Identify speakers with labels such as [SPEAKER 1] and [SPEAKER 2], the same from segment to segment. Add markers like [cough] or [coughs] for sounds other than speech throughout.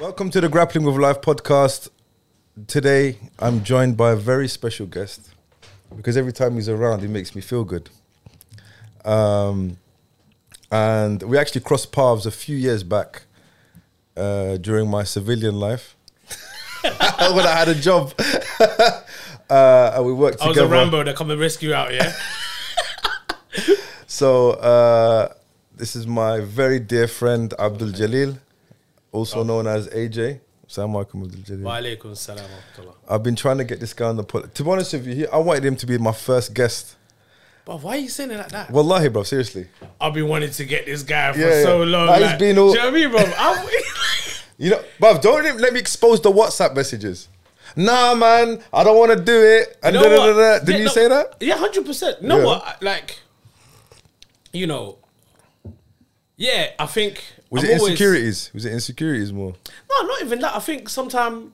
[SPEAKER 1] Welcome to the Grappling with Life podcast. Today, I'm joined by a very special guest because every time he's around, he makes me feel good. Um, and we actually crossed paths a few years back uh, during my civilian life [laughs] when I had a job. [laughs] uh, and we worked
[SPEAKER 2] I was
[SPEAKER 1] together.
[SPEAKER 2] a Rambo that come and rescue you out, yeah? [laughs]
[SPEAKER 1] So uh, this is my very dear friend Abdul Jalil, also
[SPEAKER 2] Oh.
[SPEAKER 1] known as AJ. Assalamu alaikum Abdul Jalil.
[SPEAKER 2] Wa alaikum salam wa rahmatullah.
[SPEAKER 1] I've been trying to get this guy on the pod. To be honest with you, he, I wanted him to be my first guest.
[SPEAKER 2] But why are you saying it like that?
[SPEAKER 1] Wallahi, bro, seriously.
[SPEAKER 2] I've been wanting to get this guy for
[SPEAKER 1] Yeah,
[SPEAKER 2] so
[SPEAKER 1] yeah.
[SPEAKER 2] long.
[SPEAKER 1] Nah, he's
[SPEAKER 2] like-
[SPEAKER 1] been all-
[SPEAKER 2] Do you know what I mean, bro? [laughs] I'm-
[SPEAKER 1] You know, bruv, don't even let me expose the WhatsApp messages. Nah, man, I don't want to do it. And
[SPEAKER 2] You know
[SPEAKER 1] da, da, da, da.
[SPEAKER 2] what?
[SPEAKER 1] Did
[SPEAKER 2] Yeah,
[SPEAKER 1] you
[SPEAKER 2] no-
[SPEAKER 1] say that?
[SPEAKER 2] Yeah, hundred percent. No,
[SPEAKER 1] Yeah.
[SPEAKER 2] what? I- Like, you know, yeah. I think
[SPEAKER 1] Was
[SPEAKER 2] I'm
[SPEAKER 1] it
[SPEAKER 2] always-
[SPEAKER 1] insecurities? Was it insecurities more?
[SPEAKER 2] No, not even that. I think sometimes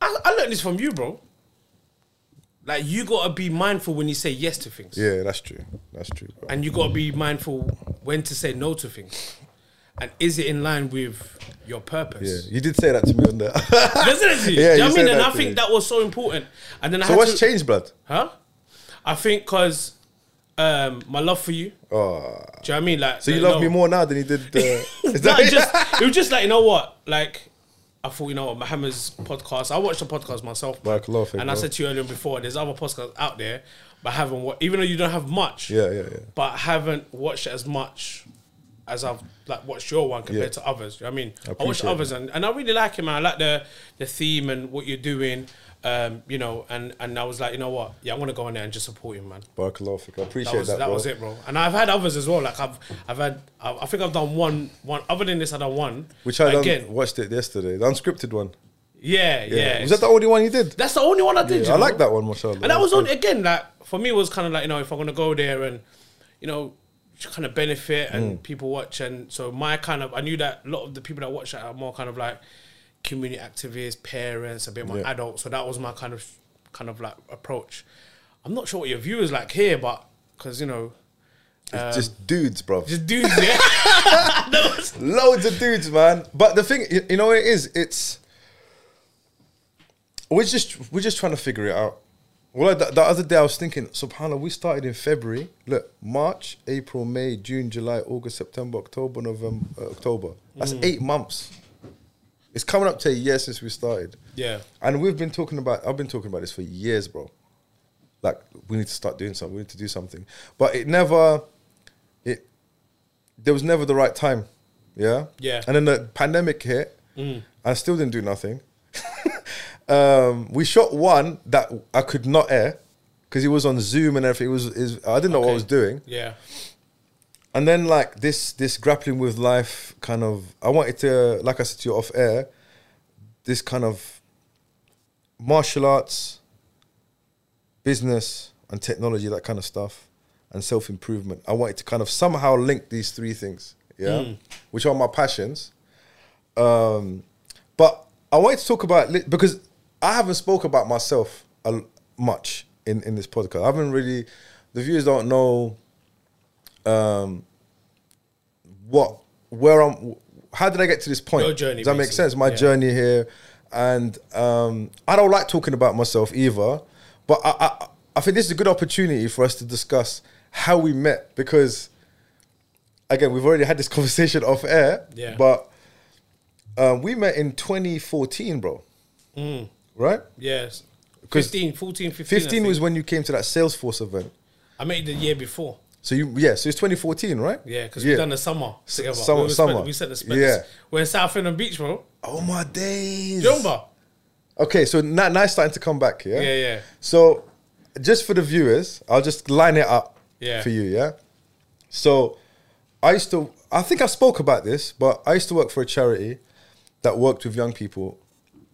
[SPEAKER 2] I, I learned this from you, bro. Like, you gotta be mindful when you say yes to things.
[SPEAKER 1] Yeah, that's true. That's true, bro.
[SPEAKER 2] and you got to be mindful when to say no to things and is it in line with your
[SPEAKER 1] Yeah,
[SPEAKER 2] purpose
[SPEAKER 1] you did say that to me on
[SPEAKER 2] [laughs]
[SPEAKER 1] that. Yeah,
[SPEAKER 2] Definitely. Do you know
[SPEAKER 1] you
[SPEAKER 2] what I mean
[SPEAKER 1] said
[SPEAKER 2] and
[SPEAKER 1] that
[SPEAKER 2] i
[SPEAKER 1] to
[SPEAKER 2] think
[SPEAKER 1] me.
[SPEAKER 2] that was so important and then i
[SPEAKER 1] so
[SPEAKER 2] had
[SPEAKER 1] what's
[SPEAKER 2] to
[SPEAKER 1] changed, blood?
[SPEAKER 2] huh i think because um my love for you
[SPEAKER 1] Oh,
[SPEAKER 2] do you know what i mean like
[SPEAKER 1] so you love me more now than you did.
[SPEAKER 2] [laughs]
[SPEAKER 1] Uh, is
[SPEAKER 2] no,
[SPEAKER 1] that-
[SPEAKER 2] it Uh,
[SPEAKER 1] [laughs]
[SPEAKER 2] just it was just like you know what like I thought, you know what, Mohammed's podcast. I watched the podcast myself, man.
[SPEAKER 1] Barakallah, thank
[SPEAKER 2] and I
[SPEAKER 1] God.
[SPEAKER 2] said to you earlier before, there's other podcasts out there, but haven't what even though you don't have much,
[SPEAKER 1] yeah, yeah, yeah.
[SPEAKER 2] but I haven't watched it as much as I've like watched your one compared
[SPEAKER 1] Yeah.
[SPEAKER 2] to others. You know what I mean, I, watched
[SPEAKER 1] appreciate
[SPEAKER 2] others and, and I really like it, man. I like the the theme and what you're doing, um, you know. And and I was like, you know what? Yeah, I want to go in there and just support him, man.
[SPEAKER 1] Barakallah, fik. I appreciate
[SPEAKER 2] That
[SPEAKER 1] that.
[SPEAKER 2] was that,
[SPEAKER 1] bro.
[SPEAKER 2] was it, bro. And I've had others as well. Like I've I've had I, I think I've done one one other than this. I done one
[SPEAKER 1] Which I done,
[SPEAKER 2] again.
[SPEAKER 1] watched it yesterday, the unscripted one.
[SPEAKER 2] yeah, yeah.
[SPEAKER 1] was that the only one you did?
[SPEAKER 2] That's the only one I did. you
[SPEAKER 1] Yeah, I
[SPEAKER 2] know?
[SPEAKER 1] like that one, mashallah.
[SPEAKER 2] And that was on again, like for me, it was kind of like you know, if I'm gonna go there and you know, kind of benefit
[SPEAKER 1] Mm.
[SPEAKER 2] and people watch, and so my kind of, I knew that a lot of the people that watch that are more kind of like community activists, parents, a bit more
[SPEAKER 1] Yeah.
[SPEAKER 2] adults. So that was my kind of, kind of like approach. I'm not sure what your view is like here, but because you know,
[SPEAKER 1] It's just dudes, bro.
[SPEAKER 2] Um, just dudes,
[SPEAKER 1] [laughs]
[SPEAKER 2] yeah.
[SPEAKER 1] Loads of dudes, man. But the thing, you, you know, what it is. It's we're just we're just trying to figure it out. Well, the, the other day I was thinking, Subhanallah, we started in February. Look, March, April, May, June, July, August, September, October, November, uh, October. That's
[SPEAKER 2] Mm.
[SPEAKER 1] eight months. It's coming up to a year since we started.
[SPEAKER 2] Yeah.
[SPEAKER 1] And we've been talking about, I've been talking about this for years, bro. Like, we need to start doing something, we need to do something. But it never, it, there was never the right time. Yeah.
[SPEAKER 2] Yeah. Mm.
[SPEAKER 1] And then the pandemic hit. I still didn't do nothing. [laughs] um, we shot one that I could not air because it was on Zoom and everything. It was, is I didn't know what I was doing.
[SPEAKER 2] yeah,
[SPEAKER 1] And then like this this grappling with life kind of I wanted to like I said to you off air, this kind of martial arts, business and technology, that kind of stuff, and self improvement. I wanted to kind of somehow link these three things, yeah, which are my passions. Um, but I wanted to talk about li- because I haven't spoke about myself a l much in in this podcast. I haven't really. The viewers don't know um, what where I'm how did I get to this point?
[SPEAKER 2] Your journey,
[SPEAKER 1] Does that make
[SPEAKER 2] basically.
[SPEAKER 1] sense? My
[SPEAKER 2] Yeah.
[SPEAKER 1] journey here. And um, I don't like talking about myself either. But I, I I think this is a good opportunity for us to discuss how we met because again we've already had this [laughs] conversation off air.
[SPEAKER 2] Yeah.
[SPEAKER 1] But um, we met in 2014, bro.
[SPEAKER 2] Hmm.
[SPEAKER 1] Right?
[SPEAKER 2] yes.
[SPEAKER 1] 'Cause
[SPEAKER 2] 15, 14, 15.
[SPEAKER 1] 15 was
[SPEAKER 2] was.
[SPEAKER 1] when you came to that Salesforce event.
[SPEAKER 2] I made it the year before.
[SPEAKER 1] So you yeah, so it's 2014, right?
[SPEAKER 2] Yeah, because we done the summer together.
[SPEAKER 1] summer-
[SPEAKER 2] we were
[SPEAKER 1] summer.
[SPEAKER 2] spent- we set the spend.
[SPEAKER 1] Yeah.
[SPEAKER 2] We're in South End Beach, bro.
[SPEAKER 1] Oh my days.
[SPEAKER 2] Jumba.
[SPEAKER 1] Okay, so now, now it's starting to come back, yeah?
[SPEAKER 2] Yeah, yeah.
[SPEAKER 1] So, just for the viewers, I'll just line it up
[SPEAKER 2] Yeah.
[SPEAKER 1] for you, yeah? So, I used to, I think I spoke about this, but I used to work for a charity that worked with young people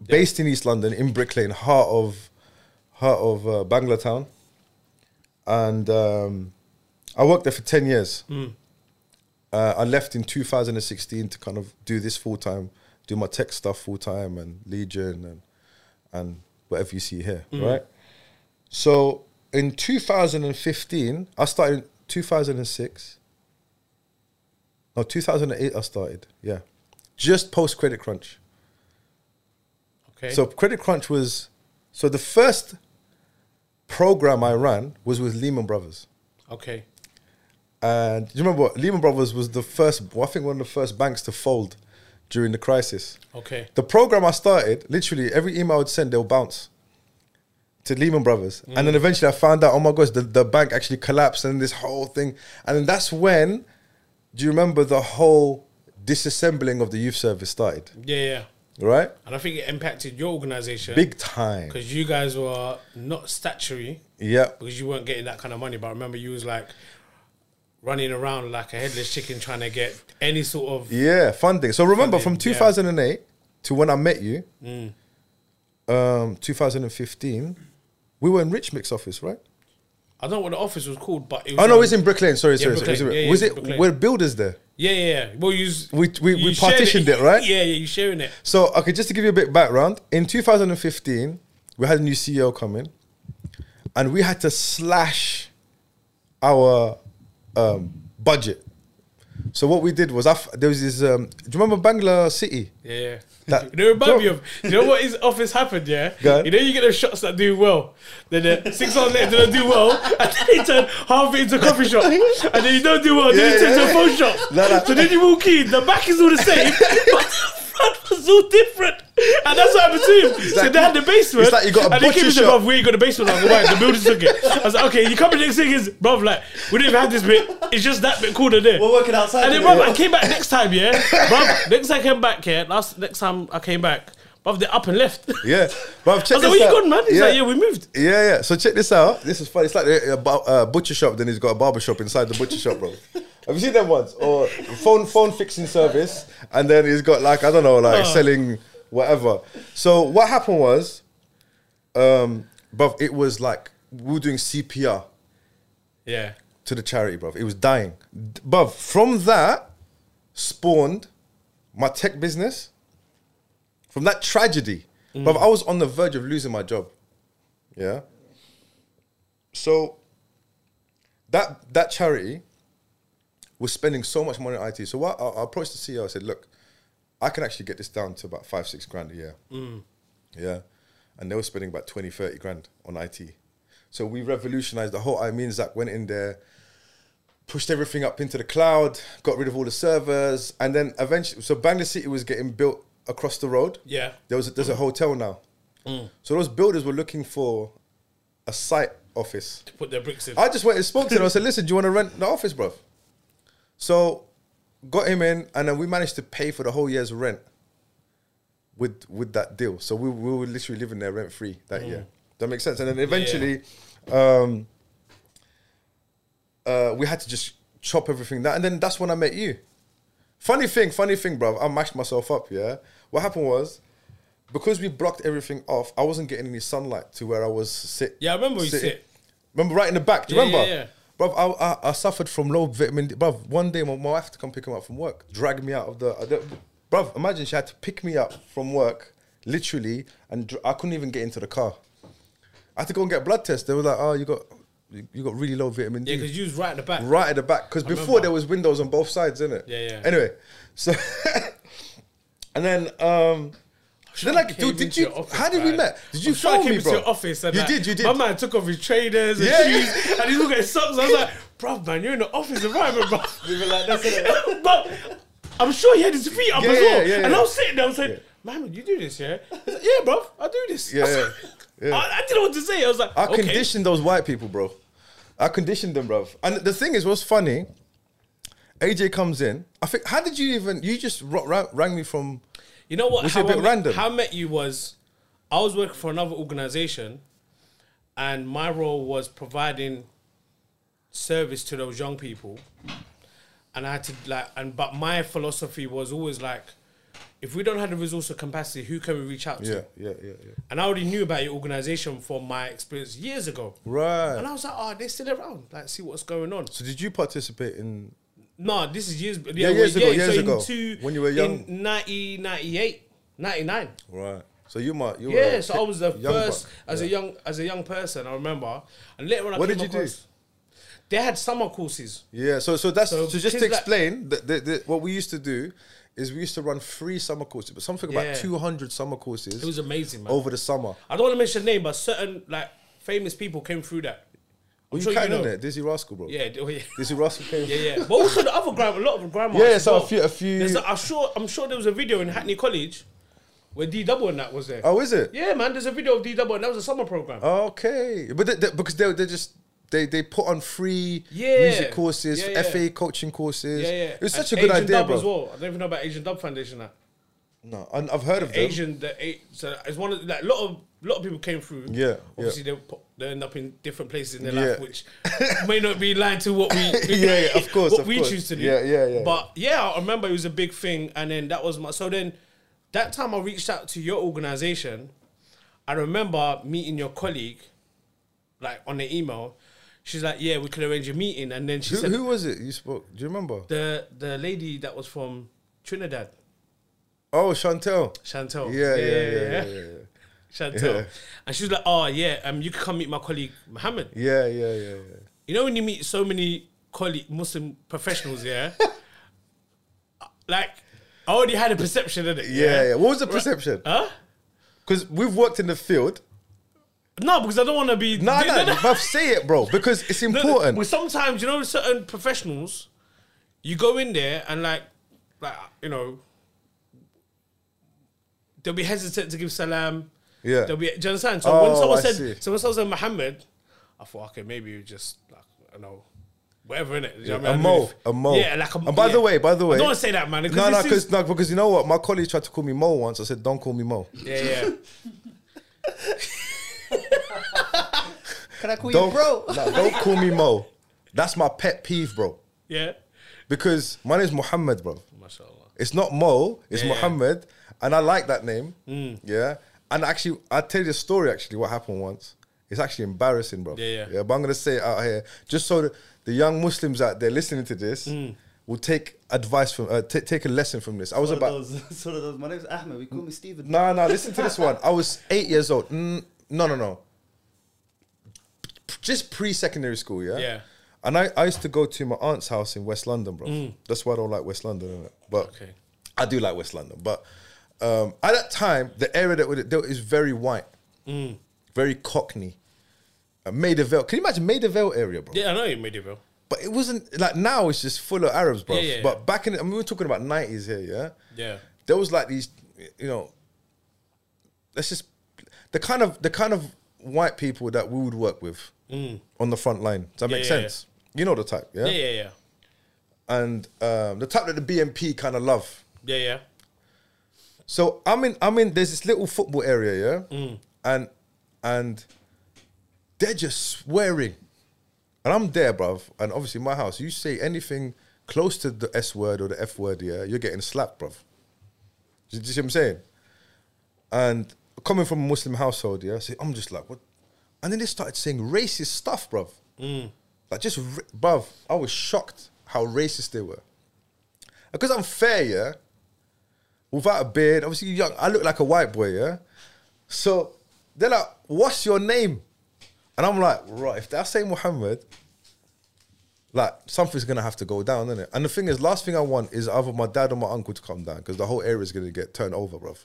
[SPEAKER 1] based in East London, in Brick Lane, heart of, heart of uh, Bangla Town. And um, I worked there for 10 years. Uh, I left in 2016 to kind of do this full time, do my tech stuff full time and Legion and and whatever you see here, right? So in 2015, I started in 2006. No, 2008 I started. Yeah. Just post credit crunch.
[SPEAKER 2] Okay.
[SPEAKER 1] So Credit Crunch was so the first program I ran was with Lehman Brothers.
[SPEAKER 2] Okay.
[SPEAKER 1] And do you remember what? Lehman Brothers was the first, well, I think one of the first banks to fold during the crisis.
[SPEAKER 2] Okay.
[SPEAKER 1] The program I started, literally every email I would send, they'll bounce to Lehman Brothers. And
[SPEAKER 2] Mm.
[SPEAKER 1] then eventually I found out, oh my gosh, the, the bank actually collapsed and this whole thing. And then that's when, do you remember the whole disassembling of the youth service started,
[SPEAKER 2] Yeah, yeah.
[SPEAKER 1] right?
[SPEAKER 2] And I think it impacted your organization
[SPEAKER 1] Big time.
[SPEAKER 2] because you guys were not statutory
[SPEAKER 1] Yeah.
[SPEAKER 2] because you weren't getting that kind of money. But I remember you was like running around like a headless chicken trying to get any sort of
[SPEAKER 1] Yeah, funding. So remember,
[SPEAKER 2] Funding,
[SPEAKER 1] from
[SPEAKER 2] yeah. Mm.
[SPEAKER 1] 2008 to when I met you, um, 2015, we were in Rich Mix office, right?
[SPEAKER 2] I don't know what the office was called, but it was
[SPEAKER 1] Oh no,
[SPEAKER 2] um,
[SPEAKER 1] it's in Brick Lane. Sorry,
[SPEAKER 2] Yeah,
[SPEAKER 1] sorry,
[SPEAKER 2] Brick
[SPEAKER 1] sorry.
[SPEAKER 2] Lane.
[SPEAKER 1] sorry.
[SPEAKER 2] Yeah, yeah,
[SPEAKER 1] was
[SPEAKER 2] it's
[SPEAKER 1] it?
[SPEAKER 2] Brick Lane.
[SPEAKER 1] We're builders there.
[SPEAKER 2] yeah, yeah, yeah. Well, you s-
[SPEAKER 1] We- we- we
[SPEAKER 2] you shared
[SPEAKER 1] partitioned it, right?
[SPEAKER 2] Yeah, yeah. You sharing it?
[SPEAKER 1] So okay, just to give you a bit of background, in 2015, we had a new CEO come in, and we had to slash our um, budget. So what we did was, I f- there was this. Um, do you remember Bangla City?
[SPEAKER 2] Yeah, yeah. [laughs]
[SPEAKER 1] That-
[SPEAKER 2] you know, remind me
[SPEAKER 1] Go.
[SPEAKER 2] of you know what his office happened. Yeah,
[SPEAKER 1] Go on.
[SPEAKER 2] you know, you get those shots that do well. Then uh, six hours later, they don't do well, and then they turn half into a coffee shop, and then you don't do well, then
[SPEAKER 1] Yeah,
[SPEAKER 2] you turn to
[SPEAKER 1] yeah.
[SPEAKER 2] a phone shop.
[SPEAKER 1] No, no.
[SPEAKER 2] So then you walk in, the back is all the same, but the front was all different, and that's what happened to him. So they had the basement,
[SPEAKER 1] It's like you got a
[SPEAKER 2] and they came
[SPEAKER 1] butcher
[SPEAKER 2] and said,
[SPEAKER 1] shop.
[SPEAKER 2] "Bruv, we ain't got the basement." I was like, "Right, the building took it." I was like, "Okay, you come in the next thing is, bruv, like we didn't even have this bit. It's just that bit cooler there."
[SPEAKER 3] We're working outside.
[SPEAKER 2] And then,
[SPEAKER 3] today.
[SPEAKER 2] bruv, I came back next time, yeah? bruv, next time I came back, yeah? Last, next time I came back, bruv, they up and left. I [laughs]
[SPEAKER 1] Yeah, but I've checked
[SPEAKER 2] was like,
[SPEAKER 1] this
[SPEAKER 2] where you
[SPEAKER 1] out.
[SPEAKER 2] gone, man? He's like, yeah, we moved.
[SPEAKER 1] Yeah, yeah. So check this out. This is funny. It's like a, a bu- uh, butcher shop. Then he's got a barber shop inside the butcher shop, bro. Have you seen them ones? Or phone phone fixing service, and then he's got like I don't know, like
[SPEAKER 2] Oh.
[SPEAKER 1] selling whatever. So what happened was, um, bruv, it was like we were doing CPR
[SPEAKER 2] Yeah.
[SPEAKER 1] to the charity, bruv. It was dying, D- bruv. From that spawned my tech business. From that tragedy, bruv, I was on the verge of losing my job. Yeah. So that that charity was spending so much money on IT. So what I, I approached the CEO, I said, look, I can actually get this down to about five, six grand a year. Yeah. And they were spending about 20, 30 grand on IT. So we revolutionized the whole I mean Zach went in there, pushed everything up into the cloud, got rid of all the servers, and then eventually so Bangla City was getting built across the road.
[SPEAKER 2] Yeah.
[SPEAKER 1] There was a, there's a hotel now. So those builders were looking for a site office.
[SPEAKER 2] Put their bricks in.
[SPEAKER 1] I just went and spoke to him. I said, listen, do you want to rent the office, bruv? So got him in, and then we managed to pay for the whole year's rent with with that deal. So we, we were literally living there rent free that year. That makes sense. And then eventually, um, uh, we had to just chop everything down. And then that's when I met you. Funny thing, funny thing, bruv. I mashed myself up, yeah. What happened was, because we blocked everything off, I wasn't getting any sunlight to where I was sit.
[SPEAKER 2] Yeah, I remember you
[SPEAKER 1] sitting.
[SPEAKER 2] sit.
[SPEAKER 1] Remember right in the back? Do you
[SPEAKER 2] Yeah,
[SPEAKER 1] remember?
[SPEAKER 2] yeah, yeah.
[SPEAKER 1] Bruv, I, I, I suffered from low vitamin D. Bruv, one day my, my wife had to come pick him up from work, drag me out of the. I don't- bruv, imagine she had to pick me up from work, literally, and dr- I couldn't even get into the car. I had to go and get blood tests. They were like, oh, you got you you got really low vitamin D
[SPEAKER 2] Yeah, because you was right at the back.
[SPEAKER 1] right at the back because before
[SPEAKER 2] remember.
[SPEAKER 1] there was windows on both sides, isn't it?
[SPEAKER 2] Yeah, yeah.
[SPEAKER 1] Anyway, so [laughs] and then um, then like,
[SPEAKER 2] Came
[SPEAKER 1] dude, did
[SPEAKER 2] into
[SPEAKER 1] you?
[SPEAKER 2] your office,
[SPEAKER 1] how did we
[SPEAKER 2] man.
[SPEAKER 1] met? Did you
[SPEAKER 2] I'm sure I
[SPEAKER 1] phone
[SPEAKER 2] came
[SPEAKER 1] me,
[SPEAKER 2] into
[SPEAKER 1] bro?
[SPEAKER 2] your office and
[SPEAKER 1] you
[SPEAKER 2] like,
[SPEAKER 1] did, you did.
[SPEAKER 2] My man took off his trainers and
[SPEAKER 1] Yeah,
[SPEAKER 2] shoes,
[SPEAKER 1] yeah.
[SPEAKER 2] and he's looking at socks. I
[SPEAKER 1] [laughs]
[SPEAKER 2] was like, bruv, man, you're in the office environment, bruv.
[SPEAKER 3] We were like, that's
[SPEAKER 2] [laughs]
[SPEAKER 3] it.
[SPEAKER 2] but I'm sure he had his feet up
[SPEAKER 1] Yeah,
[SPEAKER 2] as
[SPEAKER 1] yeah,
[SPEAKER 2] well.
[SPEAKER 1] yeah, yeah.
[SPEAKER 2] And I was sitting there, I was like, man, you do this, yeah? He's like, yeah, bruv, I do this.
[SPEAKER 1] Yeah,
[SPEAKER 2] I, was
[SPEAKER 1] yeah,
[SPEAKER 2] like-
[SPEAKER 1] yeah.
[SPEAKER 2] [laughs] I, I didn't know what to say. I was like,
[SPEAKER 1] I
[SPEAKER 2] okay.
[SPEAKER 1] conditioned those white people, bro. I conditioned them, bro. And the thing is, what's funny? AJ comes in. I think. How did you even? You just ro- ra- rang me from.
[SPEAKER 2] You know what?
[SPEAKER 1] Was it a
[SPEAKER 2] I
[SPEAKER 1] bit
[SPEAKER 2] met,
[SPEAKER 1] random?
[SPEAKER 2] How I met you was, I was working for another organization, and my role was providing service to those young people, and I had to like, and but my philosophy was always like, if we don't have the resource or capacity, who can we reach out to?
[SPEAKER 1] Yeah, yeah, yeah, yeah.
[SPEAKER 2] And I already knew about your organization from my experience years ago. And
[SPEAKER 1] Right.
[SPEAKER 2] I was like, oh, they're still around. Like, see what's going on.
[SPEAKER 1] So did you participate in?
[SPEAKER 2] No, this is years. Yeah,
[SPEAKER 1] years
[SPEAKER 2] well,
[SPEAKER 1] ago, years
[SPEAKER 2] so
[SPEAKER 1] ago,
[SPEAKER 2] In two,
[SPEAKER 1] when you were young.
[SPEAKER 2] in 90, 98, 99.
[SPEAKER 1] Right. So you might. You were
[SPEAKER 2] Yeah,
[SPEAKER 1] a
[SPEAKER 2] so
[SPEAKER 1] kid-
[SPEAKER 2] I was the
[SPEAKER 1] young
[SPEAKER 2] first
[SPEAKER 1] buck.
[SPEAKER 2] as a young as a young person. I remember, and later on, I
[SPEAKER 1] What
[SPEAKER 2] came
[SPEAKER 1] did you do?
[SPEAKER 2] across- They had summer courses.
[SPEAKER 1] Yeah, so so that's
[SPEAKER 2] So
[SPEAKER 1] so, just
[SPEAKER 2] kids
[SPEAKER 1] to
[SPEAKER 2] like-
[SPEAKER 1] explain that the, the, what we used to do is we used to run free summer courses, but something
[SPEAKER 2] Yeah.
[SPEAKER 1] about two hundred summer courses
[SPEAKER 2] It was amazing, man.
[SPEAKER 1] over the summer.
[SPEAKER 2] Oh. I don't want to mention name, but certain like famous people came through that. I'm
[SPEAKER 1] Were Oh, you
[SPEAKER 2] sure
[SPEAKER 1] counting
[SPEAKER 2] know.
[SPEAKER 1] on it, Dizzy Rascal, bro?
[SPEAKER 2] Yeah, d- oh, yeah. [laughs]
[SPEAKER 1] Dizzy Rascal came.
[SPEAKER 2] Yeah, yeah. But also the other grandma, a lot of grandmas.
[SPEAKER 1] Yeah,
[SPEAKER 2] as
[SPEAKER 1] so a
[SPEAKER 2] well.
[SPEAKER 1] few- a few-
[SPEAKER 2] There's a, I'm sure. I'm sure there was a video in Hackney College where D Double and that was there.
[SPEAKER 1] Oh, is it?
[SPEAKER 2] Yeah, man. There's a video of D Double and that was a summer program.
[SPEAKER 1] Okay, but they, they, because they they just they they put on free
[SPEAKER 2] Yeah.
[SPEAKER 1] music courses,
[SPEAKER 2] Yeah, yeah.
[SPEAKER 1] FA coaching courses.
[SPEAKER 2] yeah, yeah.
[SPEAKER 1] It was such
[SPEAKER 2] And
[SPEAKER 1] a good
[SPEAKER 2] Asian
[SPEAKER 1] idea,
[SPEAKER 2] Dub
[SPEAKER 1] bro.
[SPEAKER 2] As well. I don't even know about Asian Dub Foundation now.
[SPEAKER 1] No, and I've heard of them.
[SPEAKER 2] Asian, the A- so it's one of like a lot of lot of people came through.
[SPEAKER 1] Yeah,
[SPEAKER 2] obviously they po- they end up in different places in their
[SPEAKER 1] Yeah.
[SPEAKER 2] life, which [laughs] may not be aligned to
[SPEAKER 1] [laughs]
[SPEAKER 2] what we,
[SPEAKER 1] Yeah,
[SPEAKER 2] [laughs]
[SPEAKER 1] yeah, of course,
[SPEAKER 2] what
[SPEAKER 1] of
[SPEAKER 2] we
[SPEAKER 1] course.
[SPEAKER 2] choose to do.
[SPEAKER 1] Yeah, yeah, yeah,
[SPEAKER 2] But yeah, I remember it was a big thing, and then that was my so then that time I reached out to your organization. I remember meeting your colleague, like on the email. She's like, "Yeah, we could arrange a meeting," and then she
[SPEAKER 1] Who,
[SPEAKER 2] said,
[SPEAKER 1] who was it you spoke? Do you remember?
[SPEAKER 2] "The the lady that was from Trinidad,
[SPEAKER 1] Oh, Chantel.
[SPEAKER 2] Chantel."
[SPEAKER 1] Yeah, yeah, yeah, yeah, yeah, yeah,
[SPEAKER 2] Chantel.
[SPEAKER 1] Yeah.
[SPEAKER 2] And she was like, Oh yeah, um, you can come meet my colleague Mohammed.
[SPEAKER 1] yeah, yeah, yeah, yeah.
[SPEAKER 2] You know when you meet so many colleague Muslim professionals, yeah?
[SPEAKER 1] [laughs]
[SPEAKER 2] like I already had a perception of it.
[SPEAKER 1] Yeah, yeah. What was the perception?
[SPEAKER 2] Huh?
[SPEAKER 1] Because we've worked in the field.
[SPEAKER 2] No, because I don't want to be
[SPEAKER 1] No, no, bruv, say it, bro, because it's
[SPEAKER 2] No, no.
[SPEAKER 1] important.
[SPEAKER 2] Well, sometimes you know certain professionals, you go in there and like, like you know, they'll be hesitant to give salam.
[SPEAKER 1] Yeah.
[SPEAKER 2] they'll be. Do you understand? So when
[SPEAKER 1] Oh,
[SPEAKER 2] someone
[SPEAKER 1] I
[SPEAKER 2] said,
[SPEAKER 1] see.
[SPEAKER 2] so when someone said Muhammad, I thought okay, maybe you just like I know. Whatever in it, you know what I
[SPEAKER 1] a
[SPEAKER 2] mean? I
[SPEAKER 1] mo,
[SPEAKER 2] don't really-
[SPEAKER 1] a mo.
[SPEAKER 2] Yeah, like a
[SPEAKER 1] And by the
[SPEAKER 2] yeah.
[SPEAKER 1] way, by the way,
[SPEAKER 2] I don't want to say that, man.
[SPEAKER 1] No, no,
[SPEAKER 2] this is-
[SPEAKER 1] because no, because you know what? My colleague tried to call me Mo once. I said, "Don't call me Mo.
[SPEAKER 2] yeah, yeah.
[SPEAKER 3] Can I call
[SPEAKER 1] Don't, [laughs]
[SPEAKER 3] you bro?
[SPEAKER 1] no, don't call me Mo. That's my pet peeve, bro.
[SPEAKER 2] yeah.
[SPEAKER 1] Because my name's Muhammad, bro.
[SPEAKER 2] Mashallah.
[SPEAKER 1] It's not Mo. It's
[SPEAKER 2] Yeah. Mm.
[SPEAKER 1] Muhammad, and I like that name. Yeah, and actually, I will tell you a story. Actually, what happened once? It's actually embarrassing, bro.
[SPEAKER 2] Yeah, yeah.
[SPEAKER 1] Yeah, but I'm gonna say it out here just so that the young Muslims out there listening to this
[SPEAKER 2] Mm.
[SPEAKER 1] will take advice from, uh, t- take a lesson from this. I was
[SPEAKER 3] One of
[SPEAKER 1] about
[SPEAKER 3] those. [laughs] it's one of those. My name's Ahmed. We call me Steven.
[SPEAKER 1] No, no, listen to this one. I was eight years old. Mm, no, no, no. Just pre secondary school, yeah?
[SPEAKER 2] Yeah.
[SPEAKER 1] And I, I used to go to my aunt's house in West London, bro. That's why I don't like West London, innit? But
[SPEAKER 2] Mm. Okay.
[SPEAKER 1] I do like West London. But um, at that time, the area that would- that is very white,
[SPEAKER 2] Mm.
[SPEAKER 1] very cockney. Uh, Maida Vale. Can you imagine Maida Vale area, bro?
[SPEAKER 2] Yeah, I know you made it, bro.
[SPEAKER 1] But it wasn't like now it's just full of Arabs, bro.
[SPEAKER 2] Yeah, yeah,
[SPEAKER 1] but
[SPEAKER 2] yeah.
[SPEAKER 1] back in, the- I mean, we were talking about 90s here, yeah?
[SPEAKER 2] Yeah.
[SPEAKER 1] there was like these, you know, let's just the kind of the kind of white people that we would work with on the front line. Does that
[SPEAKER 2] Mm. Yeah,
[SPEAKER 1] make
[SPEAKER 2] yeah,
[SPEAKER 1] sense? You know the type, yeah.
[SPEAKER 2] Yeah, yeah, yeah.
[SPEAKER 1] And um, the type that the BNP kind of love.
[SPEAKER 2] Yeah, yeah.
[SPEAKER 1] So I'm in, I'm in. There's this little football area, yeah, and and they're just swearing, and I'm there, bruv. And obviously, my house. You say anything close to the S word or the F word, yeah, you're getting slapped, bruv. Do you, do you see what I'm saying? And coming from a Muslim household, yeah, so I'm just like, what? And then they started saying racist stuff, bruv. Like just, ra- bruv, I was shocked how racist they were. Because I'm fair, yeah. Without a beard, obviously young. I look like a white boy, yeah. So they're like, "What's your name?" And I'm like, "Right, if I say Muhammad, like something's gonna have to go down, isn't it?" And the thing is, last thing I want is either my dad or my uncle to come down because the whole area is gonna get turned over, bruv.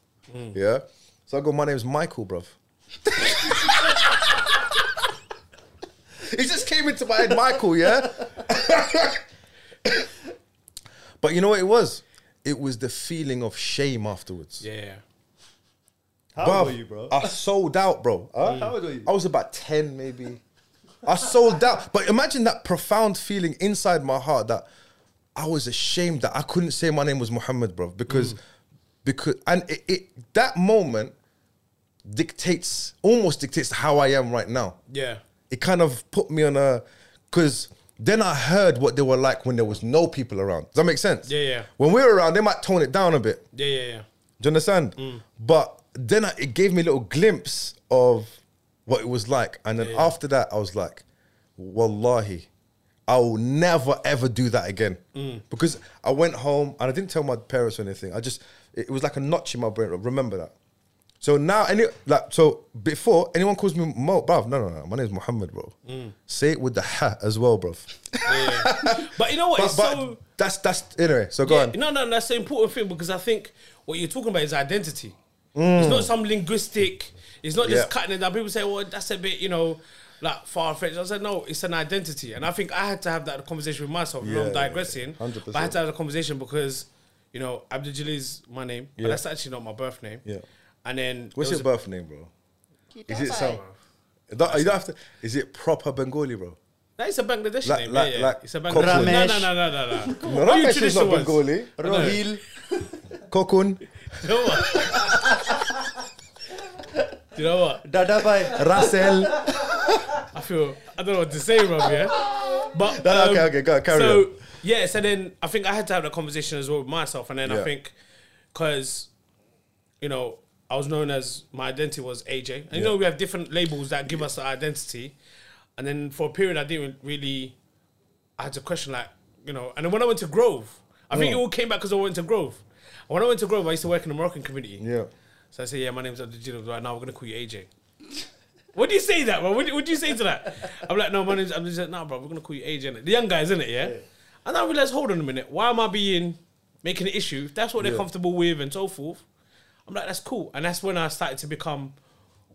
[SPEAKER 1] Yeah. So I go, "My name's Michael, bruv." [laughs] it just came into my head, Michael. Yeah. [laughs] But you know what it was? It was the feeling of shame afterwards.
[SPEAKER 2] Yeah, yeah.
[SPEAKER 3] How
[SPEAKER 1] Bruv,
[SPEAKER 3] old were you, bro?
[SPEAKER 1] I sold out, bro. Huh?
[SPEAKER 3] How old were you?
[SPEAKER 1] I was about 10, maybe. I sold out. But imagine that profound feeling inside my heart that I was ashamed that I couldn't say my name was Muhammad, bro. Because,
[SPEAKER 3] Mm.
[SPEAKER 1] because, and it, it, that moment dictates, almost dictates how I am right now.
[SPEAKER 2] Yeah.
[SPEAKER 1] It kind of put me on a, because then I heard what they were like when there was no people around. Does that make sense?
[SPEAKER 2] Yeah, yeah.
[SPEAKER 1] When we were around, they might tone it down a bit.
[SPEAKER 2] Yeah, yeah, yeah.
[SPEAKER 1] Do you understand?
[SPEAKER 2] Mm.
[SPEAKER 1] But then I, it gave me a little glimpse of what it was like. And then after that, I was like, Wallahi, I will never ever do that again.
[SPEAKER 2] Mm.
[SPEAKER 1] Because I went home and I didn't tell my parents or anything. I just, it, it was like a notch in my brain. Remember that. So now, any like so before anyone calls me Mo, bruv, no, no, no, my name's Muhammad, bro.
[SPEAKER 2] Mm.
[SPEAKER 1] Say it with the ha as well, bruv.
[SPEAKER 2] But you know what?
[SPEAKER 1] But,
[SPEAKER 2] it's
[SPEAKER 1] but
[SPEAKER 2] so
[SPEAKER 1] that's that's anyway. So go
[SPEAKER 2] Yeah,
[SPEAKER 1] on.
[SPEAKER 2] No, no, that's the important thing because I think what you're talking about is identity. It's not some linguistic. It's not
[SPEAKER 1] Mm. Yeah.
[SPEAKER 2] just cutting it down. People say, "Well, that's a bit," you know, like far fetched. I said, "No, it's an identity," and I think I had to have that conversation with myself.
[SPEAKER 1] Yeah,
[SPEAKER 2] no, I'm
[SPEAKER 1] yeah, yeah.
[SPEAKER 2] digressing,
[SPEAKER 1] 100%.
[SPEAKER 2] but I had to have the conversation because you know Abdul Jalil's my name,
[SPEAKER 1] Yeah.
[SPEAKER 2] but that's actually not my birth name.
[SPEAKER 1] Yeah.
[SPEAKER 2] And then
[SPEAKER 1] What's
[SPEAKER 2] there
[SPEAKER 1] your
[SPEAKER 2] was
[SPEAKER 1] birth name, bro? Is it
[SPEAKER 3] Kitabay.
[SPEAKER 1] some? Don't- you don't have to. Is it proper Bengali, bro?
[SPEAKER 2] a, that is a Bangladesh
[SPEAKER 1] Like-
[SPEAKER 2] name.
[SPEAKER 1] like-
[SPEAKER 2] yeah, yeah.
[SPEAKER 1] like
[SPEAKER 2] it's a
[SPEAKER 1] Cockwood.
[SPEAKER 2] Bangladesh. No,
[SPEAKER 3] Ramesh.
[SPEAKER 2] no, no, no,
[SPEAKER 1] [laughs]
[SPEAKER 2] no, no.
[SPEAKER 1] No,
[SPEAKER 2] What are you
[SPEAKER 1] Ramesh is not
[SPEAKER 2] traditional ones?
[SPEAKER 1] Bengali.
[SPEAKER 3] Rohil.
[SPEAKER 1] [laughs] Kokun,
[SPEAKER 2] You know what? you know
[SPEAKER 1] [laughs]
[SPEAKER 2] what?
[SPEAKER 3] Dadabai.
[SPEAKER 1] Rasel.
[SPEAKER 2] I feel I don't know what to say, Rob. Yeah, but
[SPEAKER 1] No, no,
[SPEAKER 2] um,
[SPEAKER 1] okay, okay, go on, carry
[SPEAKER 2] so
[SPEAKER 1] on.
[SPEAKER 2] yeah, so then I think I had to have that conversation as well with myself, and then
[SPEAKER 1] Yeah.
[SPEAKER 2] I think because you know I was known as my identity was AJ, and you know we have different labels that give us the identity, and then for a period I didn't really I had to question like you know, and then when I went to Grove, I think it
[SPEAKER 1] Oh.
[SPEAKER 2] all came back because I went to Grove. And When I went to Grove, I used to work in the Moroccan community.
[SPEAKER 1] Yeah.
[SPEAKER 2] So I say, yeah, my name's Abdul Jilal. Right now, we're gonna call you AJ. what do you say to that, bro? What do, what do you say to that? I'm like, no, my name's Abdul Jilal. Nah, bro, we're gonna call you AJ. innit? The young guys, isn't it? Yeah. And I realized, hold on a minute, why am I being making an issue? If that's what they're
[SPEAKER 1] Yeah.
[SPEAKER 2] comfortable with and so forth, I'm like, that's cool. And that's when I started to become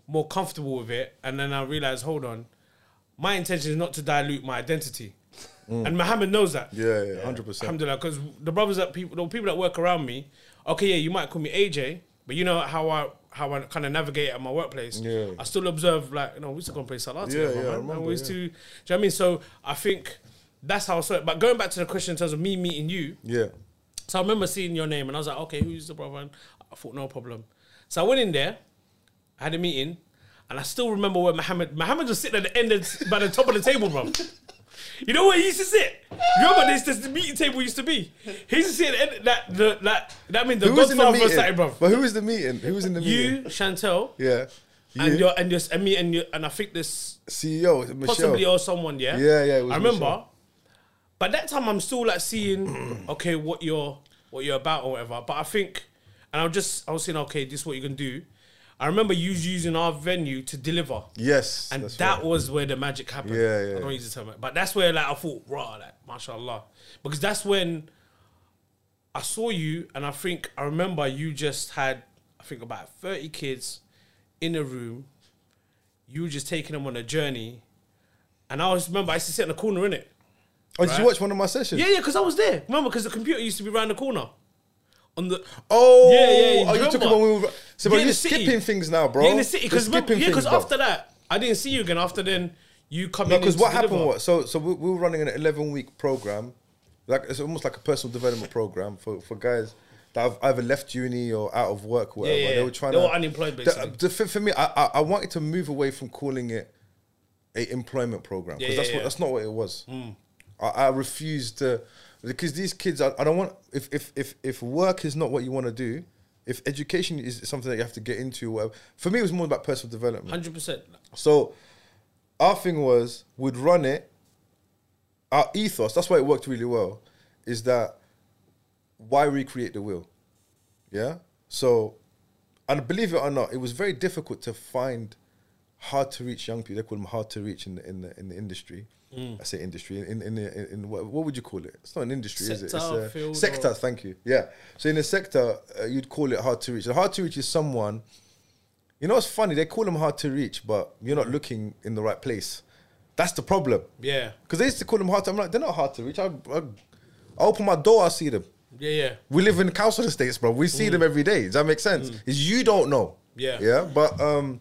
[SPEAKER 2] more comfortable with it. And then I realized, hold on, my intention is not to dilute my identity. And Muhammad knows that.
[SPEAKER 1] Yeah, yeah, hundred percent.
[SPEAKER 2] Alhamdulillah, because the brothers that people, the people that work around me, okay, yeah, you might call me AJ, but you know how I how I kind of navigate at my workplace.
[SPEAKER 1] Yeah.
[SPEAKER 2] I still observe like you know we used to go and play salat.
[SPEAKER 1] Yeah,
[SPEAKER 2] together,
[SPEAKER 1] yeah, I
[SPEAKER 2] man,
[SPEAKER 1] remember,
[SPEAKER 2] and we used
[SPEAKER 1] yeah.
[SPEAKER 2] to. Do you know what I mean? So I think that's how I saw it. But going back to the question in terms of me meeting you,
[SPEAKER 1] Yeah,
[SPEAKER 2] so I remember seeing your name and I was like, okay, who's the brother? And I thought, no problem. So I went in there, I had a meeting, and I still remember where Mohammed Mohammed was sitting at the end of, by the top of the table, bro. You know where he used to sit? You remember this this the meeting table used to be? He used to sit at the end, that the that that means the
[SPEAKER 1] who was in the
[SPEAKER 2] godfather
[SPEAKER 1] meeting?
[SPEAKER 2] was sitting, bro.
[SPEAKER 1] But who was the meeting? Who was in the
[SPEAKER 2] You,
[SPEAKER 1] meeting?
[SPEAKER 2] Chantel,
[SPEAKER 1] Yeah,
[SPEAKER 2] and
[SPEAKER 1] You,
[SPEAKER 2] your and your and me and your, and I think this
[SPEAKER 1] CEO Michelle.
[SPEAKER 2] possibly or someone, yeah.
[SPEAKER 1] Yeah, yeah, it was
[SPEAKER 2] I remember.
[SPEAKER 1] Michelle.
[SPEAKER 2] But that time I'm still like seeing, [clears throat] okay, what you're what you're about or whatever. But I think, and I was just I was saying, okay, this is what you can do. I remember you using our venue to deliver,
[SPEAKER 1] Yes,
[SPEAKER 2] and
[SPEAKER 1] that's
[SPEAKER 2] that
[SPEAKER 1] right.
[SPEAKER 2] was where the magic happened.
[SPEAKER 1] Yeah, yeah.
[SPEAKER 2] I don't use the term, but that's where like I thought, rah, like mashallah, because that's when I saw you, and I think I remember you just had, I think about thirty kids in a room. You were just taking them on a journey, and I always remember I used to sit in the corner in it.
[SPEAKER 1] Oh, did you watch one of my sessions?
[SPEAKER 2] Yeah, yeah, because I was there. Remember, because the computer used to be round the corner. On the
[SPEAKER 1] Oh,
[SPEAKER 2] Yeah, yeah, you
[SPEAKER 1] Are you
[SPEAKER 2] remember?
[SPEAKER 1] talking about when we were? So, bro,
[SPEAKER 2] Yeah, in
[SPEAKER 1] you're
[SPEAKER 2] the city.
[SPEAKER 1] skipping things now, bro.
[SPEAKER 2] yeah, in the city,
[SPEAKER 1] You're
[SPEAKER 2] because
[SPEAKER 1] skipping
[SPEAKER 2] yeah, because
[SPEAKER 1] things, bro.
[SPEAKER 2] after that, I didn't see you again. After then, you come
[SPEAKER 1] No,
[SPEAKER 2] in.
[SPEAKER 1] because
[SPEAKER 2] to
[SPEAKER 1] what happened
[SPEAKER 2] deliver.
[SPEAKER 1] was so so we, we were running an eleven week program, like it's almost like a personal development program for, for guys that have either left uni or out of work, whatever.
[SPEAKER 2] yeah,
[SPEAKER 1] They
[SPEAKER 2] yeah.
[SPEAKER 1] were trying
[SPEAKER 2] They
[SPEAKER 1] to
[SPEAKER 2] were unemployed,
[SPEAKER 1] The-
[SPEAKER 2] basically.
[SPEAKER 1] the thing for me, I, I I wanted to move away from calling it a employment program because
[SPEAKER 2] Yeah,
[SPEAKER 1] that's
[SPEAKER 2] yeah, Mm.
[SPEAKER 1] what
[SPEAKER 2] yeah.
[SPEAKER 1] that's not what it was. I, I refuse to because these kids, I, I don't want if if if if work is not what you want to do. If education is something that you have to get into, whatever. For me, it was more about personal development.
[SPEAKER 2] hundred percent.
[SPEAKER 1] So our thing was we'd run it. Our ethos, that's why it worked really well, is that why recreate the wheel? Yeah. So and believe it or not, it was very difficult to find hard to reach young people. They call them hard to reach in the in the, in the industry.
[SPEAKER 2] Mm.
[SPEAKER 1] I say industry in in, the- in, in what, what would you call it? It's not an industry, is it? It's
[SPEAKER 2] Sector,
[SPEAKER 1] a
[SPEAKER 2] field,
[SPEAKER 1] sector.
[SPEAKER 2] or-
[SPEAKER 1] Thank you. Yeah. So in a sector, uh, you'd call it hard to reach. And hard to reach is someone you know what's funny? They call them hard to reach, but you're not looking in the right place. That's the problem.
[SPEAKER 2] Yeah,
[SPEAKER 1] Because they used to call them hard to. I'm like, they're not hard to reach. I, I, I open my door, I see them.
[SPEAKER 2] yeah, yeah.
[SPEAKER 1] We live in council estates, bro. We see them every day. Does that make sense? It's you don't know.
[SPEAKER 2] Mm. Yeah.
[SPEAKER 1] Yeah. But um,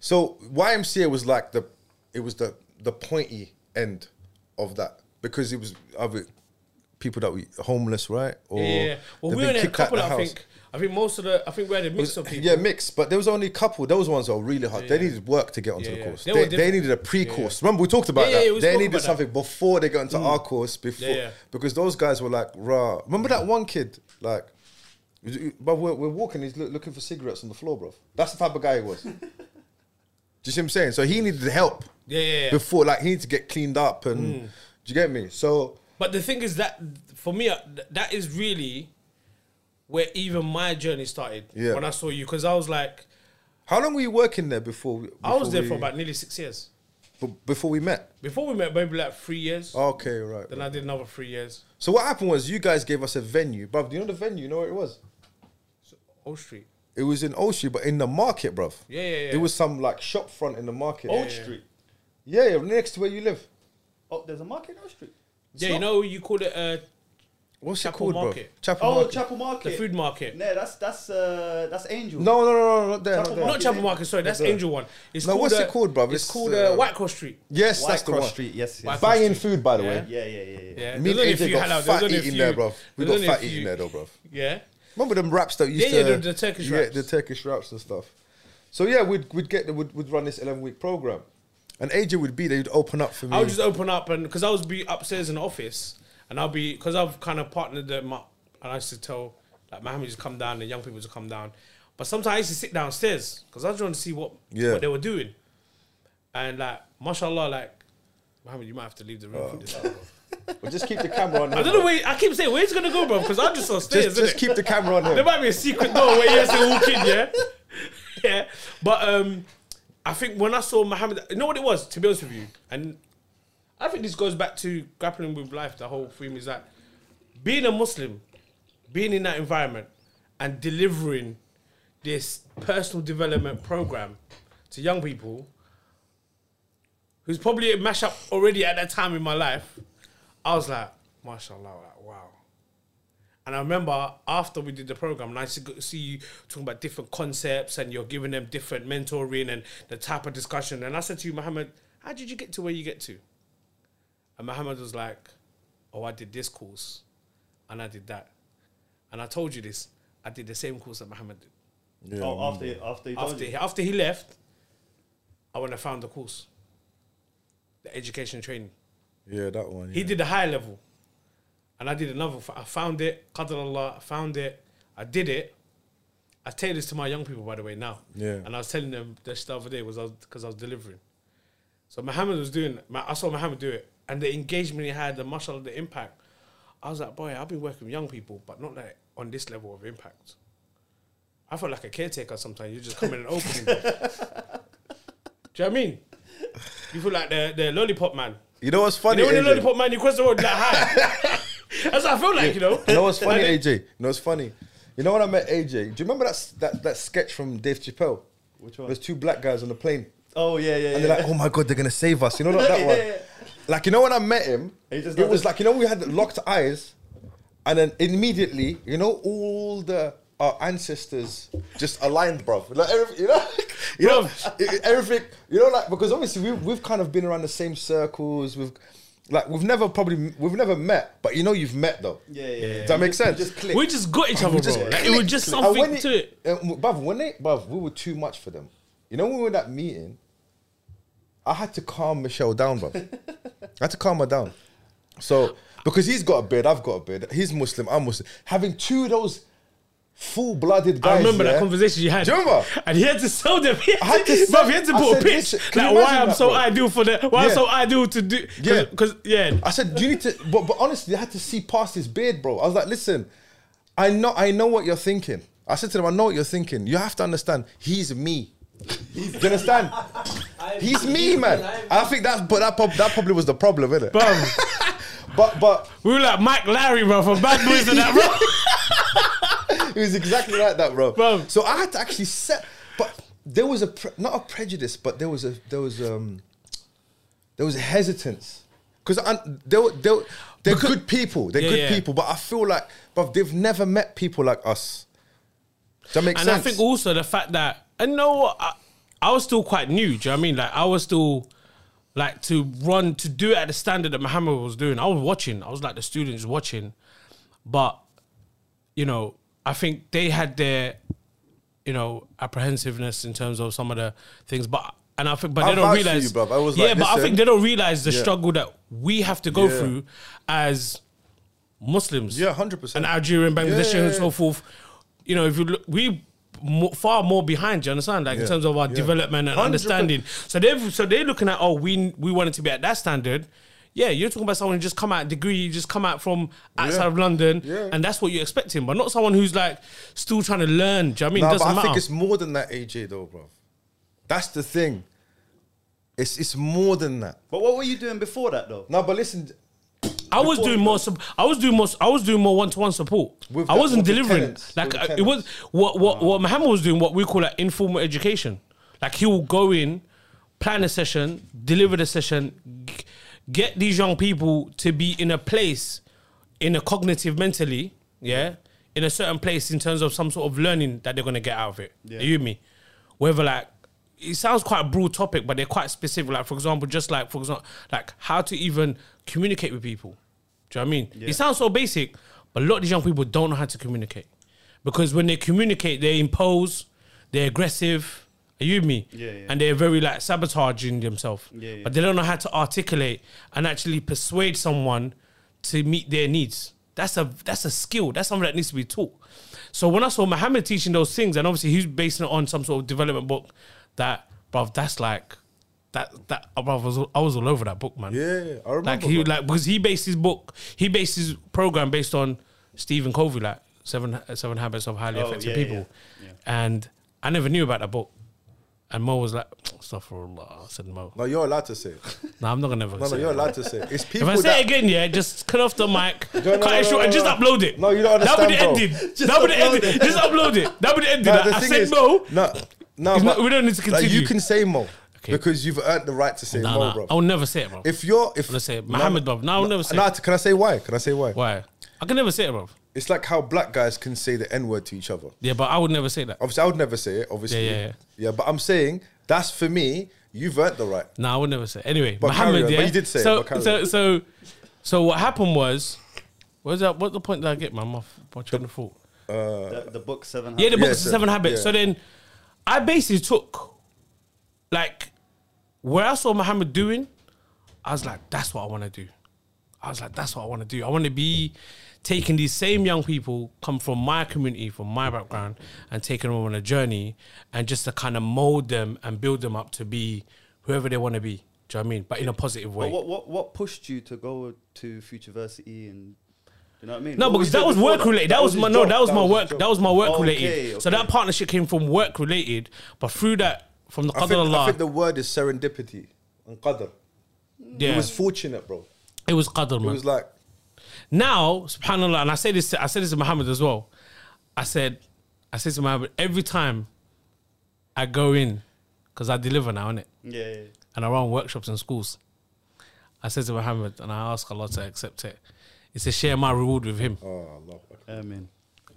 [SPEAKER 1] so YMCA was like the, it was the the pointy end of that because it was other people that were homeless, right? Or
[SPEAKER 2] yeah, yeah. Well,
[SPEAKER 1] they've
[SPEAKER 2] we were
[SPEAKER 1] been
[SPEAKER 2] in a
[SPEAKER 1] kicked out
[SPEAKER 2] couple.
[SPEAKER 1] the
[SPEAKER 2] I
[SPEAKER 1] house.
[SPEAKER 2] think. I think most of the. I think we had a mix of people.
[SPEAKER 1] Yeah, mix. But there was only a couple. Those ones are really hard. They needed work to get onto
[SPEAKER 2] Yeah,
[SPEAKER 1] the
[SPEAKER 2] yeah.
[SPEAKER 1] course.
[SPEAKER 2] They
[SPEAKER 1] They,
[SPEAKER 2] were
[SPEAKER 1] they
[SPEAKER 2] different.
[SPEAKER 1] needed a pre-course. Remember, we talked about
[SPEAKER 2] Yeah, yeah,
[SPEAKER 1] that.
[SPEAKER 2] yeah,
[SPEAKER 1] they
[SPEAKER 2] we spoke
[SPEAKER 1] needed
[SPEAKER 2] about that. Mm.
[SPEAKER 1] something before they got into our course. Before
[SPEAKER 2] Yeah, Mm. yeah.
[SPEAKER 1] because those guys were like, rah. Remember that one kid, like. But we're, we're walking. He's loo- looking for cigarettes on the floor, bro. That's the type of guy he was. Do you see what I'm saying? So he needed help
[SPEAKER 2] Yeah, yeah, Mm. yeah.
[SPEAKER 1] before, like he needed to get cleaned up, and do you get me? So
[SPEAKER 2] But the thing is that for me, uh, th- that is really where even my journey started
[SPEAKER 1] Yeah.
[SPEAKER 2] when I saw you because I was like
[SPEAKER 1] How long were you working there before? we-
[SPEAKER 2] I was
[SPEAKER 1] before
[SPEAKER 2] there
[SPEAKER 1] we-
[SPEAKER 2] for about nearly six years
[SPEAKER 1] b- before we met.
[SPEAKER 2] before we met maybe like three years
[SPEAKER 1] Okay, right.
[SPEAKER 2] then I did another three years
[SPEAKER 1] So what happened was you guys gave us a venue, bruv. Do you know the venue? You know where it was?
[SPEAKER 2] Old Street
[SPEAKER 1] It was in Old Street, but in the market, bruv.
[SPEAKER 2] yeah yeah yeah
[SPEAKER 1] It was some like shop front in the market.
[SPEAKER 3] Old Street.
[SPEAKER 1] Yeah, yeah, next to where you live.
[SPEAKER 3] Oh, there's a market in Old Street.
[SPEAKER 2] yeah you know you call it uh,
[SPEAKER 1] What's
[SPEAKER 2] Chapel
[SPEAKER 1] it called,
[SPEAKER 2] Market.
[SPEAKER 1] bruv? Chapel
[SPEAKER 3] Oh,
[SPEAKER 1] Market.
[SPEAKER 3] Chapel
[SPEAKER 2] the
[SPEAKER 3] Market.
[SPEAKER 2] food market
[SPEAKER 3] Nah, that's that's uh, that's Angel.
[SPEAKER 1] no, no, no, no, not there.
[SPEAKER 3] Chapel
[SPEAKER 1] Not there.
[SPEAKER 2] not Chapel Market sorry that's
[SPEAKER 1] Not there.
[SPEAKER 2] Angel one it's
[SPEAKER 1] No,
[SPEAKER 2] called,
[SPEAKER 1] what's it
[SPEAKER 2] uh,
[SPEAKER 1] called, bruv?
[SPEAKER 2] it's,
[SPEAKER 1] It's,
[SPEAKER 2] called
[SPEAKER 1] uh,
[SPEAKER 2] uh, White Cross Street
[SPEAKER 1] yes,
[SPEAKER 3] White
[SPEAKER 1] that's the
[SPEAKER 3] Cross
[SPEAKER 1] one.
[SPEAKER 3] Street. Yes, yes.
[SPEAKER 2] White-
[SPEAKER 1] Banging food, by the
[SPEAKER 2] Yeah.
[SPEAKER 1] way.
[SPEAKER 3] Yeah, yeah, yeah, yeah.
[SPEAKER 2] yeah
[SPEAKER 1] Me and
[SPEAKER 2] there's only a
[SPEAKER 1] AJ
[SPEAKER 2] few
[SPEAKER 1] got
[SPEAKER 2] halal- there's
[SPEAKER 1] fat
[SPEAKER 2] only a
[SPEAKER 1] eating
[SPEAKER 2] few-
[SPEAKER 1] there, bruv. We
[SPEAKER 2] there's
[SPEAKER 1] got
[SPEAKER 2] only a
[SPEAKER 1] fat eating
[SPEAKER 2] few-
[SPEAKER 1] there, though, bruv.
[SPEAKER 2] yeah
[SPEAKER 1] Remember them raps that we used
[SPEAKER 2] Yeah, yeah,
[SPEAKER 1] to
[SPEAKER 2] the- the Turkish
[SPEAKER 1] yeah,
[SPEAKER 2] raps.
[SPEAKER 1] the Turkish raps and stuff. So yeah, we'd we'd get the, we'd, we'd run this eleven week program, and AJ would be there. He'd open up for me.
[SPEAKER 2] I would just open up and because I was be upstairs in the office and I'll be because I've kind of partnered them up and I used to tell like my families to come down and young people to come down, but sometimes I used to sit downstairs because I just wanted to see what
[SPEAKER 1] Yeah.
[SPEAKER 2] what they were doing, and like mashallah like. Mohammed, you might have to leave the room for this.
[SPEAKER 1] Oh.
[SPEAKER 2] bro.
[SPEAKER 1] But just keep the camera on.
[SPEAKER 2] [laughs] I don't know where I keep saying where's gonna go, bro, because I just saw stairs.
[SPEAKER 1] Just,
[SPEAKER 2] Just,
[SPEAKER 1] just keep the camera on
[SPEAKER 2] There
[SPEAKER 1] him.
[SPEAKER 2] might be a secret door where he has to walk in, yeah, yeah. But um, I think when I saw Mohammed, you know what it was. To be honest with you, and I think this goes back to grappling with life. The whole theme is that being a Muslim, being in that environment, and delivering this personal development program to young people who's probably a mashup already at that time in my life. I was like, mashallah, like, wow. And I remember after we did the program, and I used to go- see you talking about different concepts and you're giving them different mentoring and the type of discussion. And I said to you, Mohammed, how did you get to where you get to? And Mohammed was like, Oh, I did this course and I did that. And I told you this. I did the same course that Mohammed did.
[SPEAKER 1] Yeah.
[SPEAKER 3] Oh, after after you told
[SPEAKER 2] After
[SPEAKER 3] you.
[SPEAKER 2] he, after he left, I went and found the course, the education training.
[SPEAKER 1] yeah, that one.
[SPEAKER 2] He
[SPEAKER 1] yeah.
[SPEAKER 2] did the high level, and I did another. f- I found it, Qadr Allah, I found it, I did it. I tell this to my young people, by the way, now.
[SPEAKER 1] Yeah.
[SPEAKER 2] And I was telling them this the other day was because I was delivering. So Muhammad was doing. my- I saw Muhammad do it, and the engagement he had, the mashallah, the impact. I was like, boy, I've been working with young people, but not like on this level of impact. I felt like a caretaker sometimes. You just come in and
[SPEAKER 1] [laughs]
[SPEAKER 2] open. them. Do you know what I mean? You feel like the the lollipop man.
[SPEAKER 1] You know what's funny?
[SPEAKER 2] You know when the
[SPEAKER 1] AJ?
[SPEAKER 2] lollipop man, you cross the road
[SPEAKER 1] [laughs]
[SPEAKER 2] that high. That's what I feel like, you know.
[SPEAKER 1] You know what's funny,
[SPEAKER 2] And then-
[SPEAKER 1] AJ? You know what's funny? You know when I met AJ? Do you remember that s- that, that sketch from Dave Chappelle?
[SPEAKER 3] Which one?
[SPEAKER 1] There's two black guys on the plane.
[SPEAKER 3] Oh yeah, yeah,
[SPEAKER 1] And
[SPEAKER 3] yeah.
[SPEAKER 1] they're like, oh my god, they're gonna save us. You know, like that
[SPEAKER 3] [laughs] Yeah,
[SPEAKER 1] one.
[SPEAKER 3] yeah,
[SPEAKER 1] Like you know, when I met him,
[SPEAKER 3] He just
[SPEAKER 1] it was
[SPEAKER 3] doesn't-
[SPEAKER 1] like you know we had locked eyes, and then immediately you know all the our ancestors just aligned, bro. Like everything, you know, [laughs] you know
[SPEAKER 2] Bruv.
[SPEAKER 1] e- everything, you know, like because obviously we we've kind of been around the same circles. We've like we've never probably we've never met, but you know you've met though.
[SPEAKER 3] Yeah, yeah, yeah.
[SPEAKER 1] Does that
[SPEAKER 3] You
[SPEAKER 1] make
[SPEAKER 3] just- you
[SPEAKER 1] sense?
[SPEAKER 3] just click.
[SPEAKER 2] we just got each other,
[SPEAKER 1] We just
[SPEAKER 2] bro. Like, it
[SPEAKER 1] clicked.
[SPEAKER 2] was just
[SPEAKER 1] And
[SPEAKER 2] something
[SPEAKER 1] when it-
[SPEAKER 2] to it.
[SPEAKER 1] uh, bruv, when they, bruv, we were too much for them. You know, when we were in that meeting, I had to calm Michelle down, bruv. I had to calm her down. So, because he's got a beard, I've got a beard. He's Muslim, I'm Muslim. Having two of those full blooded guys.
[SPEAKER 2] I remember
[SPEAKER 1] yeah,
[SPEAKER 2] that conversation you had.
[SPEAKER 1] Do you remember?
[SPEAKER 2] And he had to sell them. [laughs] He had
[SPEAKER 1] I had
[SPEAKER 2] to,
[SPEAKER 1] to
[SPEAKER 2] bruv,
[SPEAKER 1] sell-
[SPEAKER 2] he had to
[SPEAKER 1] I
[SPEAKER 2] put a
[SPEAKER 1] said,
[SPEAKER 2] pitch.
[SPEAKER 1] "Listen, can you
[SPEAKER 2] Like, why
[SPEAKER 1] imagine
[SPEAKER 2] I'm
[SPEAKER 1] that,
[SPEAKER 2] so
[SPEAKER 1] bro?"
[SPEAKER 2] ideal for that. Why
[SPEAKER 1] Yeah.
[SPEAKER 2] I'm so ideal to do.
[SPEAKER 1] Yeah.
[SPEAKER 2] Because, yeah.
[SPEAKER 1] I said, you need to, but, but honestly, I had to see past his beard, bro. I was like, listen, I know, I know what you're thinking. I said to them, I know what you're thinking. You have to understand, he's me. Do you understand? He's me, man. I think that's but that prob- that probably was the problem, isn't it? But
[SPEAKER 2] Bruv,
[SPEAKER 1] but,
[SPEAKER 2] we were like Mike Larry, bro, from Bad Boys and that, bro.
[SPEAKER 1] it was exactly like that, bro.
[SPEAKER 2] Bruv.
[SPEAKER 1] So I had to actually set, but there was a pre- not a prejudice, but there was a there was um there was a hesitance because they were they were, they're good people, they're
[SPEAKER 2] Yeah,
[SPEAKER 1] good
[SPEAKER 2] yeah.
[SPEAKER 1] people, but I feel like but they've never met people like us. Does that make
[SPEAKER 2] And
[SPEAKER 1] sense?
[SPEAKER 2] I think also the fact that and you know what, I, I was still quite new. Do you know what I mean? Like I was still like to run to do it at the standard that Muhammad was doing. I was watching. I was like the students watching, but you know I think they had their you know apprehensiveness in terms of some of the things, but. And I think, but
[SPEAKER 1] I
[SPEAKER 2] they don't
[SPEAKER 1] vouch for
[SPEAKER 2] realize.
[SPEAKER 1] you, bruv. I was
[SPEAKER 2] yeah,
[SPEAKER 1] like,
[SPEAKER 2] but I
[SPEAKER 1] listen.
[SPEAKER 2] think they don't realize the
[SPEAKER 1] Yeah.
[SPEAKER 2] struggle that we have to go
[SPEAKER 1] Yeah.
[SPEAKER 2] through as Muslims.
[SPEAKER 1] Yeah, 100%.
[SPEAKER 2] And Algerian, Bangladesh,
[SPEAKER 1] Yeah, yeah,
[SPEAKER 2] and so
[SPEAKER 1] yeah.
[SPEAKER 2] forth. You know, if you look, we mo far more behind. Do you understand? Like in
[SPEAKER 1] Yeah.
[SPEAKER 2] terms of our
[SPEAKER 1] Yeah.
[SPEAKER 2] development and
[SPEAKER 1] 100%.
[SPEAKER 2] understanding. So they've so they're looking at oh we we wanted to be at that standard. Yeah, you're talking about someone who just come out degree, you just come out from outside of London,
[SPEAKER 1] Yeah.
[SPEAKER 2] and that's what you're expecting, but not someone who's like still trying to learn. Do you know what I mean?
[SPEAKER 1] Nah,
[SPEAKER 2] Doesn't
[SPEAKER 1] but I
[SPEAKER 2] matter.
[SPEAKER 1] think it's more than that, AJ, though, bro. That's the thing. It's it's more than that.
[SPEAKER 3] But what were you doing before that though?
[SPEAKER 1] No, but listen,
[SPEAKER 2] I was
[SPEAKER 3] Before
[SPEAKER 2] doing
[SPEAKER 3] you
[SPEAKER 2] more. Sub- I was doing more. I was doing more one-to-one support.
[SPEAKER 1] With
[SPEAKER 2] I
[SPEAKER 1] the-
[SPEAKER 2] wasn't
[SPEAKER 1] with the
[SPEAKER 2] delivering.
[SPEAKER 1] tenants,
[SPEAKER 2] like
[SPEAKER 1] with
[SPEAKER 2] uh,
[SPEAKER 1] the
[SPEAKER 2] it was what what what Muhammad was doing. What we call like informal education. Like he will go in, plan a session, deliver the session, g- get these young people to be in a place, in a cognitive mentally, yeah, in a certain place in terms of some sort of learning that they're gonna get out of it.
[SPEAKER 3] Yeah.
[SPEAKER 2] Are you with me? Whether like it sounds quite a broad topic, but they're quite specific. Like for example, just like for example, like how to even communicate with people. Do you know what I mean? It sounds so basic, but a lot of these young people don't know how to communicate because when they communicate, they impose, they're aggressive. Are you with me?
[SPEAKER 3] Yeah, yeah.
[SPEAKER 2] And they're very like sabotaging themselves.
[SPEAKER 3] Yeah, yeah.
[SPEAKER 2] But they don't know how to articulate and actually persuade someone to meet their needs. That's a that's a skill. That's something that needs to be taught. So when I saw Muhammad teaching those things, and obviously he's basing it on some sort of development book, that bruv, that's like that that bruv, I was I was all over that book, man.
[SPEAKER 1] yeah, I remember.
[SPEAKER 2] Like he
[SPEAKER 1] bro.
[SPEAKER 2] like because he based his book, he based his program based on Stephen Covey, like seven seven habits of highly
[SPEAKER 3] Oh,
[SPEAKER 2] effective
[SPEAKER 3] yeah,
[SPEAKER 2] people,
[SPEAKER 3] yeah, yeah.
[SPEAKER 2] and I never knew about that book. And Mo was like, "Astaghfirullah," I said Mo.
[SPEAKER 1] no, you're allowed to say. it.
[SPEAKER 2] No, I'm not gonna ever
[SPEAKER 1] No, no,
[SPEAKER 2] say
[SPEAKER 1] you're
[SPEAKER 2] that.
[SPEAKER 1] allowed to say. it. It's
[SPEAKER 2] If
[SPEAKER 1] people
[SPEAKER 2] I say
[SPEAKER 1] that
[SPEAKER 2] it again, yeah, just cut off the mic,
[SPEAKER 1] [laughs] no,
[SPEAKER 2] cut it
[SPEAKER 1] no,
[SPEAKER 2] short,
[SPEAKER 1] no,
[SPEAKER 2] and just
[SPEAKER 1] no.
[SPEAKER 2] upload it.
[SPEAKER 1] No, you don't
[SPEAKER 2] That would
[SPEAKER 1] understand,
[SPEAKER 2] end
[SPEAKER 1] bro.
[SPEAKER 2] it. That would end it. Just upload it. That would end it.
[SPEAKER 1] No, the
[SPEAKER 2] I
[SPEAKER 1] thing
[SPEAKER 2] said
[SPEAKER 1] is-
[SPEAKER 2] Mo.
[SPEAKER 1] No, no,
[SPEAKER 2] It's not-
[SPEAKER 1] but-
[SPEAKER 2] we don't need to
[SPEAKER 1] like, you
[SPEAKER 2] continue.
[SPEAKER 1] can say Mo
[SPEAKER 2] Okay.
[SPEAKER 1] because you've earned the right to say
[SPEAKER 2] No,
[SPEAKER 1] Mo,
[SPEAKER 2] no,
[SPEAKER 1] bro.
[SPEAKER 2] I will never say it, bro.
[SPEAKER 1] if you're, if
[SPEAKER 2] I'll say it. Muhammad,
[SPEAKER 1] no,
[SPEAKER 2] bro. No, I'll never say
[SPEAKER 1] Nah,
[SPEAKER 2] it.
[SPEAKER 1] can I say why? Can I say why?
[SPEAKER 2] Why? I can never say it, bro.
[SPEAKER 1] It's like how black guys can say the N word to each other.
[SPEAKER 2] Yeah, but I would never say that.
[SPEAKER 1] Obviously, I would never say it. Obviously,
[SPEAKER 2] Yeah, yeah, yeah.
[SPEAKER 1] but I'm saying that's for me. You've earned the right.
[SPEAKER 2] No, I would never say. Anyway,
[SPEAKER 1] But carry
[SPEAKER 2] Muhammad,
[SPEAKER 1] on,
[SPEAKER 2] yeah.
[SPEAKER 1] but you did say it,
[SPEAKER 2] so,
[SPEAKER 1] but carry
[SPEAKER 2] so,
[SPEAKER 1] on.
[SPEAKER 2] so, so, what happened was, where's that? What the point did I get, man? My, f- my train of thought.
[SPEAKER 1] Uh,
[SPEAKER 3] the, the book Seven.
[SPEAKER 2] Yeah, the
[SPEAKER 3] Habits.
[SPEAKER 2] box
[SPEAKER 1] Yeah,
[SPEAKER 2] of
[SPEAKER 1] so-
[SPEAKER 2] seven habits.
[SPEAKER 1] yeah.
[SPEAKER 2] So then, I basically took, like, where I saw Muhammad doing, I was like, that's what I want to do. I was like, that's what I want to do. I want to be taking these same young people come from my community, from my background, and taking them on a journey, and just to kind of mold them and build them up to be whoever they want to be. Do you know what I mean? But in a positive way.
[SPEAKER 3] But what, what what pushed you to go to Futureversity and you know what I mean?
[SPEAKER 2] No,
[SPEAKER 3] What were
[SPEAKER 2] because
[SPEAKER 3] you
[SPEAKER 2] that
[SPEAKER 3] doing
[SPEAKER 2] was
[SPEAKER 3] before
[SPEAKER 2] work related. That,
[SPEAKER 1] That
[SPEAKER 2] was,
[SPEAKER 1] was
[SPEAKER 2] my
[SPEAKER 1] his
[SPEAKER 2] no.
[SPEAKER 1] job.
[SPEAKER 2] That was
[SPEAKER 1] That
[SPEAKER 2] my
[SPEAKER 1] was his
[SPEAKER 2] work.
[SPEAKER 1] job.
[SPEAKER 2] That was my work related.
[SPEAKER 3] Okay,
[SPEAKER 2] So that
[SPEAKER 3] okay.
[SPEAKER 2] partnership came from work related, but through that, from the
[SPEAKER 1] I
[SPEAKER 2] qadr
[SPEAKER 1] think, I
[SPEAKER 2] Allah,
[SPEAKER 1] think the word is serendipity and qadr.
[SPEAKER 2] yeah,
[SPEAKER 1] It was fortunate, bro.
[SPEAKER 2] it was qadr,
[SPEAKER 1] It
[SPEAKER 2] man.
[SPEAKER 1] was like
[SPEAKER 2] now, subhanallah, and I say this. to- I said this to Muhammad as well. I said, I said to Muhammad every time I go in, because I deliver now, innit?
[SPEAKER 3] Yeah, yeah, yeah.
[SPEAKER 2] and I run workshops in schools. I said to Muhammad, and I ask Allah to accept it. It's to share my reward with him.
[SPEAKER 1] oh, Allah.
[SPEAKER 3] Amen.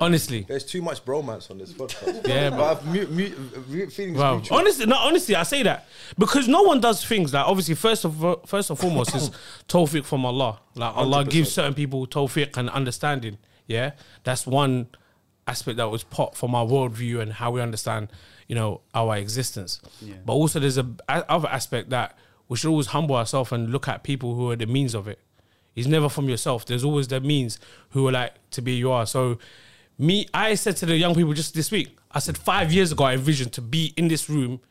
[SPEAKER 2] Honestly,
[SPEAKER 1] There's too much bromance on this podcast.
[SPEAKER 2] Yeah,
[SPEAKER 1] but I've mu- mu- re- feelings
[SPEAKER 2] Bruv,
[SPEAKER 1] mutual.
[SPEAKER 2] honestly, no, honestly, I say that because no one does things like obviously first of first and foremost is tawfiq from Allah. Like Allah
[SPEAKER 1] 100%.
[SPEAKER 2] gives certain people tawfiq and understanding. Yeah, that's one aspect that was pot from our worldview and how we understand, you know, our existence. But also, there's a a- other aspect that we should always humble ourselves and look at people who are the means of it. It's never from yourself. There's always the means who are like to be you are. So me, I said to the young people just this week, I said five years ago I envisioned to be in this room,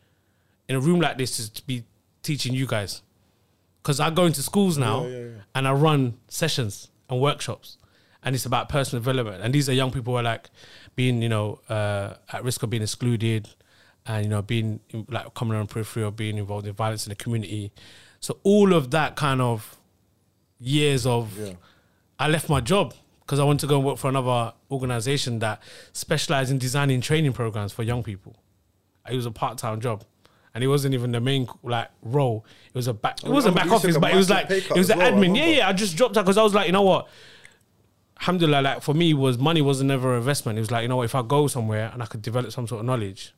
[SPEAKER 2] in a room like this, is to be teaching you guys. Because I go into schools now
[SPEAKER 1] yeah, yeah.
[SPEAKER 2] and I run sessions and workshops. And it's about personal development. And these are young people who are like being, you know, uh, at risk of being excluded and, you know, being in- like coming on periphery or being involved in violence in the community. So all of that kind of years of
[SPEAKER 1] Yeah.
[SPEAKER 2] I left my job because I wanted to go and work for another organization that specialized in designing training programs for young people. It was a part-time job. And it wasn't even the main like role. It was a back. It
[SPEAKER 1] I
[SPEAKER 2] wasn't
[SPEAKER 1] remember
[SPEAKER 2] back
[SPEAKER 1] Oh, you took
[SPEAKER 2] office,
[SPEAKER 1] a
[SPEAKER 2] but it was
[SPEAKER 1] massive
[SPEAKER 2] like
[SPEAKER 1] pay
[SPEAKER 2] it
[SPEAKER 1] cut
[SPEAKER 2] was
[SPEAKER 1] as
[SPEAKER 2] an
[SPEAKER 1] well, I
[SPEAKER 2] admin. Yeah,
[SPEAKER 1] remember.
[SPEAKER 2] yeah. I just dropped out because I was like, you know what? Alhamdulillah, like for me, was money wasn't ever an investment. It was like, you know what? If I go somewhere and I could develop some sort of knowledge,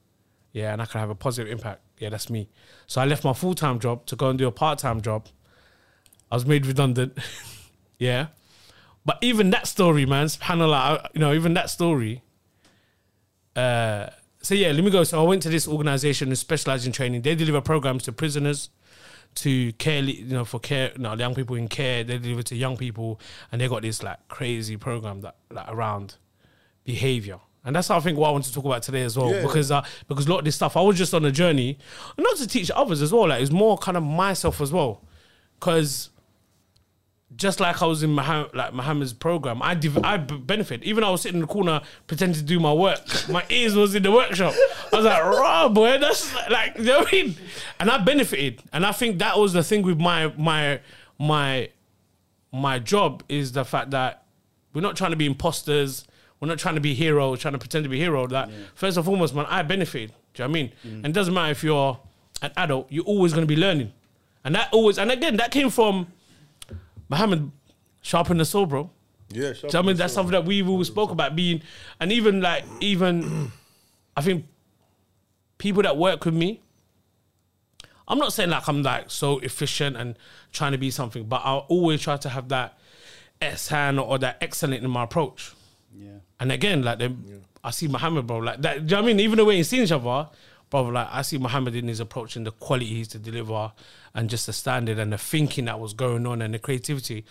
[SPEAKER 2] yeah, and I can have a positive impact, yeah, that's me. So I left my full time job to go and do a part time job. I was made redundant. [laughs] yeah. But even that story, man, subhanAllah, I- you know, even that story. Uh, so yeah, let me go. So I went to this organization who specializes in training. They deliver programs to prisoners, to care, le- you know, for care, no, young people in care. They deliver to young people, and they got this like crazy program that like around behavior. And that's how I think what I want to talk about today as well,
[SPEAKER 1] Yeah.
[SPEAKER 2] because uh, because a lot of this stuff I was just on a journey, not to teach others as well. Like it's more kind of myself as well, because just like I was in Muhammad, like Muhammad's program, I div- I b- benefit. Even I was sitting in the corner pretending to do my work. My ears was in the workshop. I was like, "Raw, boy, that's like you know what I mean." And I benefited, and I think that was the thing with my my my my job is the fact that we're not trying to be imposters. We're not trying to be heroes, trying to pretend to be hero. That first and foremost, man, I benefited. Do you know what I mean? And it doesn't matter if you're an adult, you're always going to be learning. And that always, and again, that came from Muhammad sharpen the sword, bro.
[SPEAKER 1] Yeah, sure.
[SPEAKER 2] Do you know what I mean, that's something that we've always spoke about being, and even like, even, I think people that work with me, I'm not saying like I'm like so efficient and trying to be something, but I always try to have that S hand or that excellent in my approach.
[SPEAKER 3] Yeah. [laughs]
[SPEAKER 2] And again, like them, I see Muhammad, bro. Like that. Do you know what I mean? Even the way he's seen each other, bro. Like I see Muhammad in his approach and the quality he's to deliver, and just the standard and the thinking that was going on and the creativity.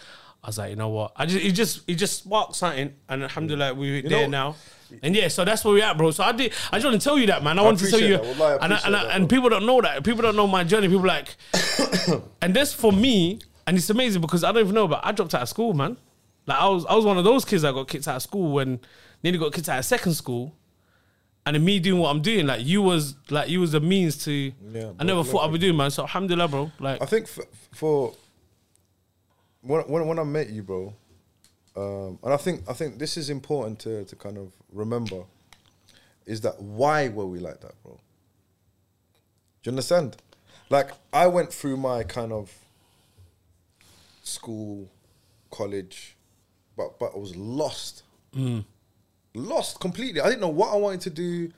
[SPEAKER 2] I was like, you know what? I just it just it just sparked something, and alhamdulillah, we're there
[SPEAKER 1] know-
[SPEAKER 2] now. And yeah, so that's where we're at, bro. So I did. I just want to tell you that, man. I, wanted to tell
[SPEAKER 1] appreciate
[SPEAKER 2] you,
[SPEAKER 1] that. Wallahi, I
[SPEAKER 2] and
[SPEAKER 1] appreciate
[SPEAKER 2] and,
[SPEAKER 1] that,
[SPEAKER 2] and people don't know that. People don't know my journey. People like, and that's for me, and it's amazing because I don't even know, but I dropped out of school, man. Like I was, I was one of those kids that got kicked out of school when nearly got kicked out of second school, and then me doing what I'm doing, like you was, like you was the means to.
[SPEAKER 1] bro,
[SPEAKER 2] I never thought I'd be doing, man. So alhamdulillah, bro. Like
[SPEAKER 1] I think for, for when, when when I met you, bro, um, and I think I think this is important to to kind of remember is that why were we like that, bro? Do you understand? Like I went through my kind of school, college, but but I was lost, lost completely. I didn't know what I wanted to do.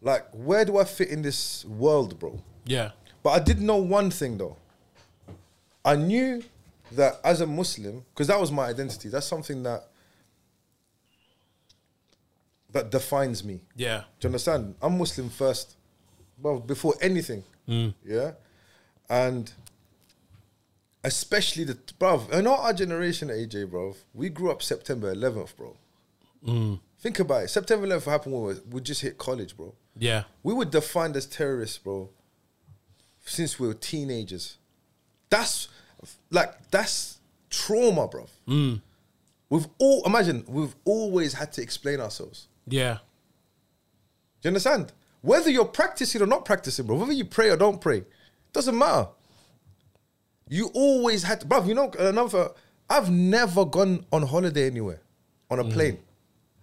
[SPEAKER 1] Like, where do I fit in this world, bro?
[SPEAKER 2] yeah,
[SPEAKER 1] But I did know one thing though. I knew that as a Muslim, because that was my identity. That's something that that defines me.
[SPEAKER 2] yeah,
[SPEAKER 1] Do you understand? I'm Muslim first, well, before anything. Yeah, and especially the bruv. In our generation, AJ, bruv, we grew up September 11th, bro. Think about it. September 11th happened when we we just hit college, bro.
[SPEAKER 2] yeah,
[SPEAKER 1] We were defined as terrorists, bro, since we were teenagers. That's like that's trauma, bro. We've all imagine we've always had to explain ourselves.
[SPEAKER 2] yeah,
[SPEAKER 1] Do you understand? Whether you're practicing or not practicing, bro, whether you pray or don't pray, doesn't matter. You always had to, bro. You know another. I've never gone on holiday anywhere on a plane.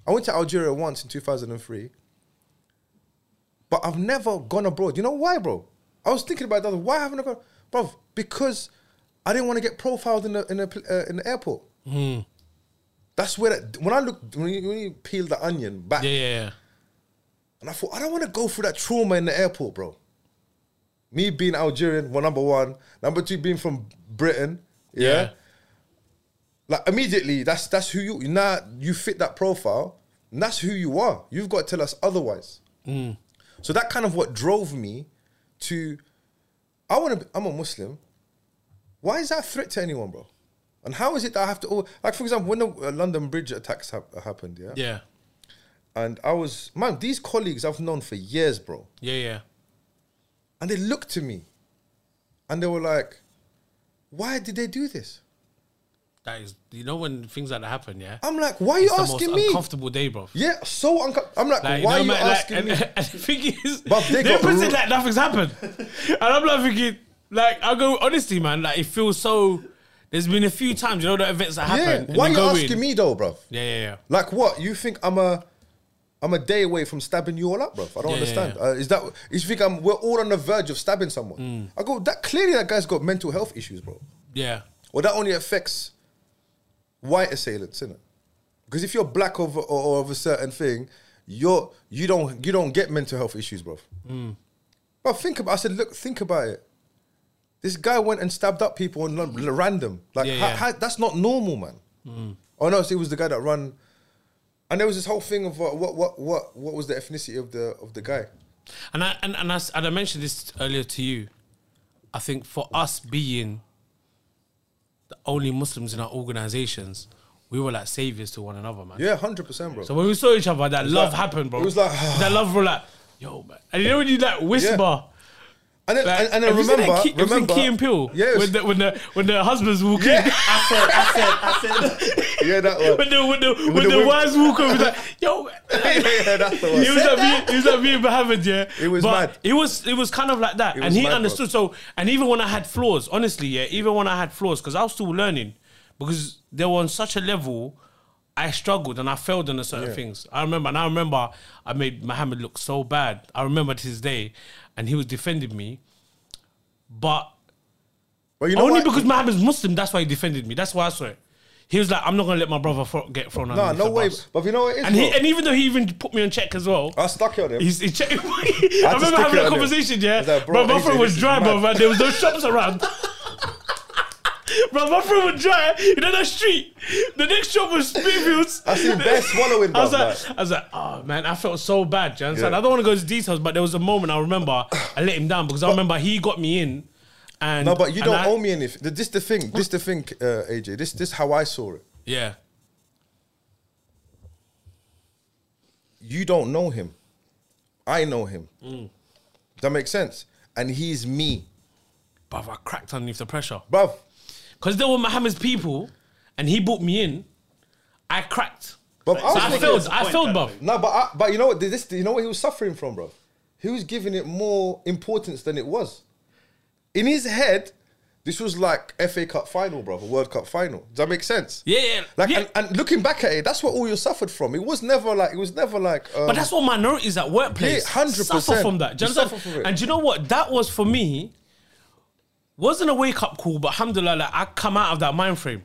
[SPEAKER 1] I went to Algeria once in 2003, but I've never gone abroad. You know why, bro? I was thinking about that. Why haven't I gone, bro? Because I didn't want to get profiled in the in the pl- uh, in the airport. That's where that, when I look when you, when you peel the onion back,
[SPEAKER 2] yeah, yeah,
[SPEAKER 1] and I thought, I don't want to go through that trauma in the airport, bro. Me being Algerian, well, number one. Number two, being from Britain. Yeah.
[SPEAKER 2] Yeah.
[SPEAKER 1] Like immediately, that's that's who you now you fit that profile, and that's who you are. You've got to tell us otherwise. So that kind of what drove me to I want to. I'm a Muslim. Why is that a threat to anyone, bro? And how is it that I have to? oh, Like for example, when the uh, London Bridge attacks hap- happened, yeah,
[SPEAKER 2] yeah,
[SPEAKER 1] and I was man, these colleagues I've known for years, bro.
[SPEAKER 2] yeah, yeah,
[SPEAKER 1] And they looked to me and they were like, why did they do this?
[SPEAKER 2] That is, you know, when things like that happen, yeah.
[SPEAKER 1] I'm like, why are you
[SPEAKER 2] It's the most
[SPEAKER 1] asking me?
[SPEAKER 2] uncomfortable day, bro.
[SPEAKER 1] Yeah, so uncomfortable. I'm like,
[SPEAKER 2] Like,
[SPEAKER 1] why
[SPEAKER 2] you know,
[SPEAKER 1] are you
[SPEAKER 2] man, like,
[SPEAKER 1] asking
[SPEAKER 2] and,
[SPEAKER 1] [laughs] me?
[SPEAKER 2] [laughs] and the thing is,
[SPEAKER 1] But they
[SPEAKER 2] they,
[SPEAKER 1] got
[SPEAKER 2] pretend
[SPEAKER 1] ru-
[SPEAKER 2] like nothing's happened, and I'm like thinking, like I go honestly, man, like it feels so. There's been a few times, you know, the events that
[SPEAKER 1] Yeah,
[SPEAKER 2] happen. and
[SPEAKER 1] why are
[SPEAKER 2] you
[SPEAKER 1] you
[SPEAKER 2] go in.
[SPEAKER 1] asking me though, bruv?
[SPEAKER 2] Yeah, yeah, yeah.
[SPEAKER 1] Like what? You think I'm a I'm a day away from stabbing you all up, bruv? I don't
[SPEAKER 2] Yeah,
[SPEAKER 1] understand.
[SPEAKER 2] yeah,
[SPEAKER 1] Uh, is that you think I'm we're all on the verge of stabbing someone?
[SPEAKER 2] Mm.
[SPEAKER 1] I go, that clearly that guy's got mental health issues, bro.
[SPEAKER 2] Yeah,
[SPEAKER 1] Well, that only affects white assailants, innit? Because if you're black of, or, or of a certain thing, you're you don't you don't get mental health issues, bro.
[SPEAKER 2] Mm.
[SPEAKER 1] But think about. I said, look, think about it. This guy went and stabbed up people on Lon- random. Like
[SPEAKER 2] Yeah,
[SPEAKER 1] ha-
[SPEAKER 2] yeah. Mm.
[SPEAKER 1] ha- that's not normal, man. Oh no, so it was the guy that run. And there was this whole thing of uh, what what what what was the ethnicity of the of the guy?
[SPEAKER 2] and I and and I, s- and I mentioned this earlier to you. I think for us being the only Muslims in our organizations, we were like saviors to one another, man.
[SPEAKER 1] Yeah, hundred percent, bro.
[SPEAKER 2] So when we saw each other, that love
[SPEAKER 1] like- [sighs]
[SPEAKER 2] happened, bro.
[SPEAKER 1] it was like,
[SPEAKER 2] that love, bro. Like, yo, man. And you know when you like whisper.
[SPEAKER 1] And then,
[SPEAKER 2] Like,
[SPEAKER 1] and, and then
[SPEAKER 2] have you seen that
[SPEAKER 1] remember,
[SPEAKER 2] Key- have you seen
[SPEAKER 1] remember,
[SPEAKER 2] Key and Peele?
[SPEAKER 1] Yes.
[SPEAKER 2] When the, when the when the husbands walk in,
[SPEAKER 3] I said, I said, I said.
[SPEAKER 1] yeah, that one.
[SPEAKER 2] [laughs] when the when the when,
[SPEAKER 1] the
[SPEAKER 2] the,
[SPEAKER 1] women-
[SPEAKER 2] wives walk over, he's
[SPEAKER 1] [laughs]
[SPEAKER 2] like, yo.
[SPEAKER 1] yeah, that's the
[SPEAKER 2] He
[SPEAKER 1] one.
[SPEAKER 2] was, at me, he was at me in Muhammad, yeah.
[SPEAKER 1] It was
[SPEAKER 2] but
[SPEAKER 1] mad.
[SPEAKER 2] It was it was kind of like that, and
[SPEAKER 1] was
[SPEAKER 2] he
[SPEAKER 1] mad, bro.
[SPEAKER 2] understood. So, and even when I had flaws, honestly, yeah, even when I had flaws, because I was still learning, because they were on such a level, I struggled and I failed on certain things. I remember, and I remember I made Muhammad look so bad. I remember to his day, and he was defending me, but
[SPEAKER 1] But you know
[SPEAKER 2] Only
[SPEAKER 1] what?
[SPEAKER 2] because Mohammed's Muslim, that's why he defended me. That's why I saw it. He was like, I'm not gonna let my brother fro- get thrown out.
[SPEAKER 1] Nah, no way. But you know what it is,
[SPEAKER 2] And he,
[SPEAKER 1] bro?
[SPEAKER 2] and even though he even put me on check as well.
[SPEAKER 1] I stuck it on him.
[SPEAKER 2] He's, he checked.
[SPEAKER 1] I
[SPEAKER 2] [laughs] I remember
[SPEAKER 1] stick it
[SPEAKER 2] having
[SPEAKER 1] on
[SPEAKER 2] that
[SPEAKER 1] him.
[SPEAKER 2] conversation, yeah.
[SPEAKER 1] He's like, bro,
[SPEAKER 2] bro, my
[SPEAKER 1] AJ,
[SPEAKER 2] friend was
[SPEAKER 1] this is
[SPEAKER 2] dry,
[SPEAKER 1] mad.
[SPEAKER 2] bro, man. There was no
[SPEAKER 1] [laughs]
[SPEAKER 2] shops around. bro, my friend was dry. You know that street. The next shop was Springfields.
[SPEAKER 1] [laughs] I seen Bear swallowing,
[SPEAKER 2] I was
[SPEAKER 1] bruv,
[SPEAKER 2] like, I was like, oh man, I felt so bad, Jan.
[SPEAKER 1] Yeah.
[SPEAKER 2] I don't want to go into details, but there was a moment I remember I let him down because I remember he got me in. And
[SPEAKER 1] No, but you
[SPEAKER 2] and
[SPEAKER 1] don't
[SPEAKER 2] I-
[SPEAKER 1] owe me anything. Th- This the thing. This the thing, uh, AJ. This this how I saw it.
[SPEAKER 2] Yeah.
[SPEAKER 1] You don't know him. I know him.
[SPEAKER 2] Mm.
[SPEAKER 1] That makes sense. And he's me,
[SPEAKER 2] Bruv, I cracked underneath the pressure.
[SPEAKER 1] bruv.
[SPEAKER 2] Because they were Mohammed's people and he brought me in. I cracked.
[SPEAKER 1] Bruv, I
[SPEAKER 2] So
[SPEAKER 1] was
[SPEAKER 2] I
[SPEAKER 1] thinking-
[SPEAKER 2] failed. I failed, bruv.
[SPEAKER 1] No, but I, but you know what? This you know what he was suffering from, bro. He was giving it more importance than it was. In his head, this was like FA Cup final, bro. World Cup final. Does that make sense?
[SPEAKER 2] Yeah, yeah.
[SPEAKER 1] Like
[SPEAKER 2] yeah.
[SPEAKER 1] and, and looking back at it, that's what all you suffered from. It was never like it was never like. Um,
[SPEAKER 2] but that's what minorities at workplace
[SPEAKER 1] Yeah, 100%.
[SPEAKER 2] suffer from that. Do you
[SPEAKER 1] You
[SPEAKER 2] understand?
[SPEAKER 1] suffer from it.
[SPEAKER 2] And do you know what? That was for me, wasn't a wake up call, but alhamdulillah, like, I come out of that mind frame.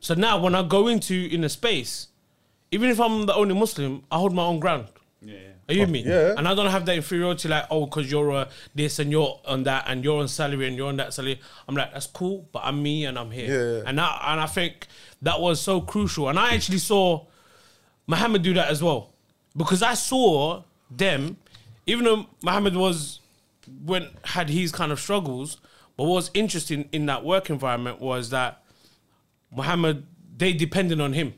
[SPEAKER 2] So now when I go into in a space, even if I'm the only Muslim, I hold my own ground.
[SPEAKER 3] [laughs] Yeah, yeah.
[SPEAKER 2] Are you with me?
[SPEAKER 1] yeah.
[SPEAKER 2] And I don't have that inferiority like, oh, because you're uh, this and you're on that and you're on salary and you're on that salary. I'm like, that's cool, but I'm me and I'm here.
[SPEAKER 1] Yeah.
[SPEAKER 2] And I, and I think that was so crucial. And I actually saw Muhammad do that as well. Because I saw them, even though Muhammad was went had his kind of struggles, but what was interesting in that work environment was that Muhammad they depended on him.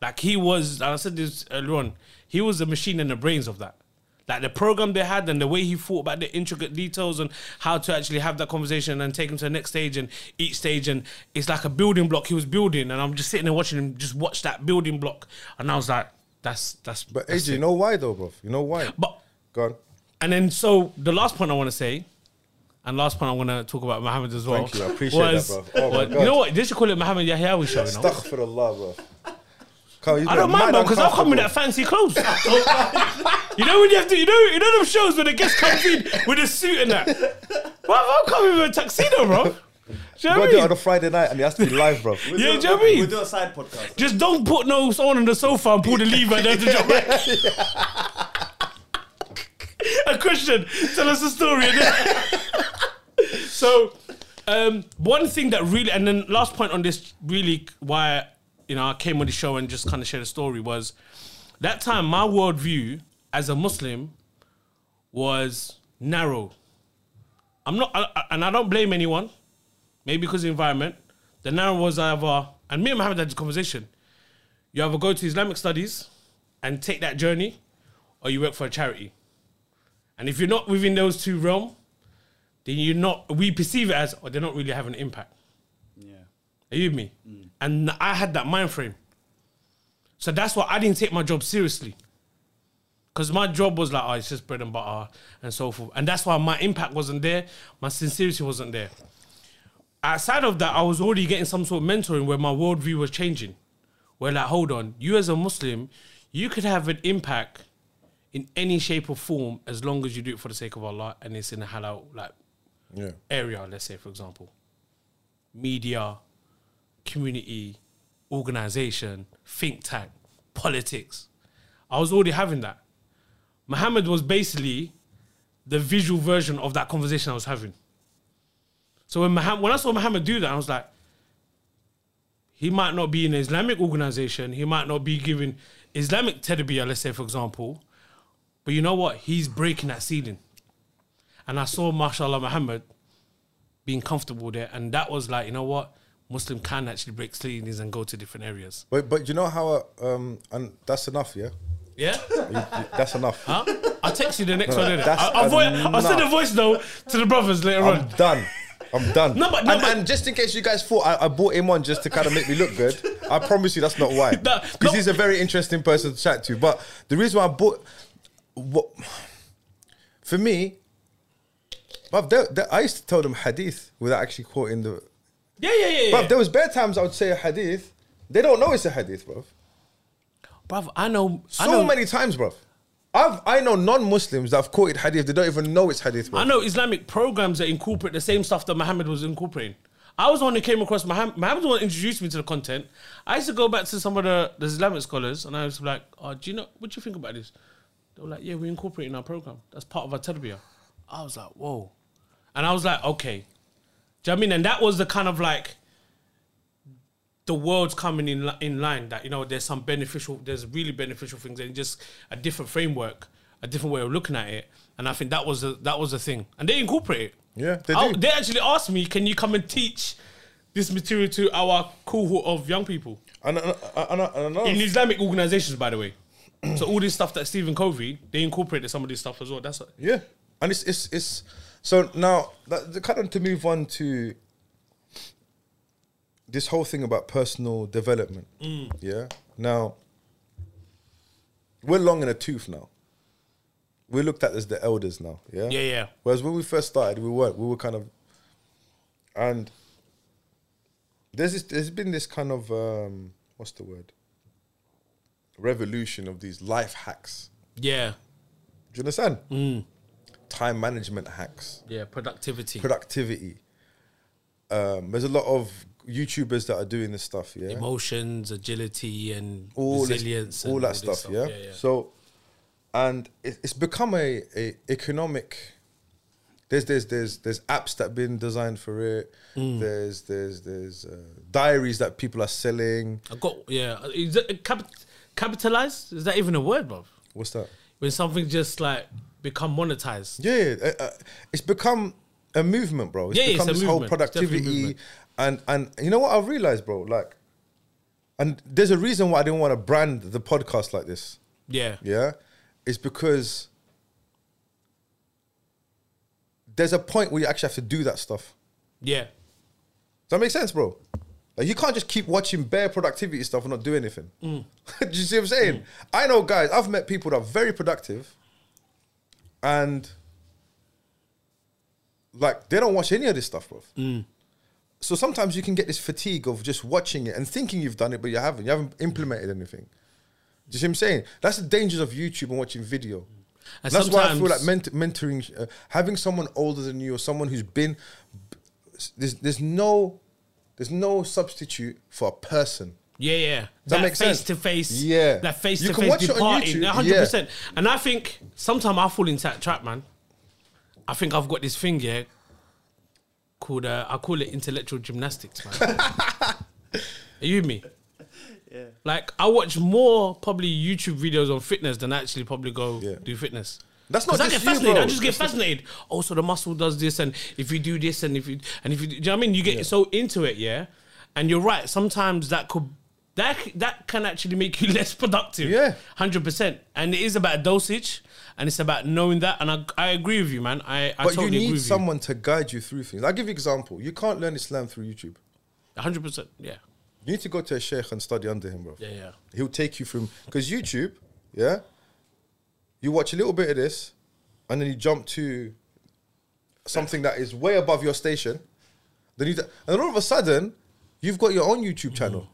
[SPEAKER 2] Like he was, and I said this earlier on, he was the machine and the brains of that. Like the program they had and the way he thought about the intricate details and how to actually have that conversation and take him to the next stage and each stage and it's like a building block he was building and I'm just sitting there watching him just watch that building block and I was like, that's that's
[SPEAKER 1] but
[SPEAKER 2] that's
[SPEAKER 1] AJ, you
[SPEAKER 2] it.
[SPEAKER 1] know why though, bro? You know why?
[SPEAKER 2] but
[SPEAKER 1] Go on.
[SPEAKER 2] and then, so the last point I want to say, and last point I want to talk about Mohammed as well.
[SPEAKER 1] Thank you, I appreciate that, bruv. Oh my
[SPEAKER 2] was-
[SPEAKER 1] God.
[SPEAKER 2] You know what? They should call it Mohammed Yahyawi show. You know?
[SPEAKER 1] Astaghfirullah, bro. Come, you
[SPEAKER 2] I don't mind, bro, because I'll come in that fancy clothes. [laughs] you know when you have to, you know, you know them shows where the guest comes in with a suit and that. Bro, I'm coming with a tuxedo, bro. Do you know
[SPEAKER 1] Got
[SPEAKER 2] what
[SPEAKER 1] do
[SPEAKER 2] I
[SPEAKER 1] it
[SPEAKER 2] mean?
[SPEAKER 1] on a Friday night and it has
[SPEAKER 2] [laughs]
[SPEAKER 1] to be live, bro.
[SPEAKER 3] We'll
[SPEAKER 2] Yeah,
[SPEAKER 3] do,
[SPEAKER 2] do you know what I mean?
[SPEAKER 3] We'll do a side podcast.
[SPEAKER 2] Just don't put no on on the sofa and pull the lever and then to jump back. a question. Tell us a story. And then- [laughs] so, um, one thing that really, and then last point on this, really why you know I came on the show and just kind of shared a story was that time my worldview as a Muslim was narrow. I'm not, I, I- and I don't blame anyone. Maybe because of the environment. The narrow was either, and me and Mohammed had this conversation. You either go to Islamic studies and take that journey, or you work for a charity. And if you're not within those two realms, then you're not. We perceive it as, or they're not really having an impact.
[SPEAKER 3] Yeah.
[SPEAKER 2] Are you with me? And I had that mind frame. So that's why I didn't take my job seriously. Because my job was like, oh, it's just bread and butter and so forth. And that's why my impact wasn't there, my sincerity wasn't there. Outside of that, I was already getting some sort of mentoring where my worldview was changing. Where, like, hold on, you as a Muslim, you could have an impact in any shape or form as long as you do it for the sake of Allah and it's in a halal, like,
[SPEAKER 1] Yeah.
[SPEAKER 2] area, let's say, for example, media, community, organization, think tank, politics. I was already having that. Muhammad was basically the visual version of that conversation I was having. So when, Muhammad, when I saw Muhammad do that, I was like, he might not be in an Islamic organization, he might not be giving Islamic tedbiyah, let's say, for example, but you know what? He's breaking that ceiling. And I saw, mashallah, Muhammad being comfortable there. And that was like, you know what? Muslim can actually break ceilings and go to different areas.
[SPEAKER 1] But but you know how uh, um and that's enough, yeah.
[SPEAKER 2] Yeah?
[SPEAKER 1] You- you- that's enough.
[SPEAKER 2] Huh? I'll text you the next
[SPEAKER 1] No,
[SPEAKER 2] one, innit?
[SPEAKER 1] that's
[SPEAKER 2] I'll, I'll, voi- I'll send a
[SPEAKER 1] enough.
[SPEAKER 2] voice note to the brothers later
[SPEAKER 1] I'm
[SPEAKER 2] on.
[SPEAKER 1] done. I'm done.
[SPEAKER 2] No, but- no,
[SPEAKER 1] and,
[SPEAKER 2] but-
[SPEAKER 1] and just in case you guys thought I, I bought him on just to kind of make me look good, I promise you that's not why.
[SPEAKER 2] [laughs] No,
[SPEAKER 1] Because
[SPEAKER 2] no.
[SPEAKER 1] he's a very interesting person to chat to. But the reason why I bought what for me, but there- there- I used to tell them hadith without actually quoting the.
[SPEAKER 2] Yeah, yeah, yeah. yeah.
[SPEAKER 1] But there was bare times I would say a hadith. They don't know it's a hadith, bro.
[SPEAKER 2] Bruv, I know. I
[SPEAKER 1] So
[SPEAKER 2] know,
[SPEAKER 1] many times, bro. I've I know non-Muslims that have quoted hadith. They don't even know it's hadith, bro.
[SPEAKER 2] I know Islamic programs that incorporate the same stuff that Muhammad was incorporating. I was the one who came across Muhammad. Muhammad was the one who introduced me to the content. I used to go back to some of the, the Islamic scholars and I was like, oh, do you know, what do you think about this? They were like, yeah, we're incorporating our program. That's part of our tarbiyah. I was like, whoa. And I was like, okay. Do you know what I mean? And that was the kind of like, the world's coming in li- in line that you know there's some beneficial there's really beneficial things and just a different framework a different way of looking at it and i think that was the, that was the thing and they incorporate it
[SPEAKER 1] Yeah, they
[SPEAKER 2] I-
[SPEAKER 1] do.
[SPEAKER 2] they actually asked me can you come and teach this material to our cohort of young people
[SPEAKER 1] And, and, and, and another
[SPEAKER 2] in islamic organizations by the way [clears throat] so all this stuff that stephen covey they incorporated some of this stuff as well that's
[SPEAKER 1] Yeah, and it's it's it's so now that, the kind of to move on to this whole thing about personal development. Yeah, now we're long in the tooth now. We're looked at as the elders now. Yeah,
[SPEAKER 2] Yeah, yeah.
[SPEAKER 1] Whereas when we first started, we weren't. We were kind of, and there's this, there's been this kind of um, what's the word? Revolution of these life hacks.
[SPEAKER 2] yeah
[SPEAKER 1] Do you understand? Time management hacks,
[SPEAKER 2] yeah productivity
[SPEAKER 1] productivity. Um, there's a lot of YouTubers that are doing this stuff, yeah.
[SPEAKER 2] emotions agility and
[SPEAKER 1] all this-
[SPEAKER 2] resilience and
[SPEAKER 1] all that
[SPEAKER 2] this
[SPEAKER 1] stuff, Yeah? So, and it, it's become a, a economic. There's there's there's there's apps that have been designed for it. There's there's there's uh, diaries that people are selling.
[SPEAKER 2] I got yeah. Is that cap- capitalized? Is that even a word, bro?
[SPEAKER 1] What's that?
[SPEAKER 2] When something just like become monetized.
[SPEAKER 1] Yeah, uh, uh, it's become a movement, bro. It's
[SPEAKER 2] Yeah, yeah, it's
[SPEAKER 1] become
[SPEAKER 2] a
[SPEAKER 1] this whole
[SPEAKER 2] movement. It's definitely a
[SPEAKER 1] productivity,
[SPEAKER 2] movement.
[SPEAKER 1] and and you know what I've realized, bro. Like, and there's a reason why I didn't want to brand the podcast like this.
[SPEAKER 2] Yeah.
[SPEAKER 1] Yeah, it's because there's a point where you actually have to do that stuff.
[SPEAKER 2] Yeah.
[SPEAKER 1] Does that make sense, bro? Like you can't just keep watching bare productivity stuff and not do anything. [laughs] do you see what I'm saying? I know guys, I've met people that are very productive and like they don't watch any of this stuff, bro. So sometimes you can get this fatigue of just watching it and thinking you've done it, but you haven't. You haven't implemented anything. Do you see what I'm saying? That's the dangers of YouTube and watching video.
[SPEAKER 2] And
[SPEAKER 1] That's why I feel like
[SPEAKER 2] sometimes-
[SPEAKER 1] ment- mentoring, uh, having someone older than you or someone who's been there's there's no there's no substitute for a person.
[SPEAKER 2] Yeah, yeah. Does
[SPEAKER 1] that make
[SPEAKER 2] face
[SPEAKER 1] sense?
[SPEAKER 2] to face.
[SPEAKER 1] Yeah.
[SPEAKER 2] That face
[SPEAKER 1] You
[SPEAKER 2] to
[SPEAKER 1] can
[SPEAKER 2] face
[SPEAKER 1] watch it on
[SPEAKER 2] departing.
[SPEAKER 1] YouTube,
[SPEAKER 2] One hundred percent. And I think sometimes I fall into that trap, man. I think I've got this thing yeah, called uh, I call it intellectual gymnastics,
[SPEAKER 1] [laughs]
[SPEAKER 2] man. Are you with me?
[SPEAKER 3] Yeah.
[SPEAKER 2] Like I watch more probably YouTube videos on fitness than I actually probably go
[SPEAKER 1] Yeah.
[SPEAKER 2] do fitness.
[SPEAKER 1] That's not
[SPEAKER 2] 'Cause I
[SPEAKER 1] just
[SPEAKER 2] get
[SPEAKER 1] you,
[SPEAKER 2] fascinated.
[SPEAKER 1] bro.
[SPEAKER 2] I just get fascinated. Oh, so the muscle does this, and if you do this, and if you and if you, do you know what I mean? You get so into it, yeah. And you're right. Sometimes that could that c- that can actually make you [laughs] less productive.
[SPEAKER 1] Yeah.
[SPEAKER 2] hundred percent. And it is about dosage, and it's about knowing that. And I, I agree with you, man. I,
[SPEAKER 1] But
[SPEAKER 2] I totally
[SPEAKER 1] you
[SPEAKER 2] agree
[SPEAKER 1] need
[SPEAKER 2] with
[SPEAKER 1] someone to guide you through things. I'll give you an example. You can't learn Islam through YouTube.
[SPEAKER 2] you. Hundred percent. Yeah.
[SPEAKER 1] You need to go to a sheikh and study under him, bro.
[SPEAKER 2] Yeah. Yeah.
[SPEAKER 1] He'll take you from because YouTube, yeah. You watch a little bit of this, and then you jump to something that is way above your station. Then you d- and all of a sudden, you've got your own YouTube channel.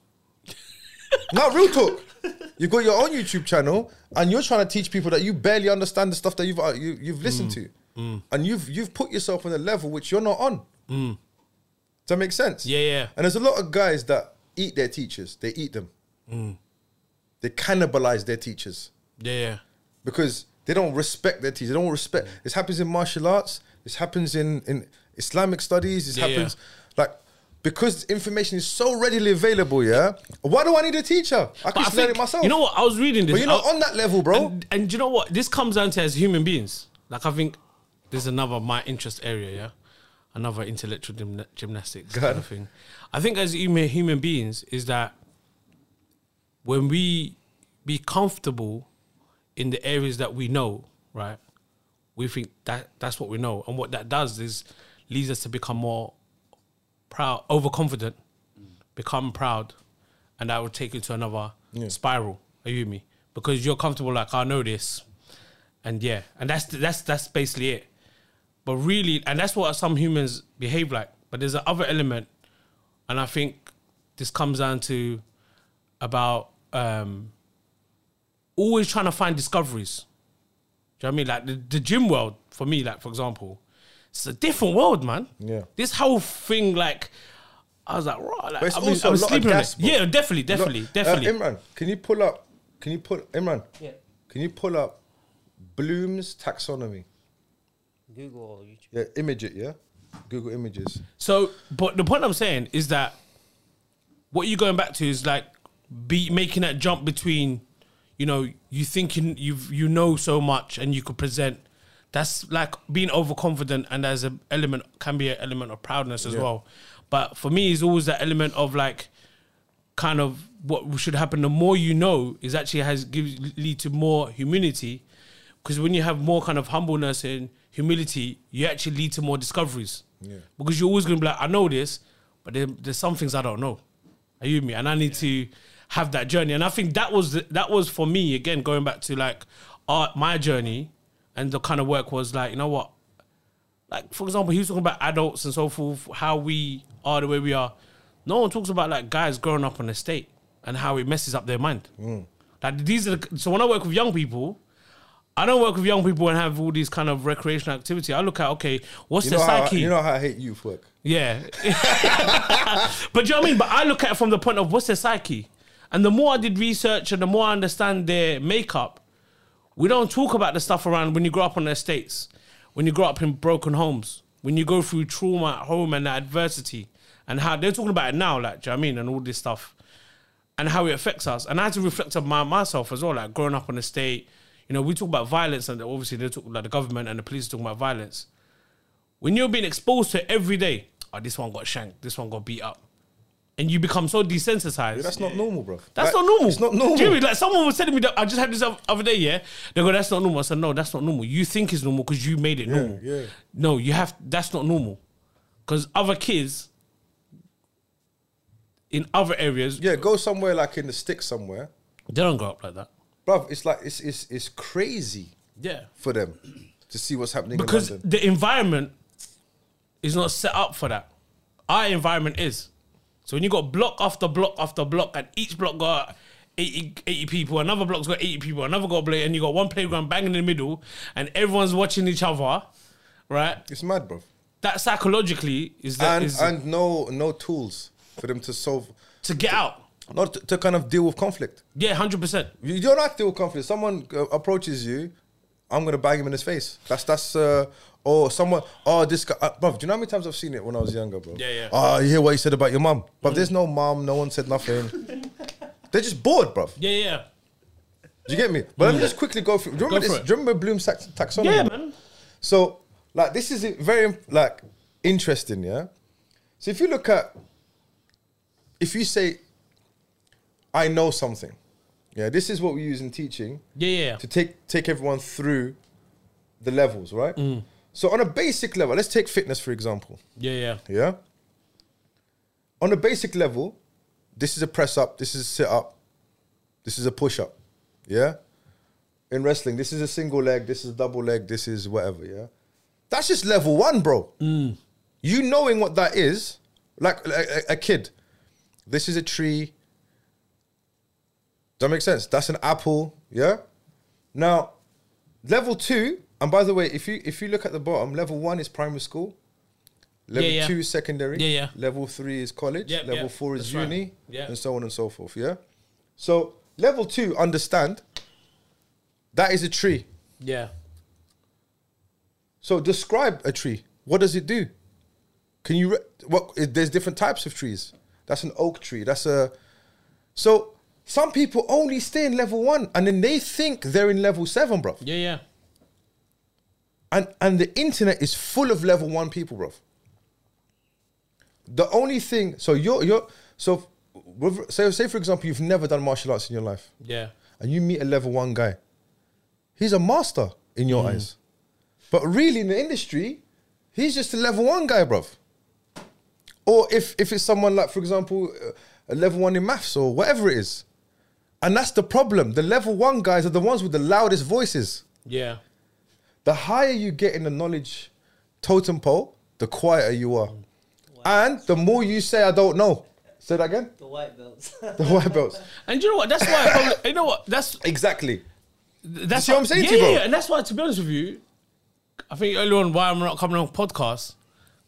[SPEAKER 1] now, real talk. You've got your own YouTube channel, and you're trying to teach people that you barely understand the stuff that you've uh, you, you've listened to, and you've you've put yourself on a level which you're not on. Does that make sense?
[SPEAKER 2] Yeah. Yeah.
[SPEAKER 1] And there's a lot of guys that eat their teachers. They eat them.
[SPEAKER 2] Mm.
[SPEAKER 1] They cannibalize their teachers
[SPEAKER 2] Yeah. yeah.
[SPEAKER 1] because they don't respect their teachers. They don't respect. This happens in martial arts. This happens in in Islamic studies. This
[SPEAKER 2] Yeah, yeah.
[SPEAKER 1] happens like because information is so readily available. Yeah, why do I need a teacher? I
[SPEAKER 2] But
[SPEAKER 1] can just
[SPEAKER 2] I
[SPEAKER 1] learn
[SPEAKER 2] think-
[SPEAKER 1] it myself.
[SPEAKER 2] You know what? I was reading this.
[SPEAKER 1] But you're not
[SPEAKER 2] I-
[SPEAKER 1] on that level, bro.
[SPEAKER 2] And, and do you know what? This comes down to as human beings. Like I think there's another my interest area, yeah, another intellectual gymna- gymnastics kind of thing. I think as human human beings is that when we be comfortable in the areas that we know, right? We think that that's what we know, and what that does is leads us to become more proud, overconfident, become proud, and that will take you to another spiral. Are you with me? Because you're comfortable, like I know this, and yeah, and that's that's that's basically it. But really, and that's what some humans behave like. But there's another element, and I think this comes down to about um, always trying to find discoveries. Do you know what I mean? Like the, the gym world, for me, like for example, it's a different world, man.
[SPEAKER 1] Yeah.
[SPEAKER 2] This whole thing, like, I was like, raw, like,
[SPEAKER 1] But it's
[SPEAKER 2] I've been,
[SPEAKER 1] also
[SPEAKER 2] I was
[SPEAKER 1] a lot of
[SPEAKER 2] sleeping on
[SPEAKER 1] gas,
[SPEAKER 2] it.
[SPEAKER 1] bro.
[SPEAKER 2] Yeah, definitely, definitely,
[SPEAKER 1] Look,
[SPEAKER 2] definitely.
[SPEAKER 1] Uh, Imran, can you pull up? Can you pull Imran?
[SPEAKER 4] Yeah.
[SPEAKER 1] Can you pull up Bloom's taxonomy?
[SPEAKER 4] Google or YouTube.
[SPEAKER 1] Yeah, image it. Yeah, Google images.
[SPEAKER 2] So, but the point I'm saying is that what you're going back to is like be making that jump between, you know, you thinking you you know so much and you could present. That's like being overconfident, and there's an element can be an element of proudness as
[SPEAKER 1] Yeah.
[SPEAKER 2] well. But for me, it's always that element of like, kind of what should happen. The more you know, is actually has gives lead to more humility, because when you have more kind of humbleness and humility, you actually lead to more discoveries.
[SPEAKER 1] Yeah.
[SPEAKER 2] Because you're always going to be like, I know this, but there, there's some things I don't know. Are you with me? And I need to have that journey. And I think that was the, that was for me again going back to like art, my journey, and the kind of work was like, you know what, like for example, he was talking about adults and so forth, how we are the way we are. No one talks about like guys growing up on the state and how it messes up their mind.
[SPEAKER 1] Mm.
[SPEAKER 2] Like these are the, so when I work with young people, I don't work with young people and have all these kind of recreational activity. I look at okay, what's
[SPEAKER 1] You
[SPEAKER 2] the
[SPEAKER 1] know, how,
[SPEAKER 2] psyche?
[SPEAKER 1] you know how I hate youth work.
[SPEAKER 2] Yeah. [laughs] but do you know what I mean? But I look at it from the point of what's their psyche? And the more I did research and the more I understand their makeup, we don't talk about the stuff around when you grow up on the estates, when you grow up in broken homes, when you go through trauma at home and adversity, and how they're talking about it now, like, do you know what I mean? And all this stuff and how it affects us. And I had to reflect on my, myself as well, like growing up on the state. You know, we talk about violence, and obviously they talk like the government and the police are talking about violence. When you're being exposed to it every day, oh, this one got shanked, this one got beat up, and you become so desensitized.
[SPEAKER 1] That's not normal, bro.
[SPEAKER 2] That's not normal.
[SPEAKER 1] It's not normal.
[SPEAKER 2] Jimmy, like someone was telling me that I just had this oth- other day, yeah. They go, that's not normal. I said, no, that's not normal. You think it's normal because you made it normal.
[SPEAKER 1] yeah.
[SPEAKER 2] No, you have that's not normal. Because other kids in other areas,
[SPEAKER 1] yeah, go somewhere like in the stick somewhere,
[SPEAKER 2] they don't grow up like that.
[SPEAKER 1] bro. It's like it's it's it's crazy
[SPEAKER 2] Yeah.
[SPEAKER 1] for them to see what's happening
[SPEAKER 2] Because
[SPEAKER 1] in London.
[SPEAKER 2] the environment is not set up for that. Our environment is. So when you got block after block after block, and each block got 80, 80 people, another block's got 80 people, another got play, and you got one playground bang in the middle, and everyone's watching each other, right?
[SPEAKER 1] It's mad, bro.
[SPEAKER 2] That psychologically is that
[SPEAKER 1] And
[SPEAKER 2] is
[SPEAKER 1] and no no tools for them to solve,
[SPEAKER 2] to get out.
[SPEAKER 1] not to, to kind of deal with conflict.
[SPEAKER 2] Yeah, hundred percent.
[SPEAKER 1] You don't have to deal with conflict. Someone uh, approaches you, I'm gonna bang him in his face. That's that's. Uh, or someone, oh, this guy, uh, bruv, do you know how many times I've seen it when I was younger, bro?
[SPEAKER 2] Yeah, Mm. yeah.
[SPEAKER 1] Oh, you hear what you said about your mum? Bruv, there's no mum, no one said
[SPEAKER 2] [laughs]
[SPEAKER 1] nothing. They're just bored, bruv.
[SPEAKER 2] Yeah, yeah,
[SPEAKER 1] Do you get me? But let me just quickly go through. Do you remember,
[SPEAKER 2] Mm. Go for
[SPEAKER 1] this,
[SPEAKER 2] it.
[SPEAKER 1] do you remember Bloom's tax- taxonomy?
[SPEAKER 2] yeah, man.
[SPEAKER 1] So, like, this is very like interesting, yeah. So, if you look at, if you say, "I know something," yeah, this is what we use in teaching
[SPEAKER 2] Yeah, yeah.
[SPEAKER 1] to take take everyone through the levels, right? So, on a basic level, let's take fitness for example.
[SPEAKER 2] Yeah, yeah.
[SPEAKER 1] Yeah. On a basic level, this is a press up, this is a sit up, this is a push up. Yeah. In wrestling, this is a single leg, this is a double leg, this is whatever. Yeah. That's just level one, bro.
[SPEAKER 2] Mm.
[SPEAKER 1] You knowing what that is, like, like a, a kid, this is a tree. Does that make sense? That's an apple. Yeah. Now, level two, and by the way, if you if you look at the bottom, level one is primary school. Level
[SPEAKER 2] Yeah, yeah.
[SPEAKER 1] two is secondary.
[SPEAKER 2] Yeah, yeah.
[SPEAKER 1] Level three is college.
[SPEAKER 2] Yep,
[SPEAKER 1] level
[SPEAKER 2] yep,
[SPEAKER 1] four is
[SPEAKER 2] that's right.
[SPEAKER 1] uni.
[SPEAKER 2] Yeah.
[SPEAKER 1] And so on and so forth. Yeah. So level two, understand that is a tree.
[SPEAKER 2] Yeah.
[SPEAKER 1] So describe a tree. What does it do? Can you? Re- what? i- There's different types of trees. That's an oak tree. That's a. So some people only stay in level one, and then they think they're in level seven, bro.
[SPEAKER 2] Yeah, yeah.
[SPEAKER 1] And and the internet is full of level one people, bro. The only thing, so you're you're so with, say say for example, you've never done martial arts in your life,
[SPEAKER 2] Yeah.
[SPEAKER 1] and you meet a level one guy, he's a master in your eyes. But really, in the industry, he's just a level one guy, bruv. Or if if it's someone like, for example, uh, a level one in maths or whatever it is, and that's the problem. The level one guys are the ones with the loudest voices.
[SPEAKER 2] Yeah.
[SPEAKER 1] The higher you get in the knowledge totem pole, the quieter you are, and the more you say, "I don't know." Say that again.
[SPEAKER 4] The white belts.
[SPEAKER 1] The white belts.
[SPEAKER 2] And you know what? That's why. I probably, you know what? That's
[SPEAKER 1] exactly.
[SPEAKER 2] that's
[SPEAKER 1] see what I'm saying
[SPEAKER 2] yeah,
[SPEAKER 1] to you,
[SPEAKER 2] yeah,
[SPEAKER 1] bro?
[SPEAKER 2] yeah, and that's why. To be honest with you, I think earlier on why I'm not coming on podcasts,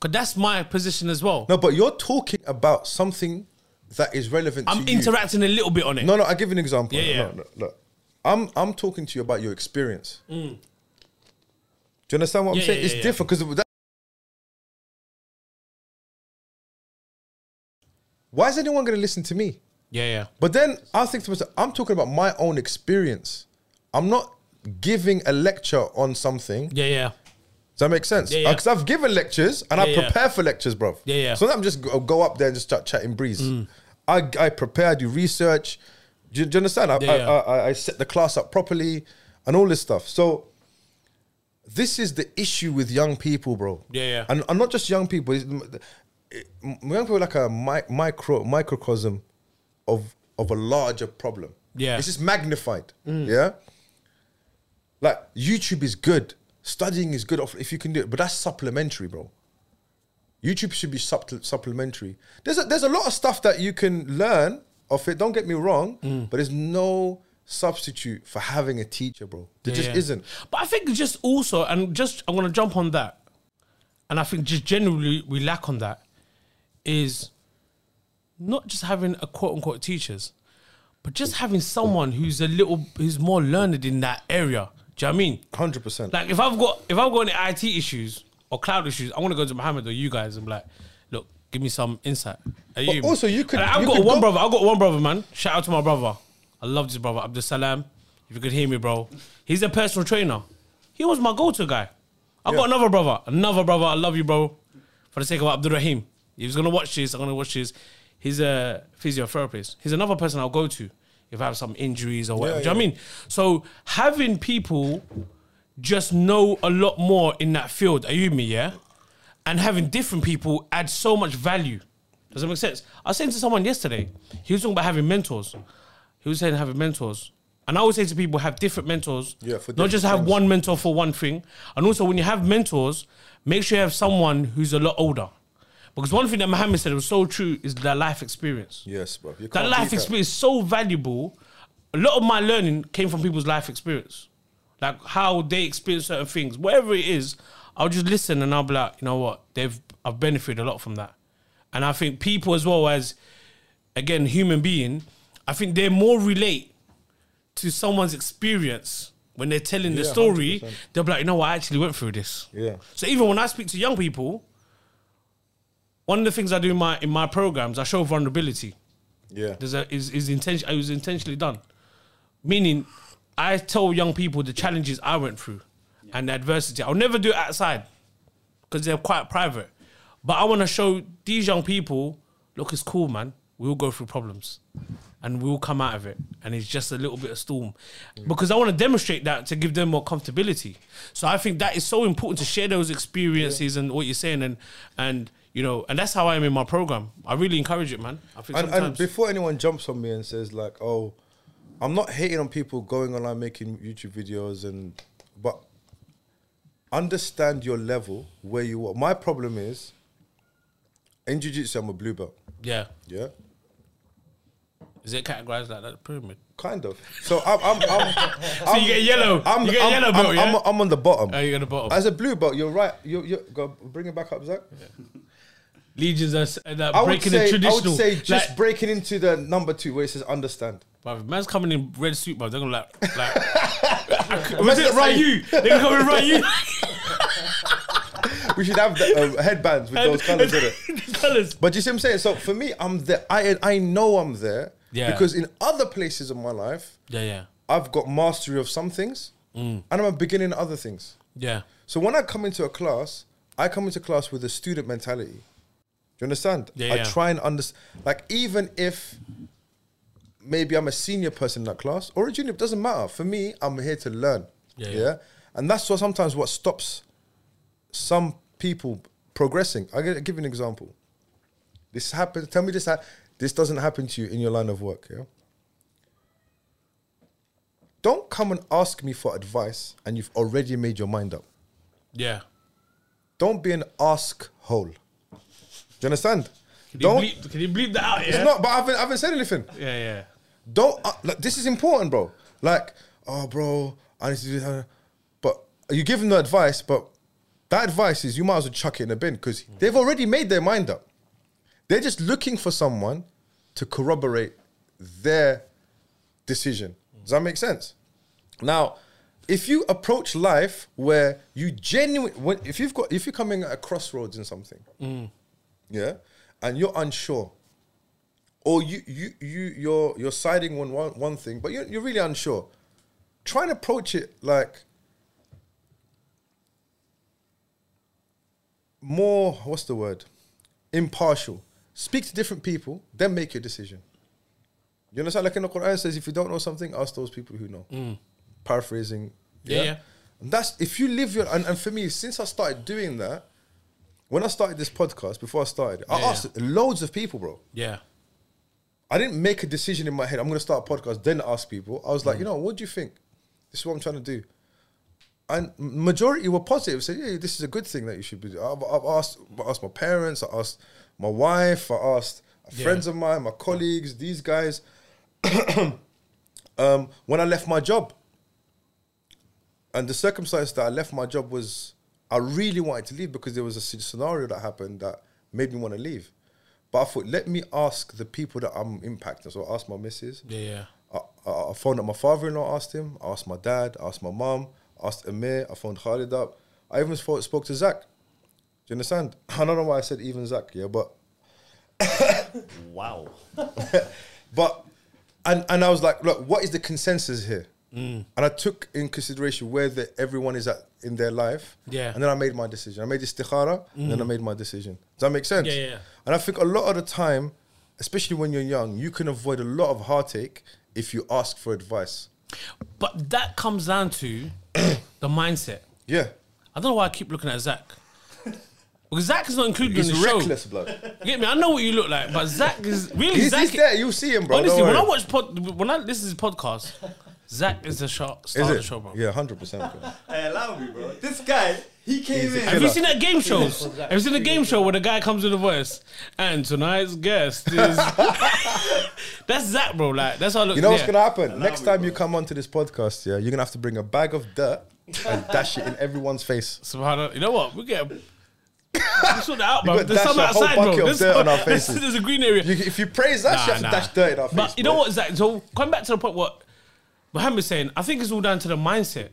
[SPEAKER 2] because that's my position as well.
[SPEAKER 1] No, but you're talking about something that is relevant
[SPEAKER 2] I'm
[SPEAKER 1] to you.
[SPEAKER 2] interacting a little bit on it.
[SPEAKER 1] No, no, I give you an example.
[SPEAKER 2] Yeah, yeah.
[SPEAKER 1] No, no, look, I'm I'm talking to you about your experience. Do you understand what
[SPEAKER 2] Yeah,
[SPEAKER 1] I'm saying?
[SPEAKER 2] yeah,
[SPEAKER 1] it's
[SPEAKER 2] yeah, yeah.
[SPEAKER 1] different because that. Why is anyone going to listen to me?
[SPEAKER 2] Yeah, yeah.
[SPEAKER 1] But then I think to myself, I'm talking about my own experience. I'm not giving a lecture on something.
[SPEAKER 2] Yeah, yeah.
[SPEAKER 1] Does that make sense?
[SPEAKER 2] Yeah, yeah.
[SPEAKER 1] Because I've given lectures and I
[SPEAKER 2] Yeah, yeah.
[SPEAKER 1] prepare for lectures, bruv.
[SPEAKER 2] Yeah, Mm. yeah.
[SPEAKER 1] So I'm just go, go up there and just start chatting breeze. I, I prepare, I do research. Do you, do you understand? I,
[SPEAKER 2] Yeah,
[SPEAKER 1] I,
[SPEAKER 2] yeah.
[SPEAKER 1] I, I, I set the class up properly and all this stuff. So this is the issue with young people, bro.
[SPEAKER 2] Yeah, yeah.
[SPEAKER 1] And, and uh, not just young people. it's- it- young people are like a mi- micro microcosm of of a larger problem.
[SPEAKER 2] Yeah. Mm.
[SPEAKER 1] It's just magnified. Yeah like YouTube is good, studying is good off- if you can do it, but that's supplementary, bro. YouTube should be supp- supplementary. There's a, there's a lot of stuff that you can learn off it. Don't get me wrong,
[SPEAKER 2] Mm.
[SPEAKER 1] but there's no substitute for having a teacher, bro. There
[SPEAKER 2] Yeah,
[SPEAKER 1] just
[SPEAKER 2] yeah.
[SPEAKER 1] isn't.
[SPEAKER 2] But I think just also, and just I'm gonna jump on that, and I think just generally we lack on that is not just having a quote unquote teachers, but just having someone who's a little who's more learned in that area. Do you know what I mean?
[SPEAKER 1] Hundred percent.
[SPEAKER 2] Like if I've got if I've got any IT issues or cloud issues, I want to go to Mohammed or you guys and be like, look, give me some insight. Are
[SPEAKER 1] But also, you could-
[SPEAKER 2] And I've
[SPEAKER 1] you
[SPEAKER 2] got
[SPEAKER 1] could
[SPEAKER 2] one
[SPEAKER 1] go-
[SPEAKER 2] brother. I've got one brother, man. Shout out to my brother. I love this brother, Abdul Salam. If you could hear me, bro, he's a personal trainer. He was my go-to guy. I've got
[SPEAKER 1] Yeah.
[SPEAKER 2] another brother, another brother. I love you, bro. For the sake of Abdul Rahim, he was gonna watch this. I'm gonna watch this. He's a physiotherapist. He's another person I'll go to if I have some injuries or whatever.
[SPEAKER 1] Yeah,
[SPEAKER 2] Do you know what I
[SPEAKER 1] yeah.
[SPEAKER 2] mean? So having people just know a lot more in that field. Are you with me? Yeah, and having different people add so much value. Does that make sense? I was saying to someone yesterday, he was talking about having mentors. He was saying having mentors, and I always say to people, have different mentors.
[SPEAKER 1] Yeah, for
[SPEAKER 2] not
[SPEAKER 1] different
[SPEAKER 2] just have
[SPEAKER 1] things.
[SPEAKER 2] one mentor for one thing. And also, when you have mentors, make sure you have someone who's a lot older, because one thing that Muhammad said was so true is their life experience
[SPEAKER 1] yes, bro. You
[SPEAKER 2] that
[SPEAKER 1] can't
[SPEAKER 2] life
[SPEAKER 1] beat
[SPEAKER 2] experience is so valuable. A lot of my learning came from people's life experience, like how they experience certain things, whatever it is. I'll just listen and I'll be like, you know what? They've I've benefited a lot from that, and I think people as well as, again, human being, I think they more relate to someone's experience when they're telling the
[SPEAKER 1] Yeah,
[SPEAKER 2] story.
[SPEAKER 1] 100%.
[SPEAKER 2] They'll be like, you know what? I actually went through this.
[SPEAKER 1] Yeah.
[SPEAKER 2] So even when I speak to young people, one of the things I do in my in my programs, I show vulnerability
[SPEAKER 1] Yeah,
[SPEAKER 2] there's a, is, is intention, it was intentionally done. Meaning, I tell young people the challenges I went through and the adversity. I'll never do it outside because they're quite private. But I want to show these young people look, it's cool, man. We all go through problems and we all come out of it. And it's just a little bit of storm. Because I want to demonstrate that to give them more comfortability. So I think that is so important to share those experiences and what you're saying. And, and, you know, and that's how I am in my program. I really encourage it, man. I think
[SPEAKER 1] And,
[SPEAKER 2] sometimes.
[SPEAKER 1] and before anyone jumps on me and says like, "Oh, I'm not hating on people going online making YouTube videos," and but understand your level where you are. My problem is in jiu-jitsu, I'm a blue belt.
[SPEAKER 2] Yeah.
[SPEAKER 1] Yeah,
[SPEAKER 2] Is it categorized like that? Pyramid.
[SPEAKER 1] kind of. So I'm, I'm, I'm,
[SPEAKER 2] [laughs] So you get yellow. you get yellow belt,
[SPEAKER 1] I'm,
[SPEAKER 2] yeah?
[SPEAKER 1] I'm, I'm on the bottom.
[SPEAKER 2] oh, you got the bottom.
[SPEAKER 1] As a blue belt, you're right. You, you go bring it back up, Zach.
[SPEAKER 2] Legions are s- uh, like
[SPEAKER 1] I would say,
[SPEAKER 2] breaking the
[SPEAKER 1] I would
[SPEAKER 2] traditional.
[SPEAKER 1] say just
[SPEAKER 2] like,
[SPEAKER 1] breaking into the number two where it says understand.
[SPEAKER 2] bruv, man's coming in red suit, bro. They're
[SPEAKER 1] [laughs]
[SPEAKER 2] gonna like, like. [laughs] Was
[SPEAKER 1] Imagine
[SPEAKER 2] it
[SPEAKER 1] that's how
[SPEAKER 2] right
[SPEAKER 1] you-
[SPEAKER 2] you? They're gonna come in
[SPEAKER 1] [laughs]
[SPEAKER 2] right you.
[SPEAKER 1] We should have the, uh, headbands with those colours in it.
[SPEAKER 2] [laughs] Colours.
[SPEAKER 1] But you see what I'm saying? So for me, I'm there. I I know I'm there
[SPEAKER 2] Yeah.
[SPEAKER 1] because in other places of my life,
[SPEAKER 2] Yeah, yeah,
[SPEAKER 1] I've got mastery of some things, and I'm beginning at other things.
[SPEAKER 2] yeah,
[SPEAKER 1] So when I come into a class, I come into class with a student mentality. Do you understand?
[SPEAKER 2] Yeah,
[SPEAKER 1] I
[SPEAKER 2] yeah.
[SPEAKER 1] try and understand. Like even if maybe I'm a senior person in that class or a junior, it doesn't matter. For me, I'm here to learn.
[SPEAKER 2] Yeah,
[SPEAKER 1] yeah.
[SPEAKER 2] yeah.
[SPEAKER 1] And that's what sometimes what stops some people progressing. I will give you an example. This happens. Tell me this. Ha- this doesn't happen to you in your line of work. Yeah. Don't come and ask me for advice, and you've already made your mind up.
[SPEAKER 2] Yeah.
[SPEAKER 1] Don't be an ask hole. Do you understand?
[SPEAKER 2] Can you,
[SPEAKER 1] Don't.
[SPEAKER 2] bleep, can you bleep that out?
[SPEAKER 1] It's
[SPEAKER 2] Yeah.
[SPEAKER 1] not. But I haven't, I haven't said anything.
[SPEAKER 2] yeah, yeah.
[SPEAKER 1] Don't. Uh, like, this is important, bro. Like, oh, bro, I need to do that. But you give them the advice, but that advice is you might as well chuck it in the bin because they've already made their mind up. They're just looking for someone to corroborate their decision. Does that make sense? Now, if you approach life where you genuinely, if you've got, if you're coming at a crossroads in something, yeah, and you're unsure, or you you you you're you're siding on one one thing, but you're you're really unsure. Try and approach it like more. What's the word? Impartial. Speak to different people, then make your decision. You understand? Like in the Quran says, if you don't know something, ask those people who know. Paraphrasing.
[SPEAKER 2] Mm. Yeah, yeah.
[SPEAKER 1] And that's if you live your and, and for me, since I started doing that, when I started this podcast, before I started, I
[SPEAKER 2] Yeah,
[SPEAKER 1] asked loads of people, bro.
[SPEAKER 2] Yeah.
[SPEAKER 1] I didn't make a decision in my head. I'm going to start a podcast, then ask people. I was like, you know, what do you think? This is what I'm trying to do. And majority were positive. Said, yeah, this is a good thing that you should be. doing. I've, I've asked, I asked my parents. I asked my wife. I asked friends of mine, my colleagues, these guys. [clears throat] um, when I left my job, and the circumstance that I left my job was I really wanted to leave because there was a sc- scenario that happened that made me want to leave. But I thought, let me ask the people that I'm impacting. So I asked my missus.
[SPEAKER 2] Yeah, yeah.
[SPEAKER 1] I, I, I phoned up my father-in-law, asked him. I asked my dad. I asked my mum. I asked Amir. I phoned Khalid up. I even spoke, spoke to Zach. Do you understand? [laughs] I don't know why I said even Zach, yeah, but
[SPEAKER 3] Wow.
[SPEAKER 1] But and and I was like, look, what is the consensus here?
[SPEAKER 2] Mm.
[SPEAKER 1] And I took in consideration where the, everyone is at in their life.
[SPEAKER 2] Yeah. Mm.
[SPEAKER 1] And then I made my decision. I made istikhara, and then I made my decision. Does that make sense?
[SPEAKER 2] Yeah, yeah, yeah.
[SPEAKER 1] And I think a lot of the time, especially when you're young, you can avoid a lot of heartache if you ask for advice.
[SPEAKER 2] But that comes down
[SPEAKER 1] [coughs]
[SPEAKER 2] to the mindset.
[SPEAKER 1] Yeah.
[SPEAKER 2] I don't know why I keep looking at Zach. Because Zach is not included
[SPEAKER 1] He's
[SPEAKER 2] in the
[SPEAKER 1] reckless,
[SPEAKER 2] show. [laughs]
[SPEAKER 1] blood.
[SPEAKER 2] You Get me? I know what you look like, but Zach is really
[SPEAKER 1] He's,
[SPEAKER 2] Zach.
[SPEAKER 1] he's there. You'll see him, bro.
[SPEAKER 2] honestly,
[SPEAKER 1] Don't
[SPEAKER 2] when I
[SPEAKER 1] worry.
[SPEAKER 2] watch pod, when I this is podcast, Zach is the shot star
[SPEAKER 1] Is
[SPEAKER 2] of
[SPEAKER 1] it?
[SPEAKER 2] the show, Oh, bro.
[SPEAKER 1] Yeah, hundred percent.
[SPEAKER 3] Hey, allow me, bro. This guy, he came
[SPEAKER 1] He's a
[SPEAKER 3] in.
[SPEAKER 2] Have you
[SPEAKER 1] Killer.
[SPEAKER 2] seen that game shows? Have you seen the game show where the guy comes with a voice? And tonight's
[SPEAKER 1] [laughs]
[SPEAKER 2] guest is That's Zach, bro. Like that's how I look.
[SPEAKER 1] You know what's
[SPEAKER 2] yeah.
[SPEAKER 1] gonna happen? Next time you come onto this podcast, yeah, you're gonna have to bring a bag of dirt and dash it in everyone's face.
[SPEAKER 2] Subhanallah. You know what?
[SPEAKER 1] [laughs]
[SPEAKER 2] We get. We sort that out,
[SPEAKER 1] You
[SPEAKER 2] bro.
[SPEAKER 1] got
[SPEAKER 2] There's
[SPEAKER 1] dash
[SPEAKER 2] some
[SPEAKER 1] a whole
[SPEAKER 2] outside, bro.
[SPEAKER 1] bucket of
[SPEAKER 2] There's,
[SPEAKER 1] dirt on our
[SPEAKER 2] [laughs] there's-
[SPEAKER 1] faces.
[SPEAKER 2] there's a green area.
[SPEAKER 1] You, if you praise that, you have to dash dirt in our face.
[SPEAKER 2] But you know
[SPEAKER 1] bro.
[SPEAKER 2] what, Zach? So coming back to the point what Mohammed's saying, I think it's all down to the mindset.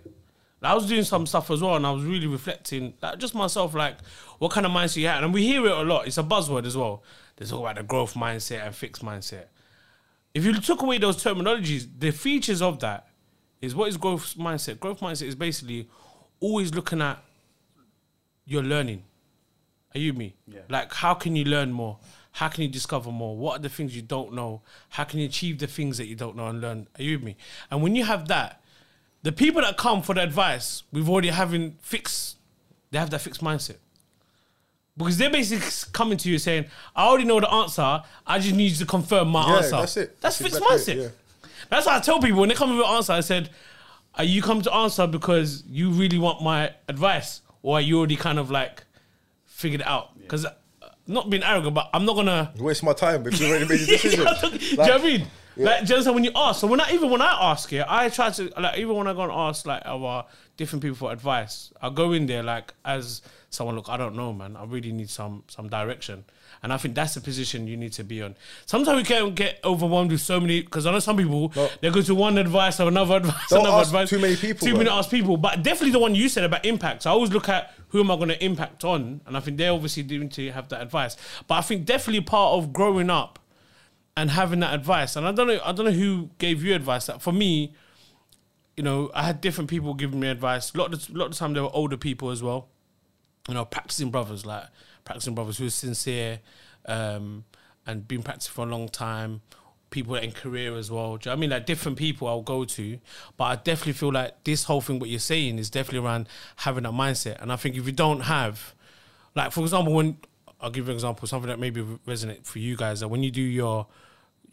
[SPEAKER 2] Like, I was doing some stuff as well, and I was really reflecting, like just myself, like what kind of mindset you had, and we hear it a lot. It's a buzzword as well. They talk about the growth mindset and fixed mindset. If you took away those terminologies, the features of that is what is growth mindset. Growth mindset is basically always looking at your learning. Are you me?
[SPEAKER 3] Yeah.
[SPEAKER 2] Like, how can you learn more? How can you discover more? What are the things you don't know? How can you achieve the things that you don't know and learn? Are you with me? And when you have that, the people that come for the advice, we've already having fixed, they have that fixed mindset. Because they're basically coming to you saying, I already know the answer, I just need you to confirm my
[SPEAKER 1] Yeah,
[SPEAKER 2] answer.
[SPEAKER 1] that's it.
[SPEAKER 2] That's,
[SPEAKER 1] That's
[SPEAKER 2] fixed
[SPEAKER 1] exactly
[SPEAKER 2] mindset.
[SPEAKER 1] it,
[SPEAKER 2] That's what I tell people when they come with an answer. I said, Are you come to answer because you really want my advice? Or are you already kind of like figured it out? Because not being arrogant, but I'm not gonna.
[SPEAKER 1] Waste my time if you already
[SPEAKER 2] [laughs]
[SPEAKER 1] made the
[SPEAKER 2] Do you
[SPEAKER 1] decision.
[SPEAKER 2] know what I
[SPEAKER 1] Like,
[SPEAKER 2] mean? Like, do you understand when you ask? So when I even when I ask it, I try to like even when I go and ask like our different people for advice, I go in there like as someone. Look, I don't know, man. I really need some some direction, and I think that's the position you need to be on. Sometimes we can get overwhelmed with so many because I know some people they go to one advice or another [laughs] advice,
[SPEAKER 1] Don't
[SPEAKER 2] another
[SPEAKER 1] ask
[SPEAKER 2] advice,
[SPEAKER 1] too many people,
[SPEAKER 2] too many
[SPEAKER 1] man.
[SPEAKER 2] ask people. But definitely the one you said about impact. I always look at who am I going to impact on, and I think they're obviously doing to have that advice. But I think definitely part of growing up and having that advice. And I don't know, I don't know who gave you advice. Like for me, you know, I had different people giving me advice. A lot of the, lot of the time, they were older people as well. You know, practicing brothers, like practicing brothers who are sincere um, and been practicing for a long time, people in career as well. Do you know what I mean? Like different people I'll go to, but I definitely feel like this whole thing, what you're saying, is definitely around having that mindset. And I think if you don't have, like for example, when I'll give you an example, something that maybe resonate for you guys, that when you do your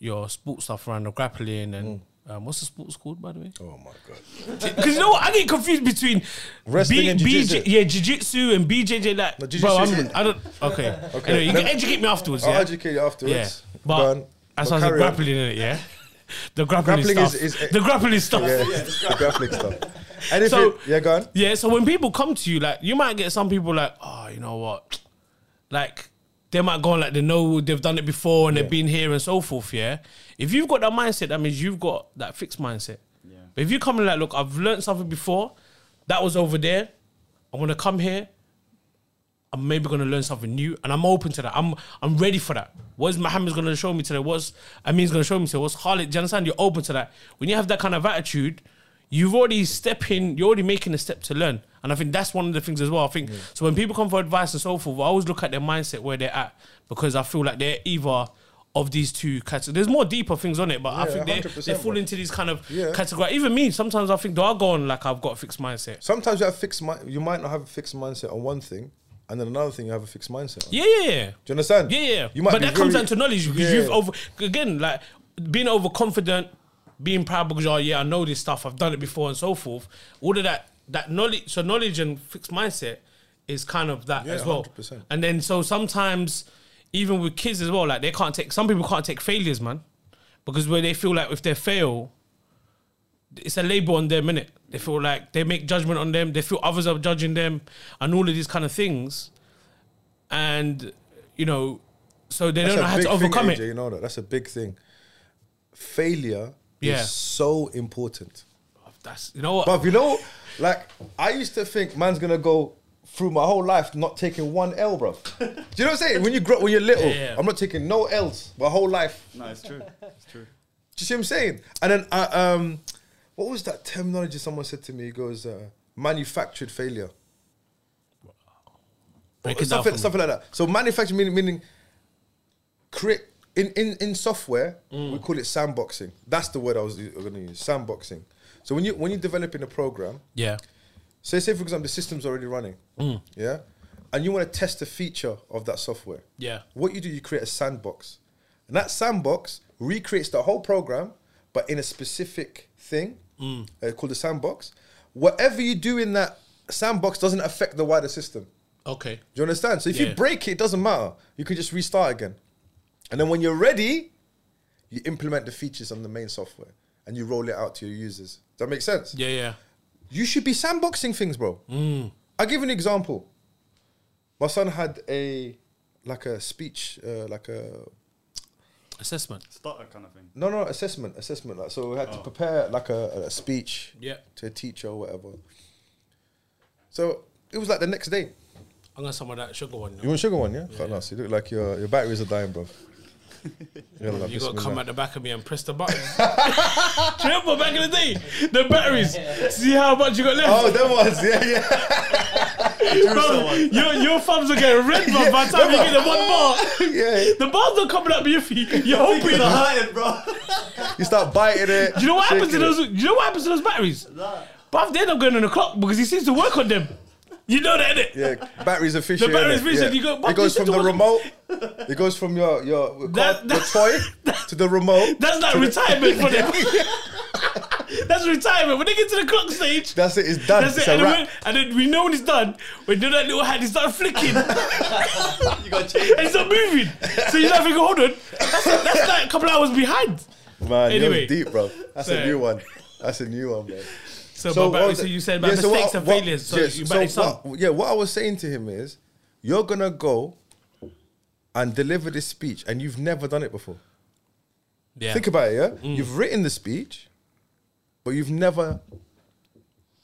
[SPEAKER 2] your sports stuff around the grappling and um, what's the sports called by the way?
[SPEAKER 1] Oh my god.
[SPEAKER 2] Because you know what, I get confused between
[SPEAKER 1] Wrestling and jiu-jitsu.
[SPEAKER 2] yeah, jiu-jitsu and BJJ.
[SPEAKER 1] No,
[SPEAKER 2] Like, bro,
[SPEAKER 1] jiu-jitsu
[SPEAKER 2] I'm,
[SPEAKER 1] is-
[SPEAKER 2] I don't. Okay, okay. you
[SPEAKER 1] No.
[SPEAKER 2] can educate me afterwards.
[SPEAKER 1] I'll
[SPEAKER 2] Yeah,
[SPEAKER 1] educate you
[SPEAKER 2] yeah.
[SPEAKER 1] afterwards. Go
[SPEAKER 2] But
[SPEAKER 1] on.
[SPEAKER 2] as
[SPEAKER 1] But
[SPEAKER 2] I was
[SPEAKER 1] carry on.
[SPEAKER 2] grappling in it, yeah. [laughs] The grappling,
[SPEAKER 1] Grappling
[SPEAKER 2] stuff.
[SPEAKER 1] is- is-
[SPEAKER 2] the grappling stuff.
[SPEAKER 1] Yeah,
[SPEAKER 2] [laughs]
[SPEAKER 1] the graphic stuff. And if
[SPEAKER 2] So-
[SPEAKER 1] it, yeah, go on.
[SPEAKER 2] Yeah, so when people come to you, like you might get some people like, oh, you know what, like they might go on like they know they've done it before and they've been here and so forth. Yeah, if you've got that mindset, that means you've got that fixed mindset.
[SPEAKER 3] Yeah.
[SPEAKER 2] But if you come and like, look, I've learned something before, that was over there. I'm gonna come here. I'm maybe gonna learn something new, and I'm open to that. I'm I'm ready for that. What's Mohammed's gonna show me today? What's Amin's gonna show me today? What's Khalid? Do you understand? You're open to that. When you have that kind of attitude, you've already stepping. You're already making a step to learn, and I think that's one of the things as well. I think so. When people come for advice and so forth, I always look at their mindset where they're at because I feel like they're either of these two categories. There's more deeper things on it, but I
[SPEAKER 1] Yeah,
[SPEAKER 2] think they
[SPEAKER 1] 100%,
[SPEAKER 2] they fall
[SPEAKER 1] bro.
[SPEAKER 2] into these kind of
[SPEAKER 1] Yeah.
[SPEAKER 2] category. Even me, sometimes I think, do I go on like I've got a fixed mindset?
[SPEAKER 1] Sometimes you have fixed mind. You might not have a fixed mindset on one thing, and then another thing you have a fixed mindset. On.
[SPEAKER 2] Yeah, yeah, yeah.
[SPEAKER 1] Do you understand?
[SPEAKER 2] Yeah, yeah.
[SPEAKER 1] You might
[SPEAKER 2] but
[SPEAKER 1] be
[SPEAKER 2] that comes
[SPEAKER 1] very-
[SPEAKER 2] down to knowledge because
[SPEAKER 1] Yeah.
[SPEAKER 2] you've over again like being overconfident, being proud because oh yeah, I know this stuff, I've done it before and so forth. All of that that knowledge so knowledge and fixed mindset is kind of that
[SPEAKER 1] Yeah,
[SPEAKER 2] as well.
[SPEAKER 1] 100%.
[SPEAKER 2] And then so sometimes even with kids as well, like they can't take some people can't take failures, man. Because where they feel like if they fail, it's a label on them, innit? They feel like they make judgment on them, they feel others are judging them and all of these kind of things. And you know, so they
[SPEAKER 1] That's
[SPEAKER 2] don't
[SPEAKER 1] a
[SPEAKER 2] know how
[SPEAKER 1] big
[SPEAKER 2] to overcome
[SPEAKER 1] thing, AJ,
[SPEAKER 2] it.
[SPEAKER 1] You know that. That's a big thing. Failure
[SPEAKER 2] Yeah.
[SPEAKER 1] is so important.
[SPEAKER 2] That's you know what?
[SPEAKER 1] But you know, like I used to think man's gonna go through my whole life not taking one L, bro. Do you know what I'm saying? When you grow, when you're little,
[SPEAKER 2] Yeah, yeah.
[SPEAKER 1] I'm not taking no L's my whole life.
[SPEAKER 3] No, it's true. It's true.
[SPEAKER 1] Do you see what I'm saying? And then I, um, what was that terminology someone said to me? He goes, uh, manufactured failure.
[SPEAKER 2] Break
[SPEAKER 1] Or
[SPEAKER 2] it down
[SPEAKER 1] something,
[SPEAKER 2] for me.
[SPEAKER 1] something like that. So manufacturing meaning, meaning create in in in software
[SPEAKER 2] Mm.
[SPEAKER 1] we call it sandboxing. That's the word I was going to use. Sandboxing. So when you when you're developing a program,
[SPEAKER 2] Yeah.
[SPEAKER 1] say say for example the system's already running,
[SPEAKER 2] Mm.
[SPEAKER 1] yeah, and you want to test a feature of that software.
[SPEAKER 2] Yeah.
[SPEAKER 1] What you do, you create a sandbox, and that sandbox recreates the whole program, but in a specific thing
[SPEAKER 2] Mm.
[SPEAKER 1] uh, called a sandbox. Whatever you do in that sandbox doesn't affect the wider system.
[SPEAKER 2] Okay.
[SPEAKER 1] Do you understand? So if
[SPEAKER 2] Yeah.
[SPEAKER 1] you break it, it doesn't matter. You can just restart again. And then when you're ready, you implement the features on the main software and you roll it out to your users. Does that make sense?
[SPEAKER 2] Yeah, yeah.
[SPEAKER 1] You should be sandboxing things, bro.
[SPEAKER 2] Hmm.
[SPEAKER 1] I'll give you an example. My son had a like a speech, uh, like a
[SPEAKER 2] Assessment.
[SPEAKER 3] Starter kind of thing.
[SPEAKER 1] no, no assessment, assessment. Like, so we had to prepare like a, a speech
[SPEAKER 2] Oh. Yeah.
[SPEAKER 1] to a teacher or whatever. So it was like the next day.
[SPEAKER 2] I'm gonna some of that sugar one.
[SPEAKER 1] You
[SPEAKER 2] You,
[SPEAKER 1] want sugar one, yeah? Quite nice. You look like your your batteries are dying,
[SPEAKER 2] [laughs]
[SPEAKER 1] bro. You're like,
[SPEAKER 2] you gotta
[SPEAKER 1] "Bismillah."
[SPEAKER 2] come at the back of me and press the button. [laughs] Do you remember back in the day? The batteries. See how much you got left.
[SPEAKER 1] Oh, that was [laughs] yeah, yeah.
[SPEAKER 2] Bro, your, your thumbs are getting red, bro, by the time you get the one bar.
[SPEAKER 1] yeah.
[SPEAKER 2] The bar's not coming up beefy. You're hoping. that-
[SPEAKER 3] bro.
[SPEAKER 1] You start biting it.
[SPEAKER 2] Do you know what happens to
[SPEAKER 1] shaking it.
[SPEAKER 2] those? Do you know what happens to those batteries? But they end up going on the clock because he seems to work on them. You know that, innit?
[SPEAKER 1] Yeah, batteries efficient.
[SPEAKER 2] The battery's
[SPEAKER 1] innit?
[SPEAKER 2] efficient, you go, but
[SPEAKER 1] it goes
[SPEAKER 2] you
[SPEAKER 1] from the
[SPEAKER 2] should
[SPEAKER 1] remote. It goes from your your car-
[SPEAKER 2] [laughs] That-
[SPEAKER 1] your toy to the remote.
[SPEAKER 2] That's like retirement
[SPEAKER 1] [laughs]
[SPEAKER 2] for them. That's retirement. When they get to the clock stage,
[SPEAKER 1] That's it. It's done.
[SPEAKER 2] that's
[SPEAKER 1] it's
[SPEAKER 2] it.
[SPEAKER 1] a
[SPEAKER 2] And,
[SPEAKER 1] wrap.
[SPEAKER 2] then, and then we know when it's done. When that little hand is
[SPEAKER 1] [laughs]
[SPEAKER 2] start flicking, and
[SPEAKER 3] You gotta change.
[SPEAKER 2] it's not moving. So you're like, thinking, hold on, that's, that's like a couple hours behind.
[SPEAKER 1] Man,
[SPEAKER 2] Anyway.
[SPEAKER 1] you're deep, bro. That's
[SPEAKER 2] So-
[SPEAKER 1] a new one. That's a new one, bro.
[SPEAKER 2] So,
[SPEAKER 1] So
[SPEAKER 2] but,
[SPEAKER 1] what
[SPEAKER 2] but,
[SPEAKER 1] was
[SPEAKER 2] so
[SPEAKER 1] it-
[SPEAKER 2] you said about
[SPEAKER 1] Yeah, so
[SPEAKER 2] mistakes
[SPEAKER 1] what-
[SPEAKER 2] and
[SPEAKER 1] what-
[SPEAKER 2] failures. So
[SPEAKER 1] yes,
[SPEAKER 2] you batted some.
[SPEAKER 1] what- yeah, what I was saying to him is, you're gonna go and deliver this speech, and you've never done it before.
[SPEAKER 2] yeah.
[SPEAKER 1] Think about it, yeah.
[SPEAKER 2] Mm.
[SPEAKER 1] You've written the speech, but you've never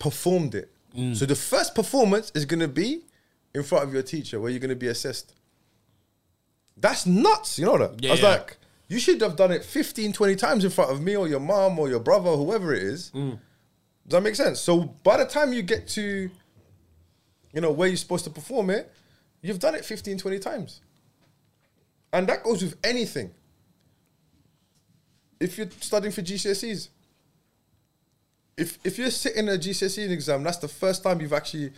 [SPEAKER 1] performed it. So the first performance is gonna be in front of your teacher, where you're gonna be assessed. That's nuts, you know that.
[SPEAKER 2] Yeah,
[SPEAKER 1] I was
[SPEAKER 2] yeah.
[SPEAKER 1] like, you should have done it 15, 20 times in front of me or your mom or your brother, whoever it is. Does that make sense? So by the time you get to, you know, where you're supposed to perform it, you've done it 15, 20 times. And that goes with anything. if you're studying for GCSEs. If if you're sitting a GCSE E exam, that's the first time you've actually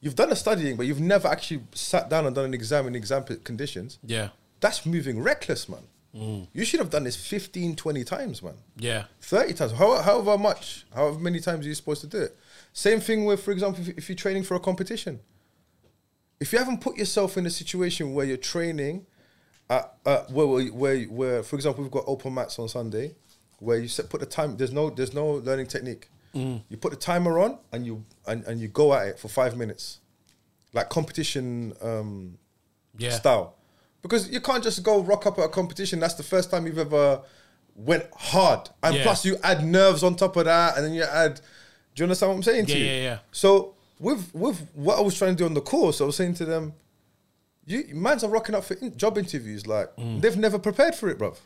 [SPEAKER 1] you've done a studying, but you've never actually sat down and done an exam in exam p- conditions.
[SPEAKER 2] Yeah.
[SPEAKER 1] That's moving reckless, man. You should have done this 15, 20 times, man.
[SPEAKER 2] Yeah.
[SPEAKER 1] 30 times, how, however much, however many times you're supposed to do it. Same thing with, for example, if, if you're training for a competition. If you haven't put yourself in a situation where you're training, at, at where, where, where, where, for example, we've got open mats on Sunday, where you set, put the time, there's no, there's no learning technique. You put the timer on and you, and, and you go at it for five minutes. Like competition um,
[SPEAKER 2] Yeah.
[SPEAKER 1] style. Because you can't just go rock up at a competition. That's the first time you've ever went hard. And
[SPEAKER 2] Yeah.
[SPEAKER 1] plus you add nerves on top of that and then you add do you understand what I'm saying
[SPEAKER 2] Yeah,
[SPEAKER 1] to you?
[SPEAKER 2] yeah, yeah.
[SPEAKER 1] So with with what I was trying to do on the course, I was saying to them, you mans are rocking up for in- job interviews like
[SPEAKER 2] Mm.
[SPEAKER 1] they've never prepared for it, bruv. Do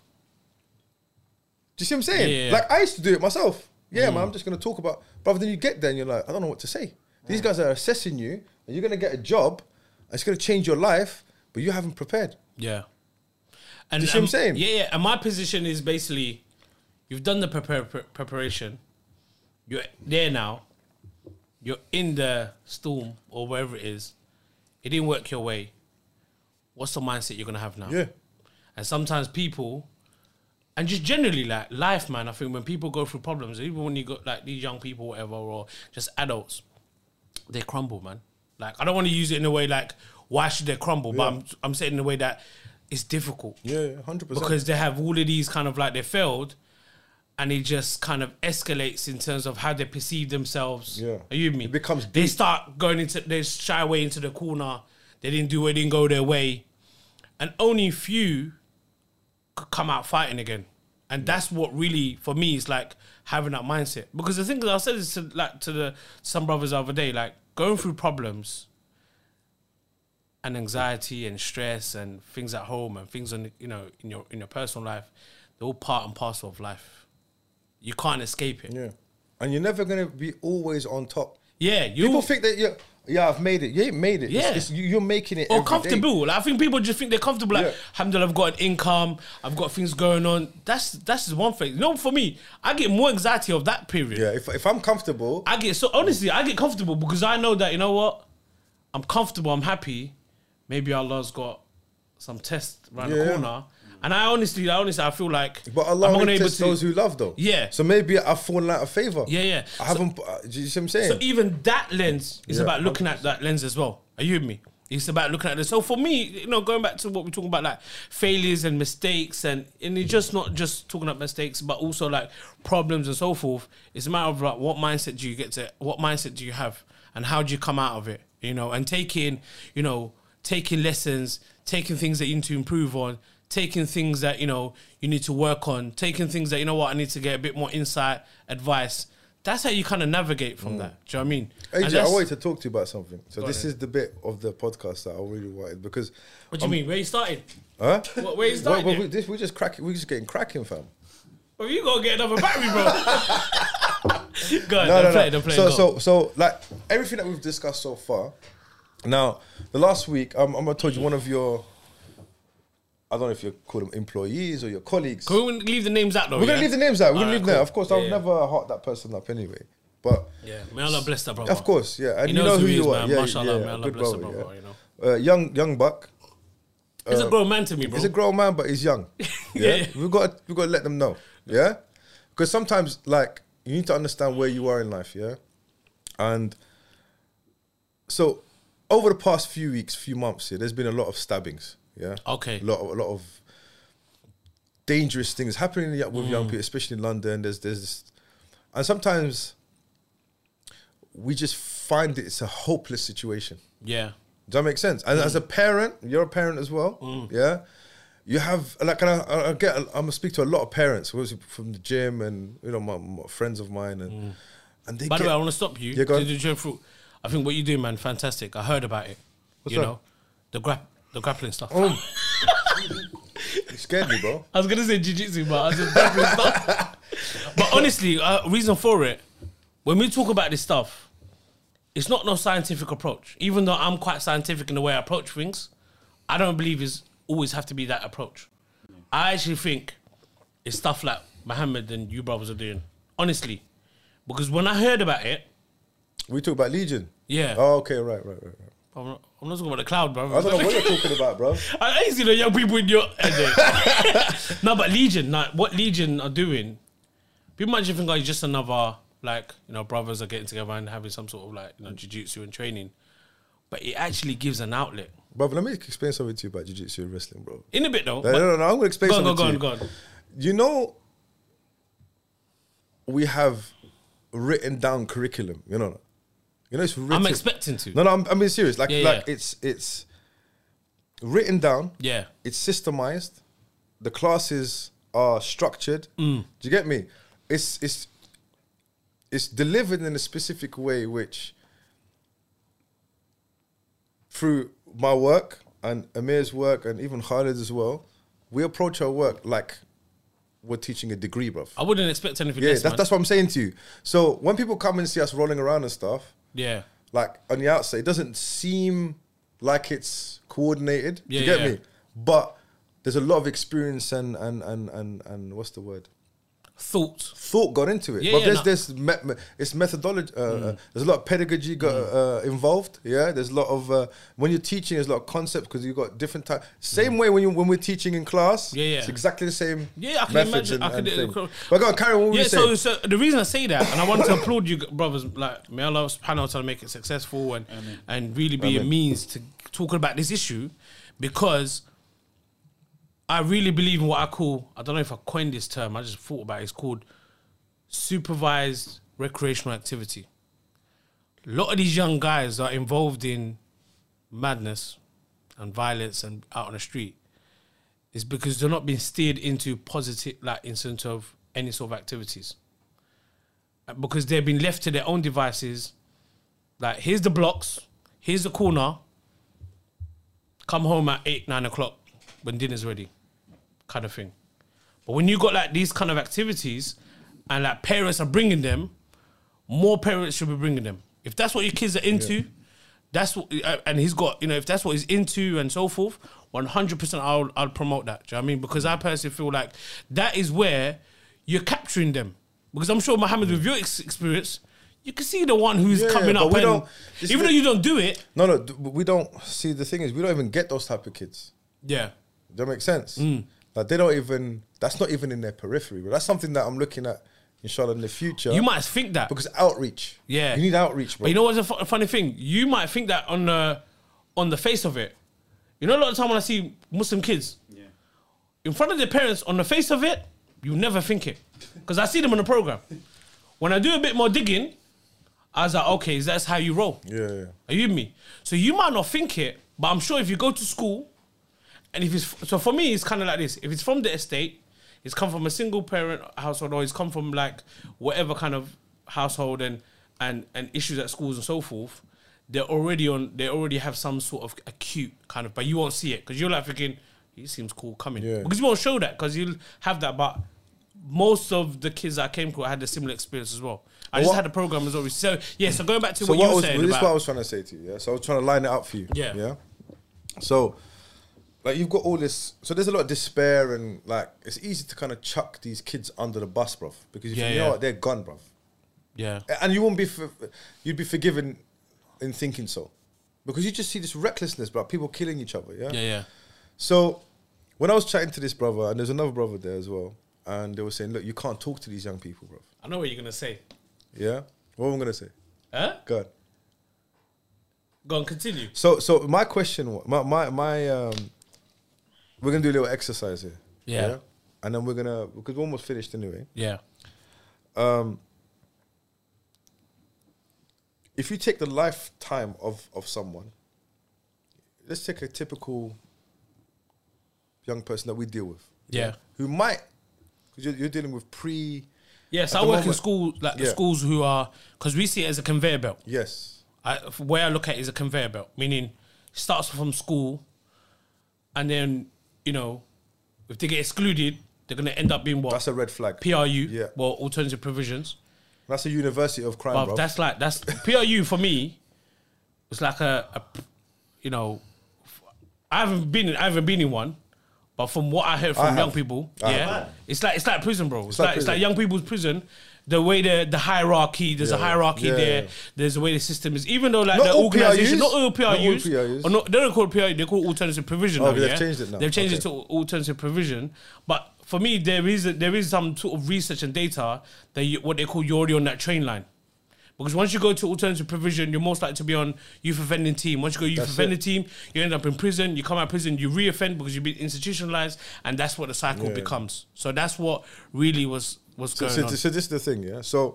[SPEAKER 1] you see what I'm saying?
[SPEAKER 2] Yeah, Mm. yeah, yeah.
[SPEAKER 1] Like I used to do it myself. Yeah, man, I'm just gonna talk about bruv, then you get there and you're like, I don't know what to say.
[SPEAKER 2] Mm.
[SPEAKER 1] These guys are assessing you and you're gonna get a job, and it's gonna change your life, but you haven't prepared.
[SPEAKER 2] Yeah. And
[SPEAKER 1] You see what I'm
[SPEAKER 2] and-
[SPEAKER 1] saying?
[SPEAKER 2] Yeah, yeah. And my position is basically, you've done the prepare, pre- preparation. You're there now. You're in the storm or wherever it is. It didn't work your way. What's the mindset you're gonna have now?
[SPEAKER 1] Yeah.
[SPEAKER 2] And sometimes people, and just generally like life, man. I think when people go through problems, even when you got like these young people, whatever, or just adults, they crumble, man. Like I don't want to use it in a way like why should they crumble, but I'm I'm saying in a way that it's difficult
[SPEAKER 1] Yeah, hundred percent.
[SPEAKER 2] because they have all of these kind of like they failed, and it just kind of escalates in terms of how they perceive themselves.
[SPEAKER 1] Yeah.
[SPEAKER 2] are you with me?
[SPEAKER 1] It becomes
[SPEAKER 2] they start going into they shy away into the corner. They didn't do it. Didn't go their way, and only few could come out fighting again. And that's what really for me is like having that mindset. Because the thing is, I said this to like to the some brothers the other day, like going through problems and anxiety and stress and things at home and things on you know in your in your personal life, they're all part and parcel of life. You can't escape it. Yeah,
[SPEAKER 1] yeah, and you're never gonna be always on top.
[SPEAKER 2] you
[SPEAKER 1] People think that you, yeah, I've made it. You ain't made it.
[SPEAKER 2] Yeah.
[SPEAKER 1] It's, it's, you- you're making it.
[SPEAKER 2] or
[SPEAKER 1] every day.
[SPEAKER 2] comfortable. Like, I think people just think they're comfortable. Like,
[SPEAKER 1] Yeah.
[SPEAKER 2] alhamdulillah, I've got an income. I've got things going on. That's that's just one thing. No, for me, I get more anxiety of that period.
[SPEAKER 1] Yeah, if, if I'm comfortable,
[SPEAKER 2] I get so honestly, I get comfortable because I know that you know what, I'm comfortable, I'm happy. Maybe Allah's got some test around the
[SPEAKER 1] Yeah.
[SPEAKER 2] corner, and I honestly, I honestly, I feel like
[SPEAKER 1] but Allah
[SPEAKER 2] not
[SPEAKER 1] only
[SPEAKER 2] able
[SPEAKER 1] tests those who love, though.
[SPEAKER 2] Yeah.
[SPEAKER 1] So maybe I've fallen out of favor.
[SPEAKER 2] Yeah, yeah.
[SPEAKER 1] I
[SPEAKER 2] So-
[SPEAKER 1] haven't. pu- uh, do you see what I'm saying?
[SPEAKER 2] So even that lens is
[SPEAKER 1] Yeah,
[SPEAKER 2] about looking at that lens as well. Are you with me? It's about looking at this. So for me, you know, going back to what we're talking about, like failures and mistakes, and and it's just not just talking about mistakes, but also like problems and so forth. It's a matter of like what mindset do you get to, what mindset do you have, and how do you come out of it, you know, and taking, you know, taking lessons, taking things that you need to improve on, taking things that you know you need to work on, taking things that you know what I need to get a bit more insight, advice. That's how you kind of navigate from that. Do you know what I mean? And
[SPEAKER 1] AJ, I
[SPEAKER 2] that's-
[SPEAKER 1] wanted to talk to you about something. So this
[SPEAKER 2] ahead.
[SPEAKER 1] is the bit of the podcast that I really wanted because,
[SPEAKER 2] What do you mean? Where you started?
[SPEAKER 1] huh?
[SPEAKER 2] What, where you
[SPEAKER 1] Well,
[SPEAKER 2] started?
[SPEAKER 1] but we, this, we're just cracking. We're just getting cracking, fam.
[SPEAKER 2] Bro, you gotta get another battery,
[SPEAKER 1] [laughs]
[SPEAKER 2] bro. go on,
[SPEAKER 1] no,
[SPEAKER 2] don't
[SPEAKER 1] no,
[SPEAKER 2] play,
[SPEAKER 1] no.
[SPEAKER 2] don't play.
[SPEAKER 1] so,
[SPEAKER 2] go.
[SPEAKER 1] so, so, like everything that we've discussed so far. Now, the last week, um, I'm gonna told you one of your. I don't know if you call them employees or your colleagues.
[SPEAKER 2] Can we leave the names out though?
[SPEAKER 1] We're gonna
[SPEAKER 2] yeah?
[SPEAKER 1] leave the names out. We're gonna
[SPEAKER 2] Alright,
[SPEAKER 1] leave them.
[SPEAKER 2] cool.
[SPEAKER 1] out. Of course,
[SPEAKER 2] Yeah,
[SPEAKER 1] I'll
[SPEAKER 2] yeah.
[SPEAKER 1] never heart that person up anyway. But
[SPEAKER 2] Yeah, may Allah bless that, bro.
[SPEAKER 1] of course, yeah, and
[SPEAKER 2] He
[SPEAKER 1] you know
[SPEAKER 2] knows
[SPEAKER 1] who
[SPEAKER 2] who he
[SPEAKER 1] you
[SPEAKER 2] is,
[SPEAKER 1] are.
[SPEAKER 2] man.
[SPEAKER 1] Yeah,
[SPEAKER 2] Mashallah,
[SPEAKER 1] yeah,
[SPEAKER 2] may Allah
[SPEAKER 1] good
[SPEAKER 2] bless the
[SPEAKER 1] brother,
[SPEAKER 2] brother,
[SPEAKER 1] yeah.
[SPEAKER 2] you
[SPEAKER 1] Uh, young, young buck.
[SPEAKER 2] He's a grown man to me, bro.
[SPEAKER 1] uh, He's a grown man, but he's
[SPEAKER 2] [laughs]
[SPEAKER 1] young. Yeah,
[SPEAKER 2] Yeah.
[SPEAKER 1] we've got we got to let them know. Yeah, because sometimes like you need to understand where you are in life. Yeah, and so over the past few weeks, few months, yeah, there's been a lot of stabbings. Yeah,
[SPEAKER 2] Okay.
[SPEAKER 1] a lot of, a lot of dangerous things happening y- with
[SPEAKER 2] Mm.
[SPEAKER 1] young people, especially in London. There's there's this, and sometimes we just find it's a hopeless situation.
[SPEAKER 2] yeah,
[SPEAKER 1] Does that make sense? And as a
[SPEAKER 2] Mm.
[SPEAKER 1] parent, you're a parent as well. Yeah. You have like, and I, I- I get, I'm gonna speak to a lot of parents, obviously from the gym and you know my, my friends of mine, and and they
[SPEAKER 2] Mm. By the
[SPEAKER 1] get
[SPEAKER 2] way, I want to stop you.
[SPEAKER 1] Yeah, go on.
[SPEAKER 2] Did you jump through? I think what you do, man, fantastic. I heard about it. you
[SPEAKER 1] that?
[SPEAKER 2] know, the grap, the grappling stuff.
[SPEAKER 1] Oh you scared me, bro.
[SPEAKER 2] I was gonna say jiu-jitsu, but I said grappling [laughs] stuff. But honestly, uh, reason for it, when we talk about this stuff, it's not no scientific approach. Even though I'm quite scientific in the way I approach things, I don't believe it's always have to be that approach. I actually think it's stuff like Mohammed than you brothers are doing. Honestly, because when I heard about it,
[SPEAKER 1] We talk about Legion.
[SPEAKER 2] yeah,
[SPEAKER 1] Oh, okay, right, right, right. right.
[SPEAKER 2] I'm, not, I'm not talking about the cloud, bro.
[SPEAKER 1] I don't know what you're
[SPEAKER 2] [laughs]
[SPEAKER 1] talking about, bro.
[SPEAKER 2] I ain't seen the young people in your.
[SPEAKER 1] [laughs]
[SPEAKER 2] eh, no. no, but Legion, like what Legion are doing, people might just think oh, it's just another like you know brothers are getting together and having some sort of like you know jujitsu and training, but it actually gives an outlet.
[SPEAKER 1] Bro, let me explain something to you about jiu-jitsu and wrestling, bro.
[SPEAKER 2] In a bit though,
[SPEAKER 1] No, no,
[SPEAKER 2] but-
[SPEAKER 1] no, no, I'm gonna explain
[SPEAKER 2] go on, go
[SPEAKER 1] something
[SPEAKER 2] on, go
[SPEAKER 1] to
[SPEAKER 2] on,
[SPEAKER 1] you.
[SPEAKER 2] go on.
[SPEAKER 1] You know, we have written down curriculum. You know, you know it's written.
[SPEAKER 2] I'm expecting to.
[SPEAKER 1] No, no, I'm, I'm being serious. Like,
[SPEAKER 2] Yeah,
[SPEAKER 1] like
[SPEAKER 2] yeah.
[SPEAKER 1] it's it's written down.
[SPEAKER 2] Yeah,
[SPEAKER 1] It's systemized. The classes are structured.
[SPEAKER 2] Mm.
[SPEAKER 1] Do you get me? It's it's it's delivered in a specific way, which through my work and Amir's work and even Khalid's as well, we approach our work like we're teaching a degree, bruv.
[SPEAKER 2] I wouldn't expect anything
[SPEAKER 1] Yeah,
[SPEAKER 2] less,
[SPEAKER 1] that's,
[SPEAKER 2] man.
[SPEAKER 1] that's what I'm saying to you. So when people come and see us rolling around and stuff,
[SPEAKER 2] yeah,
[SPEAKER 1] like on the outside, it doesn't seem like it's coordinated. Do you
[SPEAKER 2] Yeah,
[SPEAKER 1] get
[SPEAKER 2] yeah.
[SPEAKER 1] me? But there's a lot of experience and and and and and what's the word?
[SPEAKER 2] thought.
[SPEAKER 1] Thought got into it.
[SPEAKER 2] Yeah, Mm.
[SPEAKER 1] but
[SPEAKER 2] yeah, no.
[SPEAKER 1] there's there's me- me- it's methodology. Uh, uh, there's a lot of pedagogy got
[SPEAKER 2] Mm.
[SPEAKER 1] uh, involved. Yeah, there's a lot of uh, when you're teaching, there's a lot of concepts because you got different type. Same way when you when we're teaching in class.
[SPEAKER 2] Mm. Yeah, yeah.
[SPEAKER 1] It's exactly the same.
[SPEAKER 2] Yeah, I can
[SPEAKER 1] methods
[SPEAKER 2] imagine-
[SPEAKER 1] and-
[SPEAKER 2] I can
[SPEAKER 1] and
[SPEAKER 2] do-
[SPEAKER 1] thing. But go on, carry on. What were
[SPEAKER 2] Yeah,
[SPEAKER 1] you
[SPEAKER 2] so,
[SPEAKER 1] saying?
[SPEAKER 2] so the reason I say that, and I want to applaud you g- brothers, like may Allah subhanahu wa ta'ala make it successful and, and really be a means to talking about this issue because I really believe in what I call, I don't know if I coined this term, I just thought about it, it's called supervised recreational activity. A lot of these young guys are involved in madness and violence and out on the street is because they're not being steered into positive, like, in terms of any sort of activities. Uh, Because they've been left to their own devices. Like, here's the blocks, here's the corner. Come home at eight, nine o'clock when dinner's ready, kind of thing. But when you got like these kind of activities, and like parents are bringing them, more parents should be bringing them. If that's what your kids are into, that's what. uh, And he's got, you know, if that's what he's into and so forth, one hundred percent, I'll I'll promote that. Do you know what I mean? Because I personally feel like that is where you're capturing them. Because I'm sure Mohammed, with your ex- experience, you can see the one who's
[SPEAKER 1] Yeah,
[SPEAKER 2] coming
[SPEAKER 1] but
[SPEAKER 2] up.
[SPEAKER 1] we
[SPEAKER 2] and
[SPEAKER 1] don't- this
[SPEAKER 2] even
[SPEAKER 1] is
[SPEAKER 2] though you don't do it,
[SPEAKER 1] no, no, d- we don't see the thing is we don't even get those type of kids.
[SPEAKER 2] yeah,
[SPEAKER 1] Does that make sense?
[SPEAKER 2] Mm.
[SPEAKER 1] Like they don't even. That's not even in their periphery. But that's something that I'm looking at, inshallah, in the future.
[SPEAKER 2] you might think that.
[SPEAKER 1] because outreach.
[SPEAKER 2] Yeah.
[SPEAKER 1] you need outreach, bro.
[SPEAKER 2] But you know what's a fu- funny thing? You might think that on the on the face of it. You know, a lot of time when I see Muslim kids
[SPEAKER 3] Yeah.
[SPEAKER 2] in front of their parents, on the face of it, you never think it, because I see them on the program. When I do a bit more digging, I was like, okay, that's how you roll.
[SPEAKER 1] yeah, yeah.
[SPEAKER 2] Are you with me? So you might not think it, but I'm sure if you go to school, and if it's so for me, it's kind of like this. If it's from the estate, it's come from a single parent household, or it's come from like whatever kind of household and and and issues at schools and so forth. They're already on. They already have some sort of acute kind of, but you won't see it because you're like thinking he seems cool coming
[SPEAKER 1] Yeah.
[SPEAKER 2] because you won't show that because you'll have that. But most of the kids that I came to had a similar experience as well. I just
[SPEAKER 1] what-
[SPEAKER 2] had a program as always. So yeah, so going back to
[SPEAKER 1] So
[SPEAKER 2] what,
[SPEAKER 1] what I
[SPEAKER 2] you were
[SPEAKER 1] was,
[SPEAKER 2] saying
[SPEAKER 1] this is
[SPEAKER 2] about
[SPEAKER 1] what I was trying to say to you. Yeah. So I was trying to line it up for you.
[SPEAKER 2] Yeah.
[SPEAKER 1] Yeah. So, like, you've got all this. So there's a lot of despair and like it's easy to kind of chuck these kids under the bus, bro. Because if
[SPEAKER 2] Yeah,
[SPEAKER 1] you
[SPEAKER 2] yeah.
[SPEAKER 1] know what, they're gone, bro.
[SPEAKER 2] yeah.
[SPEAKER 1] and you won't be for, you'd be forgiven in thinking so because you just see this recklessness bro people killing each other yeah?
[SPEAKER 2] Yeah, yeah.
[SPEAKER 1] so when i was chatting to this brother and there's another brother there as well and they were saying look you can't talk to these young people bro
[SPEAKER 2] I know what you're gonna say.
[SPEAKER 1] yeah what am i going to say
[SPEAKER 2] Huh?
[SPEAKER 1] god
[SPEAKER 2] Go on, continue.
[SPEAKER 1] so so my question wa- my my, my um we're going to do a little exercise here
[SPEAKER 2] Yeah.
[SPEAKER 1] and then we're going to because we're almost finished anyway
[SPEAKER 2] Yeah.
[SPEAKER 1] if you take the lifetime of of someone, let's take a typical young person that we deal with.
[SPEAKER 2] Yeah.
[SPEAKER 1] Who might, because you're, you're dealing with pre.
[SPEAKER 2] Yes,
[SPEAKER 1] At
[SPEAKER 2] I
[SPEAKER 1] the
[SPEAKER 2] work in
[SPEAKER 1] moment-
[SPEAKER 2] schools like the
[SPEAKER 1] Yeah.
[SPEAKER 2] schools who are because we see it as a conveyor belt.
[SPEAKER 1] Yes.
[SPEAKER 2] I, f- where I look at it is a conveyor belt, meaning it starts from school, and then you know, if they get excluded, they're gonna end up being what
[SPEAKER 1] That's a red flag.
[SPEAKER 2] PRU,
[SPEAKER 1] Yeah.
[SPEAKER 2] well, alternative provisions.
[SPEAKER 1] That's a university of crime,
[SPEAKER 2] But
[SPEAKER 1] bro.
[SPEAKER 2] that's like that's PRU for me. It's like a, a you know, I haven't been in, I haven't been in one, But from what I heard from
[SPEAKER 1] I
[SPEAKER 2] young
[SPEAKER 1] have.
[SPEAKER 2] people,
[SPEAKER 1] I
[SPEAKER 2] yeah, it's like it's like prison, bro. It's,
[SPEAKER 1] like
[SPEAKER 2] like, it's like
[SPEAKER 1] prison.
[SPEAKER 2] young people's prison. The way the the hierarchy, there's a
[SPEAKER 1] Yeah.
[SPEAKER 2] hierarchy
[SPEAKER 1] Yeah.
[SPEAKER 2] there. There's the way the system is. Even though like
[SPEAKER 1] Not
[SPEAKER 2] the
[SPEAKER 1] all
[SPEAKER 2] organization,
[SPEAKER 1] PRUs?
[SPEAKER 2] not all
[SPEAKER 1] Not all
[SPEAKER 2] PRUs,
[SPEAKER 1] PRUs.
[SPEAKER 2] or not, they don't call it PRU, they call it alternative provision.
[SPEAKER 1] Oh,
[SPEAKER 2] now,
[SPEAKER 1] they've
[SPEAKER 2] yeah?
[SPEAKER 1] changed it now.
[SPEAKER 2] They've changed
[SPEAKER 1] Okay.
[SPEAKER 2] it to alternative provision. But for me, there is there is some sort of research and data that you, what they call you're already on that train line. Because once you go to alternative provision, you're most likely to be on youth offending team. Once you go youth
[SPEAKER 1] That's
[SPEAKER 2] offending team, you end up in prison. You come out of prison, you reoffend because you've been institutionalized, and that's what the cycle
[SPEAKER 1] Yeah.
[SPEAKER 2] becomes. So that's what really was was
[SPEAKER 1] So,
[SPEAKER 2] going
[SPEAKER 1] so,
[SPEAKER 2] on.
[SPEAKER 1] so this is the thing, yeah. So,